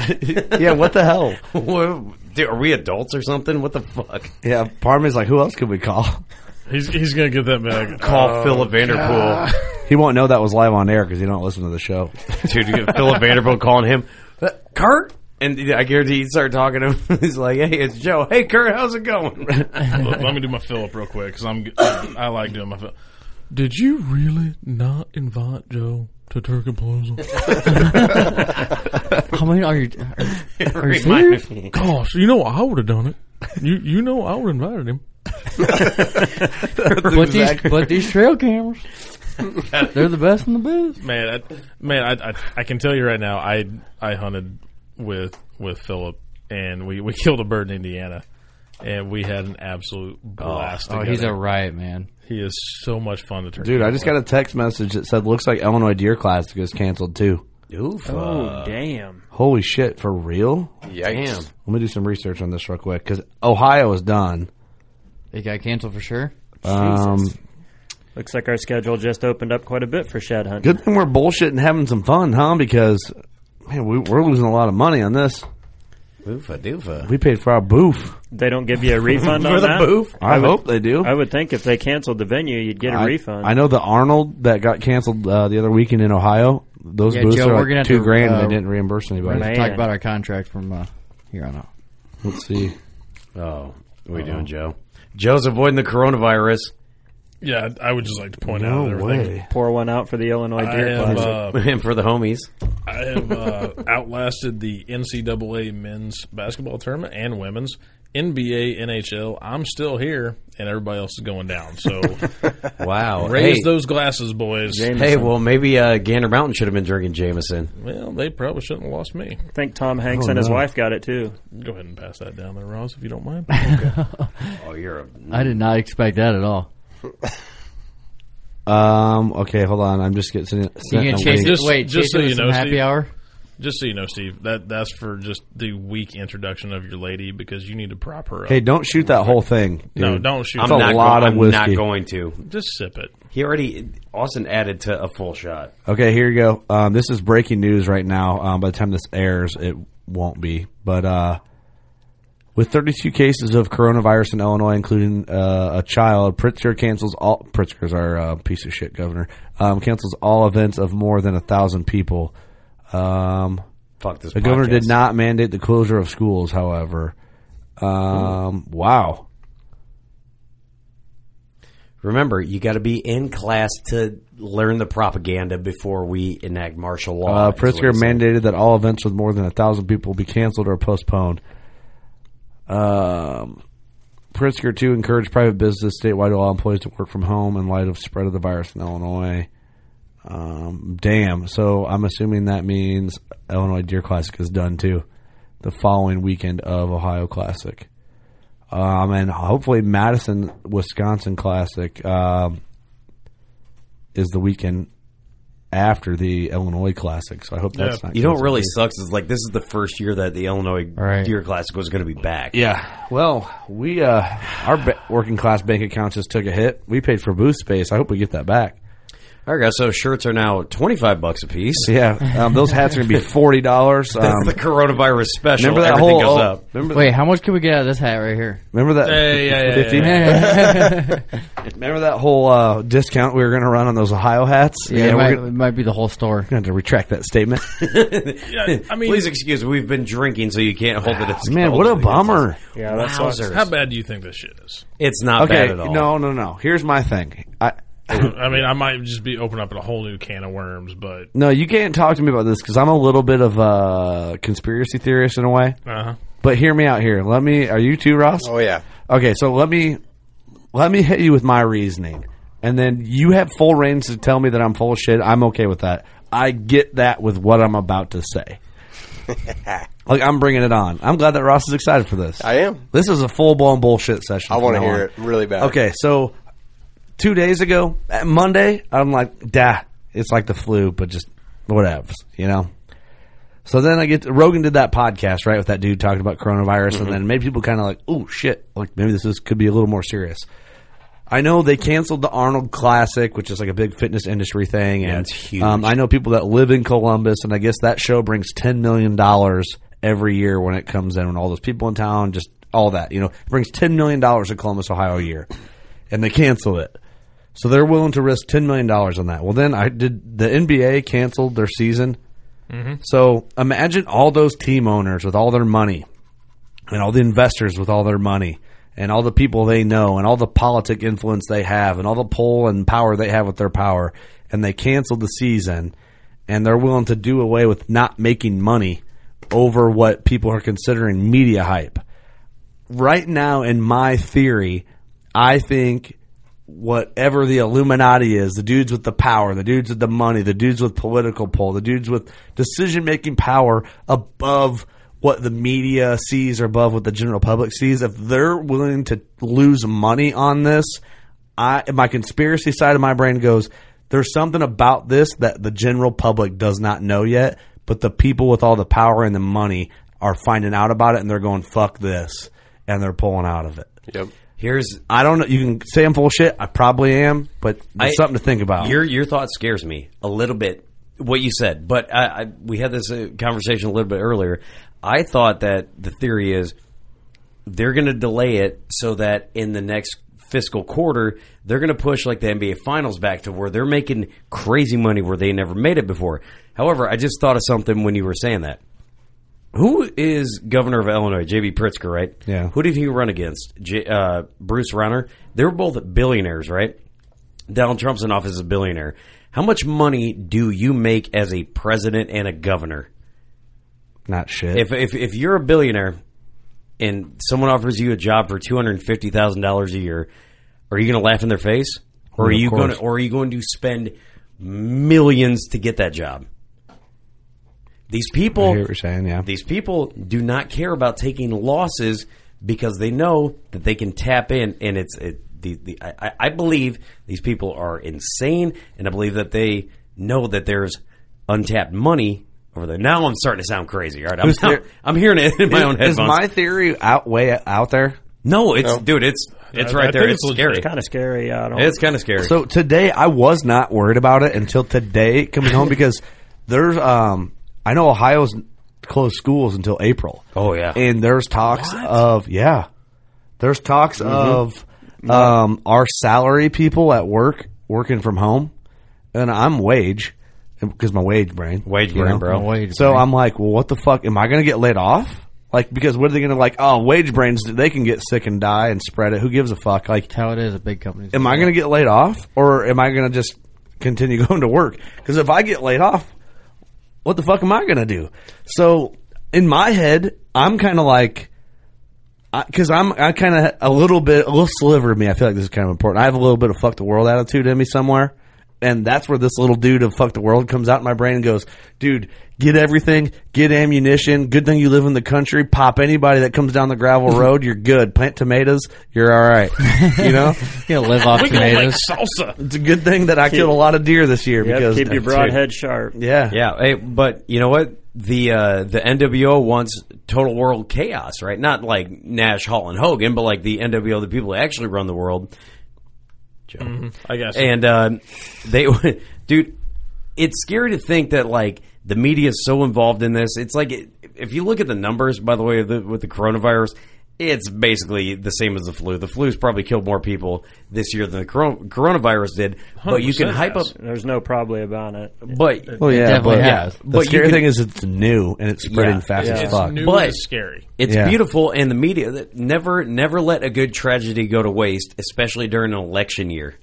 yeah, what the hell?
Whoa, dude, are we adults or something? What the fuck?
Yeah, part of me is like, who else could we call?
He's he's gonna get that back. Oh,
Call Philip Vanderpool,
He won't know that was live on air because he don't listen to the show.
dude. you get Philip Vanderpool calling him, "Uh, Kurt. And I guarantee he'd start talking to him. He's like, "Hey, it's Joe. Hey, Kurt, how's it going?"
Look, let me do my Philip real quick because I'm I like doing my Philip. Did you really not invite Joe to Turkey Palooza?
How many are you? Are, are you serious?
Remind me.
Gosh, you know I would have done it. You you know I would have invited him.
But these, but these trail cameras, they're the best in the biz.
Man, I, man, I, I I can tell you right now, I I hunted with with Philip, and we we killed a bird in Indiana, and we had an absolute blast.
Oh,
together.
he's a riot man.
he is so much fun to turn.
Dude, I just got a text message that said, "Looks like Illinois deer classic is canceled too."
Oof.
Oh, damn.
Holy shit, for real?
Yikes.
Let me do some research on this real quick because Ohio is done.
It got canceled for sure.
Um,
Looks like our schedule just opened up quite a bit for shed hunting.
good thing we're bullshitting, and having some fun, huh? Because man, we, we're losing a lot of money on this.
Oofa doofa.
We paid for our booth.
They don't give you a refund
For
on
the
that?
booth?
I, hope they do.
I would think if they canceled the venue, you'd get a
I-
refund.
I know the Arnold that got canceled uh, the other weekend in Ohio. Those
Yeah,
booths
Joe,
are
we're
like
gonna have
two
to,
grand.
uh,
and They didn't reimburse anybody.
Man.
Talk about our contract from uh, here on out.
Let's see.
Oh, what are you doing, Joe? Joe's avoiding the coronavirus.
Yeah, I would just like to point out
No
everything.
way.
Pour one out for the Illinois
I
Deer
have,
Classic.
uh,
And for the homies.
I have uh, outlasted the NCAA men's basketball tournament and women's NBA, NHL. I'm still here, and everybody else is going down. So
Wow.
raise
hey,
those glasses, boys.
hey, well, maybe uh, Gander Mountain should have been drinking Jameson.
Well, they probably shouldn't have lost me.
I think Tom
Oh,
Hanks and his wife got it too.
Go ahead and pass that down there, Ross, if you don't mind.
Oh, you're a.
I did not expect that at all.
Um. Okay. Hold on. I'm just getting. sent
You
a
gonna chase
link.
it?
Just-
Wait,
just
chase
so
it with
you
some
know,
happy
Steve.
hour.
just so you know, Steve, that that's for just the weak introduction of your lady because you need to prop her up.
Hey, don't shoot that whole thing. Dude.
no, don't shoot.
I'm
that.
not- a lot of
I'm
whiskey.
not going to.
Just sip it.
He already. Austin added to a full shot.
Okay, here you go. Um, this is breaking news right now. Um, by the time this airs, it won't be. But uh, with 32 cases of coronavirus in Illinois, including uh, a child, Pritzker cancels all. Pritzker's our uh, piece of shit governor. Um, cancels all events of more than a thousand people. Um,
Fuck this.
the governor did
podcast.
not mandate the closure of schools, however. Um, wow.
Remember, you got to be in class to learn the propaganda before we enact martial law.
Uh,
is what
Pritzker
he said.
mandated that all events with more than a thousand people be canceled or postponed. Um, Pritzker too encouraged private business statewide to allow employees to work from home in light of spread of the virus in Illinois. Um, damn. So I'm assuming that means Illinois Deer Classic is done too. The following weekend of Ohio Classic. Um, and hopefully Madison Wisconsin Classic um, is the weekend after the Illinois Classic. So I hope that's
Yeah.
not.
You know what
canceled.
really sucks is like this is the first year that the Illinois
Right.
Deer Classic was going to be back.
Yeah. Well, we uh, our ba- working class bank account just took a hit. We paid for booth space. I hope we get that back.
All right, guys. So shirts are now twenty five bucks a piece.
Yeah. Um, those hats are gonna be forty dollars. Um,
That's the coronavirus special.
remember that
Everything
whole. oh,
goes up.
Remember,
Wait, how much can we get out of this hat right here?
remember that.
Hey, yeah, yeah,
50?
yeah,
Remember that whole uh, discount we were gonna run on those Ohio hats.
Yeah, it,
we're
might,
gonna,
it might be the whole store.
gonna have to retract that statement.
Yeah, I mean,
Please excuse me. We've been drinking, so you can't hold it. as
Man,
cold
what a
as it gets
bummer.
us.
Yeah, that sucks.
Wowzers.
how bad do you think this shit is?
It's not
Okay.
bad at all.
No, no, no. Here's my thing. I
I mean, I might just be opening up a whole new can of worms, but
no, you can't talk to me about this because I'm a little bit of a conspiracy theorist in a way.
uh
But hear me out here. Let me. Are you too, Ross?
Oh yeah.
Okay, so let me let me hit you with my reasoning, and then you have full reigns to tell me that I'm full of shit. I'm okay with that. I get that with what I'm about to say. like I'm bringing it on. I'm glad that Ross is excited for this.
I am.
This is a full blown bullshit session.
I
from
want to
now
hear
on.
it really bad.
Okay, so two days ago, at Monday, I'm like, dah, it's like the flu, but just whatevs, you know? So then I get to, Rogan did that podcast, right, with that dude talking about coronavirus,
Mm-hmm.
and then made people kind of like, oh shit, like maybe this is, could be a little more serious. I know they canceled the Arnold Classic, which is like a big fitness industry thing, and
it's huge.
Um, I know people that live in Columbus, and I guess that show brings ten million dollars every year when it comes in, when all those people in town, just all that, you know, it brings ten million dollars to Columbus, Ohio, a year, and they cancel it. So they're willing to risk ten million dollars on that. Well, then I did. The NBA canceled their season, so imagine all those team owners with all their money, and all the investors with all their money, and all the people they know, and all the politic influence they have, and all the pull and power they have with their power, and they canceled the season, and they're willing to do away with not making money over what people are considering media hype right now, in my theory, I think whatever the Illuminati is, the dudes with the power, the dudes with the money, the dudes with political pull, the dudes with decision making power above what the media sees or above what the general public sees, if they're willing to lose money on this, I my conspiracy side of my brain goes, there's something about this that the general public does not know yet, but the people with all the power and the money are finding out about it and they're going, fuck this and they're pulling out of it.
Yep.
Here's uh,
I don't know. You can say I'm full of shit. I probably am, but it's
I-
something to think about.
Your your thought scares me a little bit. What you said, but I, I, we had this uh, conversation a little bit earlier. I thought that the theory is they're going to delay it so that in the next fiscal quarter they're going to push like the NBA finals back to where they're making crazy money where they never made it before. However, I just thought of something when you were saying that. Who is governor of Illinois? J.B. Pritzker, right?
Yeah.
Who did he run against? J- uh, Bruce Rauner. They were both billionaires, right? Donald Trump's in office as a billionaire. How much money do you make as a president and a governor?
Not shit.
If if, if you're a billionaire and someone offers you a job for two hundred and fifty thousand dollars a year, are you going to laugh in their face, or are
Of
you
course.
going to, or are you going to spend millions to get that job? These people
I hear what you're saying. Yeah.
these people do not care about taking losses because they know that they can tap in, and it's it, the, the I, I- I believe these people are insane, and I believe that they know that there's untapped money over there. Now I'm starting to sound crazy. All right, I'm,
Who's there-
I'm hearing it in my own
is,
headphones.
is my theory out way out there?
no, it's dude, it's it's
I-
right
I
there.
think
It's
it's legit.
scary.
Kind of scary. Yeah, I don't.
It's kind of scary.
So today I was not worried about it until today coming home because there's um I know Ohio's closed schools until April.
Oh, yeah.
And there's talks of yeah. There's talks
Mm-hmm.
of um our salary people at work working from home and I'm wage because my wage brain.
Wage
you
brain,
know?
bro.
Wage
so
brain.
I'm like, well what the fuck am I going to get laid off? Like because what are they going to like oh wage brains they can get sick and die and spread it. Who gives a fuck? Like
That's how it is at big companies.
am I going to get laid off or am I going to just continue going to work? Because if I get laid off, what the fuck am I going to do? So in my head, I'm kind of like, because I'm I kind of a little bit a little sliver of me. I feel like this is kind of important. I have a little bit of fuck the world attitude in me somewhere, and that's where this little dude of fuck the world comes out in my brain and goes, dude, get everything, get ammunition. Good thing you live in the country. Pop anybody that comes down the gravel road. You're good. Plant tomatoes. You're all right. You know.
You gotta live off
We gonna make
tomatoes.
salsa.
It's a good thing that I killed a lot of deer this year
Yep,
because
keep your broad head sharp.
yeah,
Yeah, hey, but you know what? The uh, the NWO wants total world chaos, right? Not like Nash, Hall, and Hogan, but like the NWO, the people who actually run the world. Joe.
I guess.
And uh, they, dude, it's scary to think that like the media is so involved in this. It's like it, if you look at the numbers, by the way, the, with the coronavirus, it's basically the same as the flu. The flu's probably killed more people this year than the coron- coronavirus did. But you can
100%
hype up,
yes.
There's no probably about it.
but
well, yeah,
definitely
but,
has.
The
But you
scary
can-
thing is it's new and it's spreading
Yeah,
fast as
it's
fuck.
new
But-
and scary.
It's
Yeah.
beautiful, and the media that never never let a good tragedy go to waste, especially during an election year.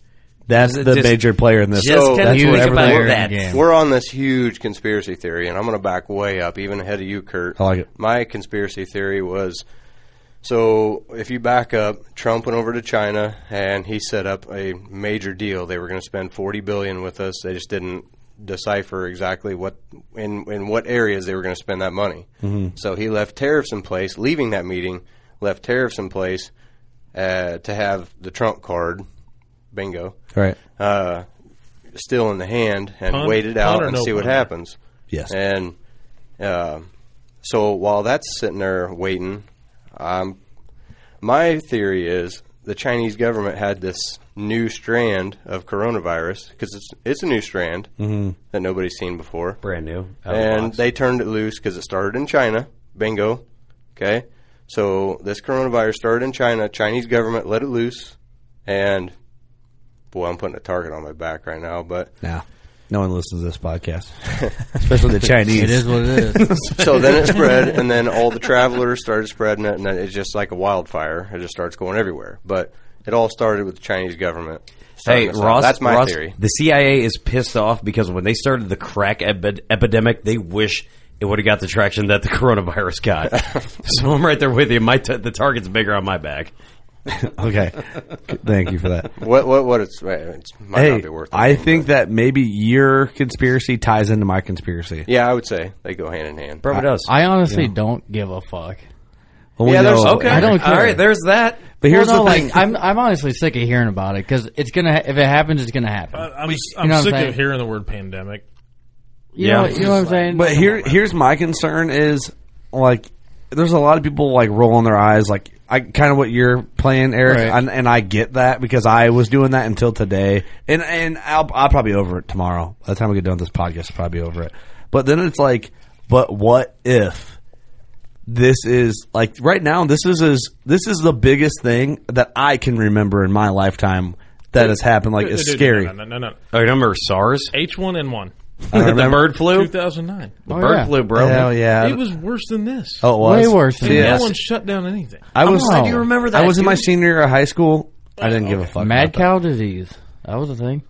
That's the
Just-
major player in this.
just
that's
confused
where
about
everything-
that.
We're on this huge conspiracy theory, and I'm going to back way up, even ahead of you, Kurt.
I like it.
My conspiracy theory was so if you back up, Trump went over to China and he set up a major deal. They were going to spend 40 billion with us. They just didn't decipher exactly what in in what areas they were going to spend that money.
Mm-hmm.
So he left tariffs in place, leaving that meeting, left tariffs in place uh, to have the Trump card, bingo,
Right.
uh, still in the hand and
Pun-
wait it
pun
out
or
and
no
see what
pun?
happens.
Yes.
And uh, so while that's sitting there waiting, um, my theory is the Chinese government had this new strand of coronavirus because it's it's a new strand that nobody's seen before
Brand new. Out of the
and
box.
they turned it loose because it started in China. Bingo. Okay, so this coronavirus started in China. Chinese government let it loose, and boy, I'm putting a target on my back right now. But
Now, no one listens to this podcast, especially the Chinese.
It is what it is.
so then it spread, and then all the travelers started spreading it, and then it's just like a wildfire. It just starts going everywhere. But it all started with the Chinese government. starting
Hey,
this out.
Ross,
that's my
Ross,
theory.
The CIA is pissed off because when they started the crack epi- epidemic, they wish it would have got the traction that the coronavirus got. so I'm right there with you. My t- the target's bigger on my back.
okay. Thank you for that.
What what what? It's, it's might
hey,
not be worth.
I
anything,
think
but-
that maybe your conspiracy ties into my conspiracy.
Yeah, I would say they go hand in hand.
Probably does.
I honestly don't give a fuck.
Well, we
Yeah, there's-
know-
okay.
I don't
All
care.
right, there's that.
But here's
well, no,
the thing.
like I'm I'm honestly sick of hearing about it because it's gonna ha- if it happens it's gonna happen.
I- I'm,
You
I'm
know what I'm
sick
saying?
of hearing the word pandemic.
you
yeah.
know, you know what I'm saying.
But here, here's my concern is like there's a lot of people like rolling their eyes, like I kind of what you're playing, Eric,
Right.
and, and I get that because I was doing that until today, and and I'll I'll probably be over it tomorrow. By the time we get done with this podcast, I'll probably be over it. But then it's like, but what if? This is like right now. This is is this is the biggest thing that I can remember in my lifetime that has happened. Like it's
Dude,
scary.
No, no, no, no. no.
Oh, you remember SARS?
H1N1,
the bird flu?
2009.
The bird
Oh, yeah.
flu, bro.
Hell yeah!
It was worse than this.
oh, it was.
Way worse than
See,
that.
no
yes.
one shut down anything.
I was.
glad you
remember that,
I was in my
dude.
senior year of high school. I didn't give a fuck.
mad
about that.
cow disease. That was a thing.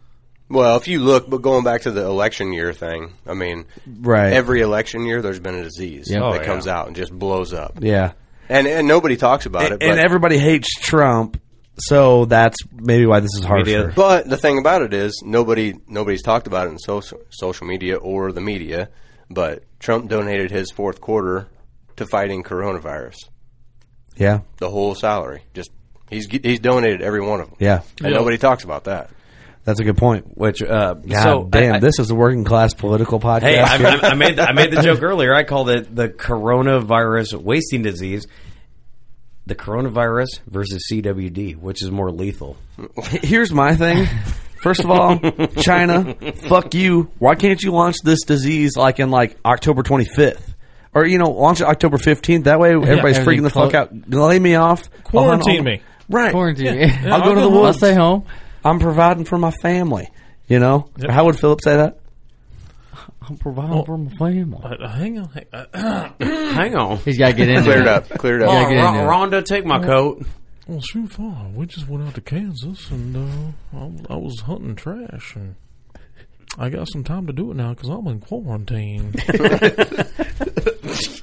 Well, if you look, but going back to the election year thing, I mean,
Right.
Every election year, there's been a disease
Yeah.
Oh,
that comes out and just blows up,
Yeah.
and and nobody talks about
And,
it. But,
everybody hates Trump, so that's maybe why this is harsher.
but the thing about it is, nobody nobody's talked about it in social social media or the media. But Trump donated his fourth quarter to fighting coronavirus.
Yeah.
The whole salary, just he's he's donated every one of them.
Yeah.
and nobody talks about that.
That's a good point.
Which, uh,
God
so,
damn,
I- I-
this is a working class political podcast.
Hey, I, I, I made the, I made the joke earlier. I called it the coronavirus wasting disease. The coronavirus versus CWD, which is more lethal?
Here's my thing. First of all, China, fuck you. Why can't you launch this disease like in like October 25th? Or you know, launch it October 15th. That way everybody's freaking
everything
the fuck
clo-
out. Lay me off. I'll- I'll-
Quarantine me.
Right.
Quarantine.
I'll go to the
I'll
woods.
stay home.
I'm providing for my family. You know, how would Philip say that?
I'm providing for my family.
Uh, hang on. hang- uh,
Hang on,
He's got to get in
Clear it
there.
up. Clear it up.
Yeah,
oh,
get in there.
Ron- Rhonda, take my coat.
Well, shoot, far. We just went out to Kansas, and uh, I, I was hunting trash, and I got some time to do it now because I'm in quarantine.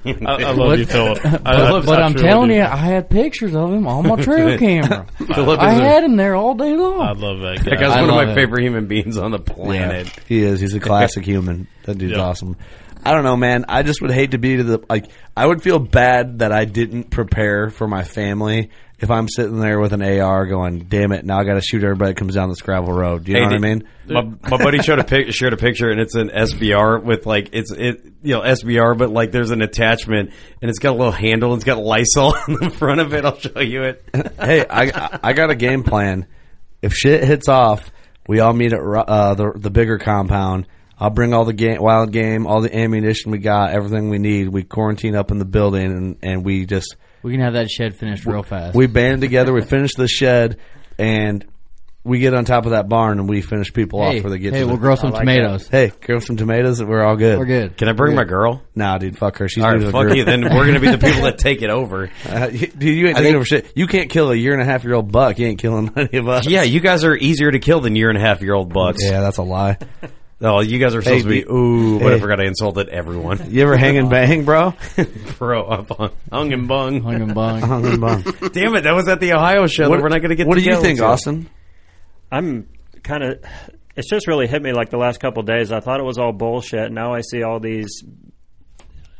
I, I love you, Philip.
But, but I'm telling you, I had pictures of him on my trail camera.
Philip
I
is a-
had him there all day
I
long.
love
That
that guy.
guy's
I
one of
love
my
it.
favorite human beings on the planet.
He is. He's a classic human. That dude's
Yeah.
awesome. I don't know, man. I just would hate to be to the like. I would feel bad that I didn't prepare for my family if I'm sitting there with an AR going, "Damn it! Now I got to shoot everybody that comes down this gravel road." Do you know what I mean?
My, my buddy showed a pic, shared a picture, and it's an SBR with like it's it you know SBR, but like there's an attachment, and it's got a little handle, and it's got Lysol on the front of it. I'll show you it.
hey, I I got a game plan. If shit hits off, we all meet at Ru- uh, the the bigger compound. I'll bring all the game, wild game, all the ammunition we got, everything we need. We quarantine up in the building, and, and we just
We can have that shed finished real fast.
we band together. We finish the shed, and we get on top of that barn and we finish people off
Hey,
where they get
hey,
to
we'll
the-
grow some
I like
tomatoes.
that. Hey, grow some tomatoes. We're all good.
We're good.
Can I bring my girl?
Nah, dude, fuck her. She's
All
new to
right,
the
fuck
group.
you. Then we're gonna be the people that take it over.
Uh, you- dude, you ain't taking over shit. You can't kill a year and a half year old buck. You ain't killing any of us.
Yeah, you guys are easier to kill than year and a half year old bucks.
Yeah, that's a lie.
Oh, you guys are supposed
Hey,
to be.
the-
Ooh, but I
hey.
forgot I insulted everyone.
You ever hang and bang, bro?
Bro, up on hung and bung.
Hung and bung.
Hung and bang.
Damn it, that was at the Ohio show. that we're not gonna get.
What
to
do you
go
think,
to.
Austin?
I'm kind of. It's just really hit me like the last couple days. I thought it was all bullshit. Now I see all these.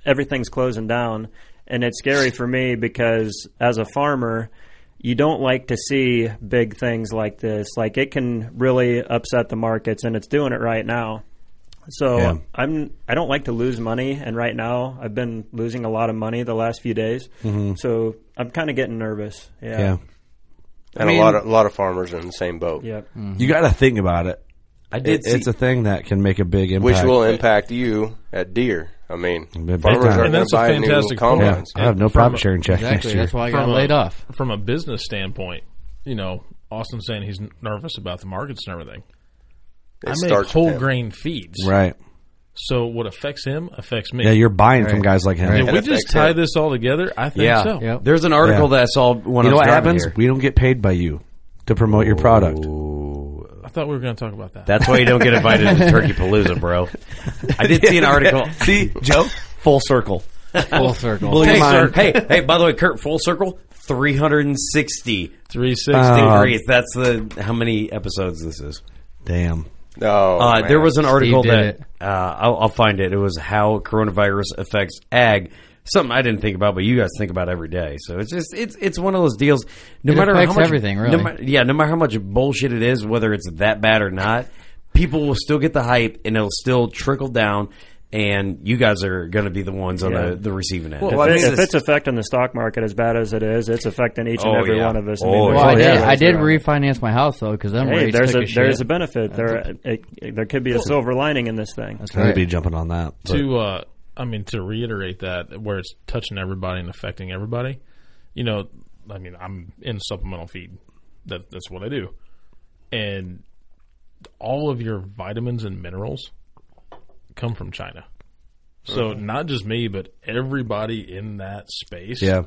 Everything's closing down, and it's scary for me because as a farmer, you don't like to see big things like this. Like it can really upset the markets, and it's doing it right now. So
Yeah.
I'm I don't like to lose money, and right now I've been losing a lot of money the last few days. So I'm kind of getting nervous.
Yeah.
Yeah.
And a lot of a lot of farmers are in the same boat,
Yep.
Mm.
You got to think about it.
I did.
It-
see,
it's a thing that can make a big impact.
which will impact you at deer. I mean,
Big
farmers
time.
aren't
And
going
that's
to
a
buy new
fantastic point.
Yeah,
combines.
I have no
And
problem
from-
sharing check
Exactly.
next year.
That's why I got
From a-
laid off.
From a business standpoint, you know, Austin's saying he's n- nervous about the markets and everything. I make
starts with
whole
him.
grain feeds,
Right.
so what affects him affects me.
Yeah, you're buying from guys like him.
Did we
It
just
affects
tie
him.
this all together? I think
yeah.
so.
Yep.
There's an article
Yeah.
that I saw when I
You know
was
what
driving
happens?
here.
We don't get paid by you to promote your product.
I thought we were going to talk about that.
That's why you don't get invited to Turkey Palooza, bro. I did see an article.
See, Joe, full circle.
Full circle.
Blew your
hey, sir,
mind.
hey, hey, by the way, Kurt, full circle, 360
Three sixty.
Uh,
degrees. That's the how many episodes this is.
Damn.
Oh,
Uh,
man.
there was an article
did
that
it.
uh, I'll, I'll find it. It was how coronavirus affects ag. Something I didn't think about, but you guys think about every day. So it's just it's it's one of those deals. No
It
matter how
affects
much
everything,
no
really.
ma- yeah, no matter how much bullshit it is, whether it's that bad or not, people will still get the hype, and it'll still trickle down. And you guys are going to be the ones on the, the receiving end.
Well, if, if it's affecting the stock market as bad as it is, it's affecting each and
Oh,
every
yeah.
one of us.
Oh,
Well,
we're
yeah.
all
I did.
raised
I did
around.
refinance my house though because I'm ready.
Hey, there's a,
a,
there's a
shit.
benefit. There, it, there could be a silver lining in this thing.
That's
I'd
right.
be jumping on that. but-
to uh, I mean to reiterate that where it's touching everybody and affecting everybody. You know, I mean, I'm in supplemental feed. That that's what I do, and all of your vitamins and minerals come from China. So
Mm-hmm.
not just me, but everybody in that space
yeah.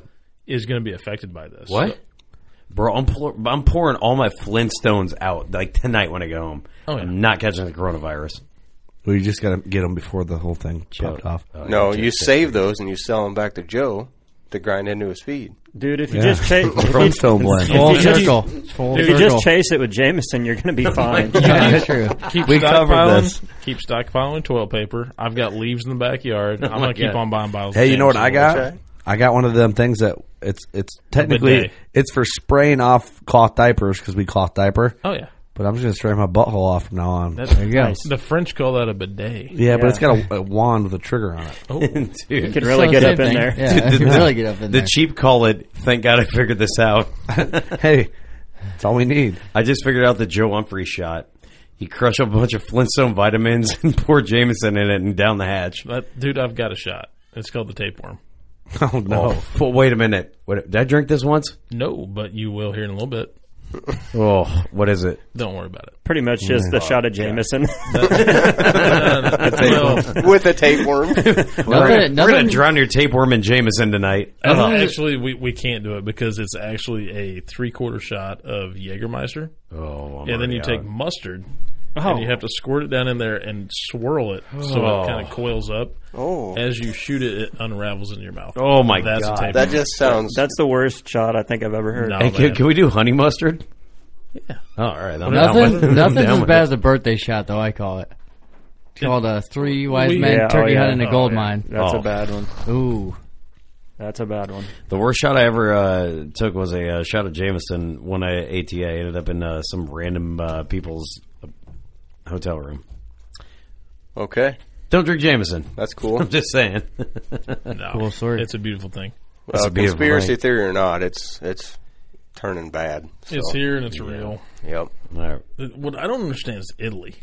is going to be affected by this.
What? Bro, I'm, pour, I'm pouring all my Flintstones out like tonight when I go home.
Oh, yeah.
I'm not catching the coronavirus.
We just got to get them before the whole thing popped off.
no. You save those and you sell them back to Joe to grind into his feed.
Dude, if you just chase,
From
if you,
Stone Blank.
Full
If you just-
circle. It's Full
if you just
circle.
chase it with Jameson, you're going to be fine.
That's true.
Keep
We covered
stockpiling.
this.
Keep stockpiling toilet paper. I've got leaves in the backyard. I'm going to keep
God.
on buying bottles. of
Oh Hey, you know what I
Jameson.
got?
Okay.
I got one of them things that it's it's technically
bidet.
it's for spraying off cloth diapers because we cloth diaper.
Oh yeah,
But I'm just gonna spray my butthole off from now on.
that's
There you go.
The French call that a bidet.
yeah, but it's got a, a wand with a trigger on it.
You
Dude,
could really
So
get
same
up in
thing.
there.
Yeah, you really get up in
the
there.
cheap call it. Thank God I figured this out.
hey, that's all we need.
I just figured out the Joe Humphrey shot. You crush up a bunch of Flintstone vitamins and pour Jameson in it and down the hatch.
That dude, I've got a shot. It's called the tapeworm.
Oh no,
Oh, but wait a minute. What, did I drink this once?
No, but you will here in a little bit.
Oh, what is it?
Don't worry about it.
Pretty much just
Mm.
the shot of Jameson.
Well,
With a tapeworm.
We're gonna,
Nothing,
we're gonna
nothing,
drown your tapeworm in Jameson tonight.
uh, actually, we, we can't do it because it's actually a three quarter shot of Jägermeister.
Oh, I'm
and then you
already
take
out.
mustard
Oh.
and you have to squirt it down in there and swirl it so
Oh.
it kind of coils up.
Oh.
As you shoot it, it unravels in your mouth.
Oh my
That's
God.
a tapeworm.
That just sounds.
That's the worst shot I think I've ever heard.
No,
Hey,
man.
can, can we do honey mustard? Yeah. All right. I'm down with it.
nothing,
I'm
nothing's
down
as
with
bad
it.
as a birthday shot, though. I call it. It's called uh, three wise
We-
men
Yeah, oh,
turkey
yeah.
hunting a
Oh,
gold
yeah.
mine.
That's
Oh.
a bad one.
Ooh,
That's a bad one.
The worst shot I ever uh, took was a uh, shot of Jameson when I ATA ended up in uh, some random uh, people's hotel room.
Okay.
Don't drink Jameson.
That's cool.
I'm just saying.
No.
Cool story.
It's a beautiful thing.
Well,
a beautiful
Uh, conspiracy
thing.
theory or not, it's it's turning bad. So,
It's here and it's real.
Yep.
All right.
What I don't understand is Italy.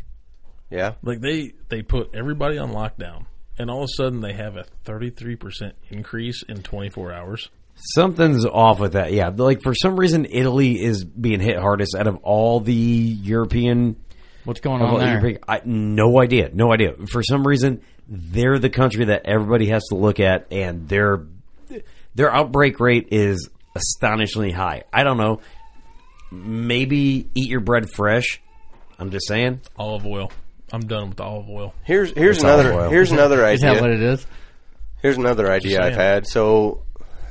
Yeah.
Like they they put everybody on lockdown, and all of a sudden they have a thirty three percent increase in twenty four hours.
Something's off with that. Yeah, like for some reason, Italy is being hit hardest out of all the European.
What's going
of all
on there?
European- I, no idea. No idea. For some reason, they're the country that everybody has to look at, and their their outbreak rate is astonishingly high. I don't know. Maybe eat your bread fresh. I'm just saying.
Olive oil. I'm done with the olive oil.
Here's here's
It's olive
another
oil.
here's another
Is that what
idea.
it is?
Here's another idea I've
saying.
had. So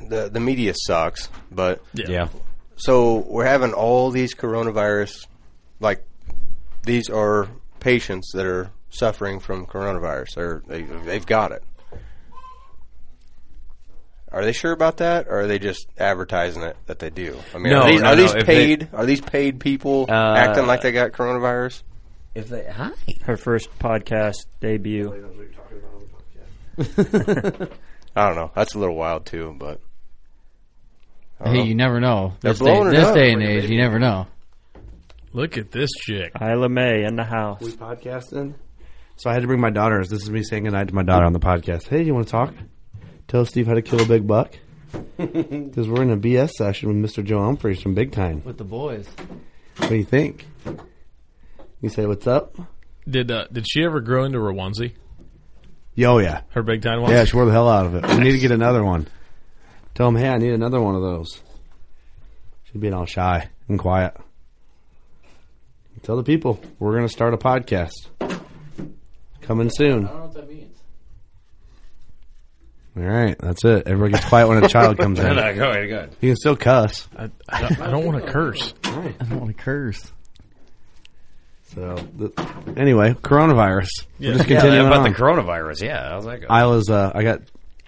the the media sucks, but
Yeah.
so we're having all these coronavirus like these are patients that are suffering from coronavirus or they, they've got it are they sure about that or are they just advertising it that they do i mean
No,
are these,
no,
are
no,
these
if they-
paid are these paid people
Uh,
acting like they got coronavirus
If they hi.
Her first podcast debut.
i don't know that's a little wild too but I don't
Hey,
know.
you never know.
They're
This day,
blowing it
this
up
day and
like a
age,
baby.
you never know.
Look at this chick.
Isla May in the house.
We podcasting. So I had to bring my daughters. This is me saying goodnight to my daughter on the podcast. Hey, you want to talk? Tell Steve how to kill a big buck. Because we're in a BS session with Mr. Joe Humphreys from Big Time.
With the boys.
What do you think? You say what's up?
Did uh, did she ever grow into her onesie?
Yo, yeah,
Her big time onesie.
yeah. She wore the hell out of it. We need to get another one. Tell him, hey, I need another one of those. She's being all shy and quiet. Tell the people we're going to start a podcast coming soon.
don't know what that means.
All right, that's it. Everybody gets quiet when a child comes in.
go ahead. Go ahead.
You can still cuss.
I, I don't, I don't want to curse.
I don't want to curse.
So, th- anyway, coronavirus.
Yeah.
We're just continuing
about
on.
the coronavirus. Yeah, how's that going?
I was. Uh, I got.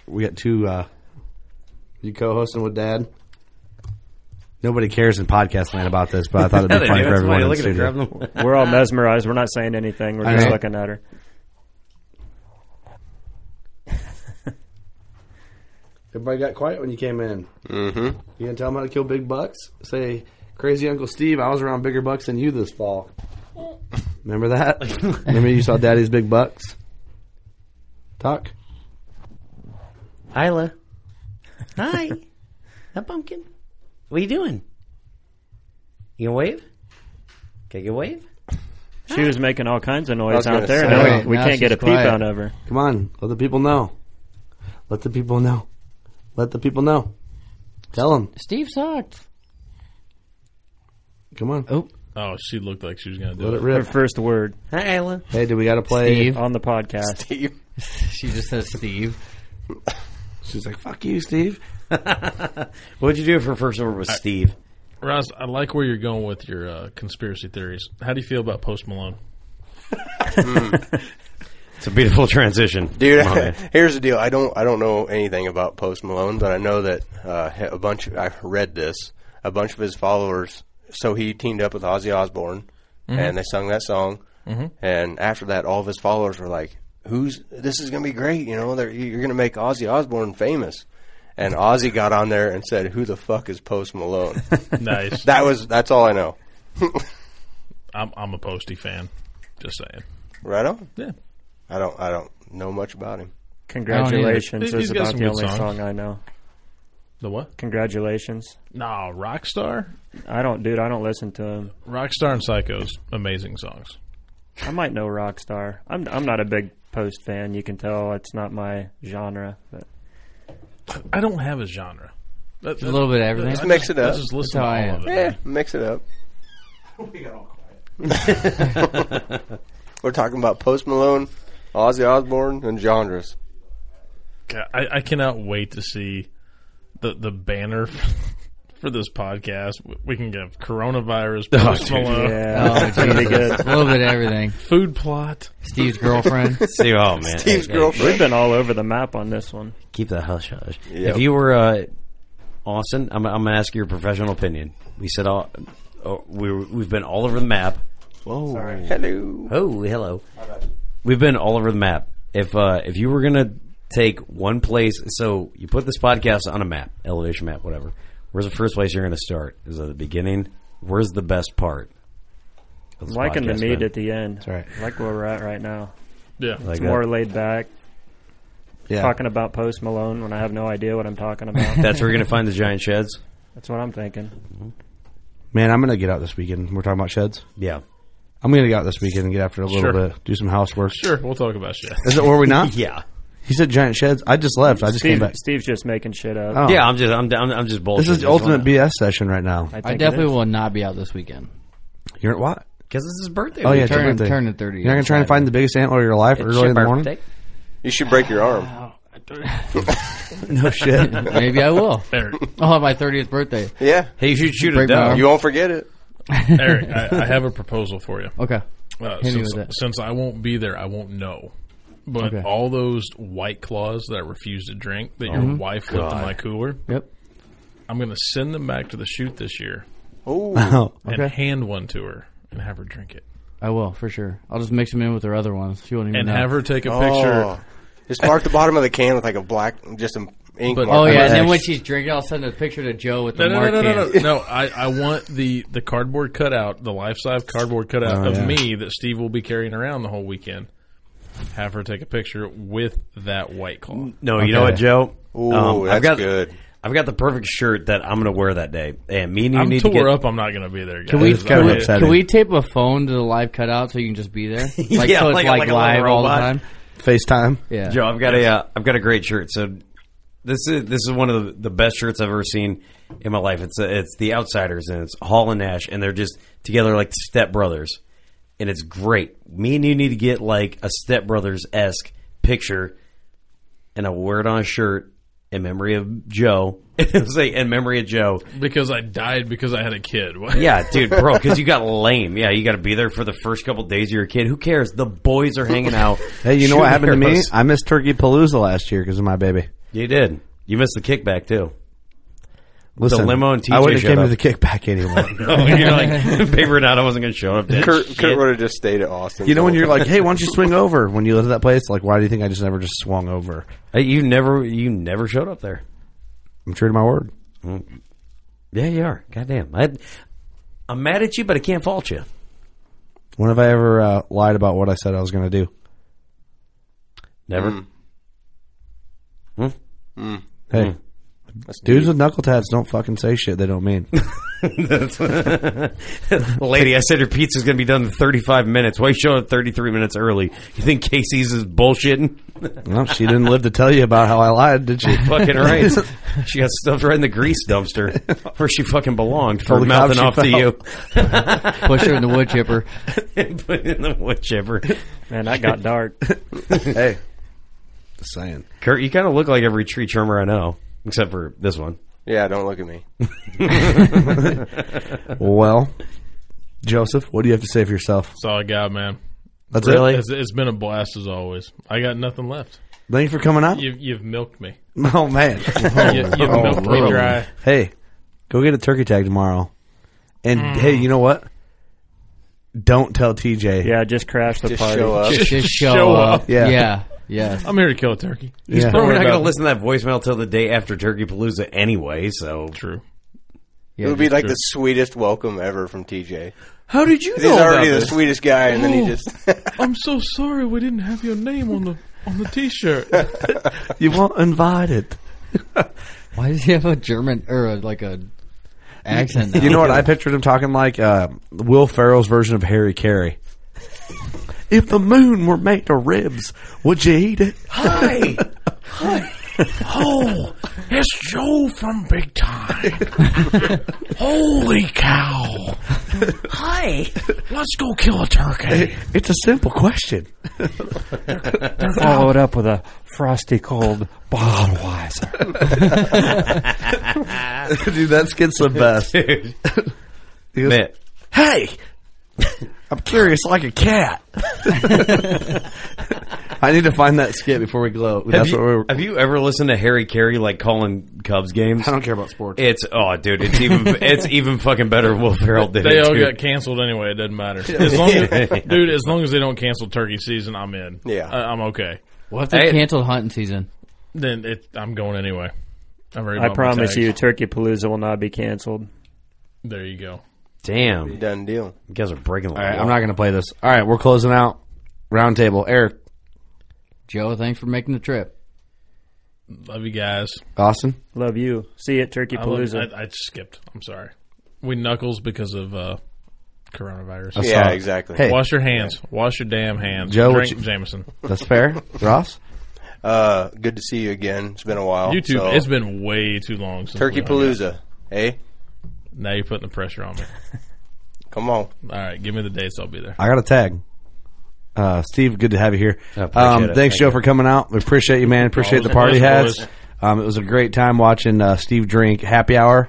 We got two. Uh, you co-hosting with Dad. Nobody cares in podcast land about this, but I thought it'd be funny for everyone in the studio.
We're all mesmerized. We're not saying anything. We're
I
just
know.
looking at her.
Everybody got quiet when you came in. Mm-hmm. You gonna tell them how to kill big bucks? Say, crazy Uncle Steve, I was around bigger bucks than you this fall. Remember that? Remember you saw Daddy's big bucks? Talk.
Isla. Hi. Hi, pumpkin. What are you doing? You gonna wave? Can you wave?
She was making all kinds of noise
was gonna
out
say.
there. Now we, we
Now
can't get
she's
a peep
quiet.
out of her.
Come on, let the people know. Let the people know. Let the people know. Tell them.
Steve sucked.
Come on.
Oh, she looked like she was gonna do
Let it
it.
Her
rip.
first word
Hi, Isla.
Hey, do we got to play?
Steve.
on the podcast.
She just says Steve.
She's like, "Fuck you, Steve."
What'd you do for first order with Steve?
Ross, I like where you're going with your uh, conspiracy theories. How do you feel about Post Malone?
It's a beautiful transition,
Dude,
Come on, man.
here's the deal. I don't I don't know anything about Post Malone, but I know that uh, a bunch. I read this. A bunch of his followers. So he teamed up with Ozzy Osbourne,
Mm-hmm.
and they sung that song. And after that, all of his followers were like, "Who's this is going to be great? You know, they're- you're going to make Ozzy Osbourne famous." And Ozzy got on there and said, "Who the fuck is Post Malone?"
Nice.
that was that's all I know.
I'm I'm a Posty fan. Just saying.
Right on.
Yeah.
I don't I don't know much about him.
Congratulations
He's
is
got
about
some
the
good
only
songs.
song I know.
The what?
Congratulations.
No, Rockstar.
I don't, dude. I don't listen to him.
Rockstar and Psychos, amazing songs.
I might know Rockstar. I'm I'm not a big Post fan. You can tell it's not my genre. But
I don't have a genre. That-
A little bit of everything.
Just mix it
I
up.
just listen to
how
all
I am.
of it.
Eh, mix it up. We're talking about Post Malone, Ozzy Osbourne, and genres.
God, I, I cannot wait to see the the banner for this podcast. We can give coronavirus, Post Malone,
Oh,
yeah, pretty good.
A little bit of everything.
food plot.
Steve's girlfriend.
Steve, oh man,
Steve's
Hey, hey,
girlfriend.
We've been all over the map on this one.
keep the hush hush.
Yep.
If you were uh, Austin, I'm, I'm gonna ask your professional opinion. We said all, oh, we were, we've been all over the map.
Oh.
Whoa,
Hello.
Oh, hello. We've been all over the map. If uh, if you were gonna take one place, so you put this podcast on a map, elevation map, whatever. Where's the first place you're gonna start? Is it the beginning? Where's the best part? of this
Liking the
podcast,
meat
man?
at the end.
right.
Like where we're at right now.
Yeah,
Like uh,
It's
that.
more laid back.
Yeah.
talking about Post Malone when I have no idea what I'm talking about.
That's where you're going to find the giant sheds.
That's what I'm thinking.
Man, I'm gonna get out this weekend. We're talking about sheds.
Yeah.
I'm gonna get out this weekend and get after it a little
Sure.
bit, do some housework.
Sure, we'll talk about shit.
Is it? Were we not?
Yeah.
He said giant sheds. I just left. I just
Steve,
came back.
Steve's just making shit up.
Oh.
Yeah, I'm just I'm I'm, I'm just bullshitting.
This is the ultimate BS session right now.
I, think
I
it
definitely
is.
will not be out this weekend.
You're what?
because this is his birthday.
Oh yeah, it's your
turning-
birthday.
turning 30
You're not gonna try and find the biggest antler of your life
It's
early
your
in the morning.
birthday.
You should break your arm.
No shit.
Maybe I will.
Eric,
I'll have my 30th birthday.
Yeah,
Hey, you should shoot a
Break my
dove.
arm.
you won't forget it.
Eric, I, I have a proposal for you.
Okay.
Uh,
me
since,
with it.
since I won't be there, I won't know. But
Okay.
all those white claws that I refuse to drink that your
Mm-hmm.
wife left in my cooler,
Yep.
I'm going to send them back to the shoot this year
oh,
and hand one to her and have her drink it
I will for sure. I'll just mix them in with her other ones. She won't even
and
know.
have her take a
Oh.
picture.
Just mark the bottom of the can with like a black, just an ink
But-
mark.
Oh yeah, and then
Next.
when she's drinking, I'll send a picture to Joe with
No,
the
no,
mark
no, no, no,
can.
no. no I, I want the, the cardboard cutout, the life size cardboard cutout
Oh,
of
yeah.
me that Steve will be carrying around the whole weekend. Have her take a picture with that white claw.
No, you know what, Joe?
Ooh, that's
Um, I've got,
good.
I've got the perfect shirt that I'm going to wear that day, and me and you
I'm
need
tore
to get
up. I'm not going to be there. Guys.
Can we,
It's kinda
can, we,
upsetting.
can we tape a phone to the live cutout so you can just be there? Like,
Yeah,
so it's
like-
like,
like a little
live all the
robot.
time?
FaceTime.
Yeah.
Joe, I've got a uh, I've got a great shirt. So this is this is one of the, the best shirts I've ever seen in my life. It's uh it's the Outsiders and it's Hall and Nash and they're just together like step brothers, and it's great. Me and you need to get like a step brothers esque picture and a word on a shirt in memory of Joe. It was like in memory of Joe.
Because I died because I had a kid.
Yeah, dude, bro, because you got lame. Yeah, you got to be there for the first couple days of your kid. Who cares? The boys are hanging out.
Hey, you know what happened to
shooting
me?
arrows.
I missed Turkey Palooza last year because of my baby.
You did. You missed the kickback too.
Listen,
limo and TJ
I wouldn't have
showed
came
up.
to the kickback anymore.
Oh, you're like paper out. I wasn't going to show up. Dad.
Kurt,
Shit.
Kurt would have just stayed at Austin.
you know when you're like, hey, why don't you swing over? When you live at that place, like, why do you think I just never just swung over?
Hey, you never, you never showed up there.
I'm true to my word.
Yeah, you are. Goddamn. I, I'm mad at you, but I can't fault you.
When have I ever uh, lied about what I said I was going to do?
Never.
Hey, dudes with knuckle tabs don't fucking say shit they don't mean.
Lady, I said your pizza's going to be done in 35 minutes. Why you showing up 33 minutes early? You think Casey's is bullshitting?
well, she didn't live to tell you about how I lied, did she?
Fucking right. she got stuffed right in the grease dumpster where she fucking belonged for
Told the
mouthing off
cops
to
she
you
Push her in the wood chipper.
and put in the wood chipper.
Man, that got dark.
hey, just saying.
Kurt, you kind of look like every tree trimmer I know, except for this one.
yeah, don't look at me.
Well, Joseph, what do you have to say for yourself?
That's all I got, man.
That's it.
It's, it's been a blast as always. I got nothing left.
Thank you for coming out.
You've, you've milked me.
oh man.
You, you've milked me dry.
hey, go get a turkey tag tomorrow. And hey, you know what? Don't tell TJ.
Yeah, just crash the
Just
party.
show up.
Just, show,
show
up.
up.
Yeah.
Yeah. Yeah. Yes.
I'm here to kill a turkey.
Yeah.
But we're
worry
not going
about
to
it.
listen to that voicemail till the day after Turkey Palooza anyway. So
True.
Yeah,
It would be
just-
like the sweetest welcome ever from TJ.
how did you
He's already the sweetest guy, and then he just
I'm so sorry we didn't have your name on the on the T-shirt.
You weren't invited.
why does he have a German or a, like a accent? Now?
You know what? I pictured him talking like uh, Will Ferrell's version of Harry Carey. if the moon were made of ribs, would you eat it?
Hi, hi. Oh, it's Joe from Big Time. Holy cow! Hi. Let's go kill a turkey.
It's a simple question.
Follow it up with a frosty cold Budweiser.
Dude, that skit's the best. He goes,
Man,
hey, I'm curious like a cat. I need to find that skit before we glow.
have,
That's
you,
what we were.
have you ever listened to Harry Carey like calling Cubs games?
I don't care about sports.
It's oh, dude, it's even it's even fucking better. than Will Ferrell did.
They
it,
all
dude.
got canceled anyway. It doesn't matter. As long as, dude, as long as they don't cancel turkey season, I'm in.
Yeah.
I, I'm okay.
what if they
Hey.
canceled hunting season?
Then it, I'm going anyway. I'm ready
I promise you, Turkey Palooza will not be canceled.
There you go.
Damn, you
done deal.
guys are breaking. the
All right,
law.
I'm not going to play this. All right, we're closing out. Round table. Eric,
Joe, thanks for making the trip.
Love you guys.
Austin?
Love you. See you at Turkey
I, love,
Palooza.
I, I skipped. I'm sorry. We knuckles because of uh, coronavirus.
That's
Yeah,
all.
exactly.
Hey,
Wash your hands. Wash your damn hands.
Joe, what
Drink
you-
Jameson.
that's fair. Ross?
Uh, good to see you again. It's been a while.
YouTube.
So,
it's been way too long. Since
Turkey
we hung out.
Palooza. Hey,
Now you're putting the pressure on me.
come on.
All right, give me the dates. I'll be there.
I got a tag. Uh, Steve, good to have you here.
appreciate
um,
it.
thanks, Joe, for coming out. We appreciate you, man. Appreciate the
Always
party
a pleasure,
hats. Um, it was a great time watching uh, Steve drink happy hour.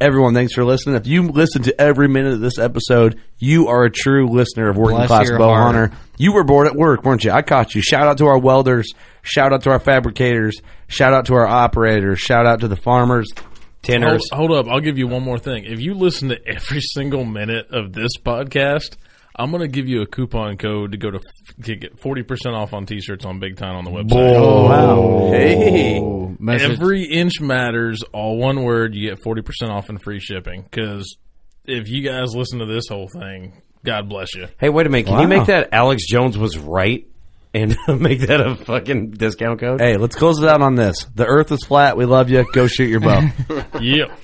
Everyone, thanks for listening. If you listen to every minute of this episode, you are a true listener of Working
Bless
Class
your
Bow
heart.
Hunter. You were bored at work, weren't you? I caught you. Shout out to our welders. Shout out to our fabricators. Shout out to our operators. Shout out to the farmers.
Hold,
Tinners.
hold up. I'll give you one more thing. If you listen to every single minute of this podcast, I'm going to give you a coupon code to go to, to get 40% off on t shirts on Big Time on the website.
wow.
Oh, message.
Every inch matters, all one word. You get 40% off and free shipping. Because if you guys listen to this whole thing, God bless you.
Hey, wait a minute. Can you
Wow.
make that Alex Jones was right and make that a fucking discount code?
Hey, let's close it out on this. The earth is flat. We love you. Go shoot your bow.
Yep.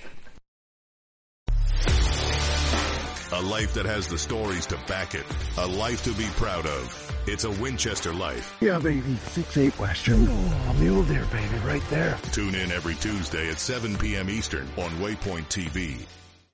A life that has the stories to back it. A life to be proud of. It's a Winchester life.
Yeah, baby. Six eight Western. Oh, mule deer, baby, right there.
Tune in every Tuesday at 7 p.m. Eastern on Waypoint TV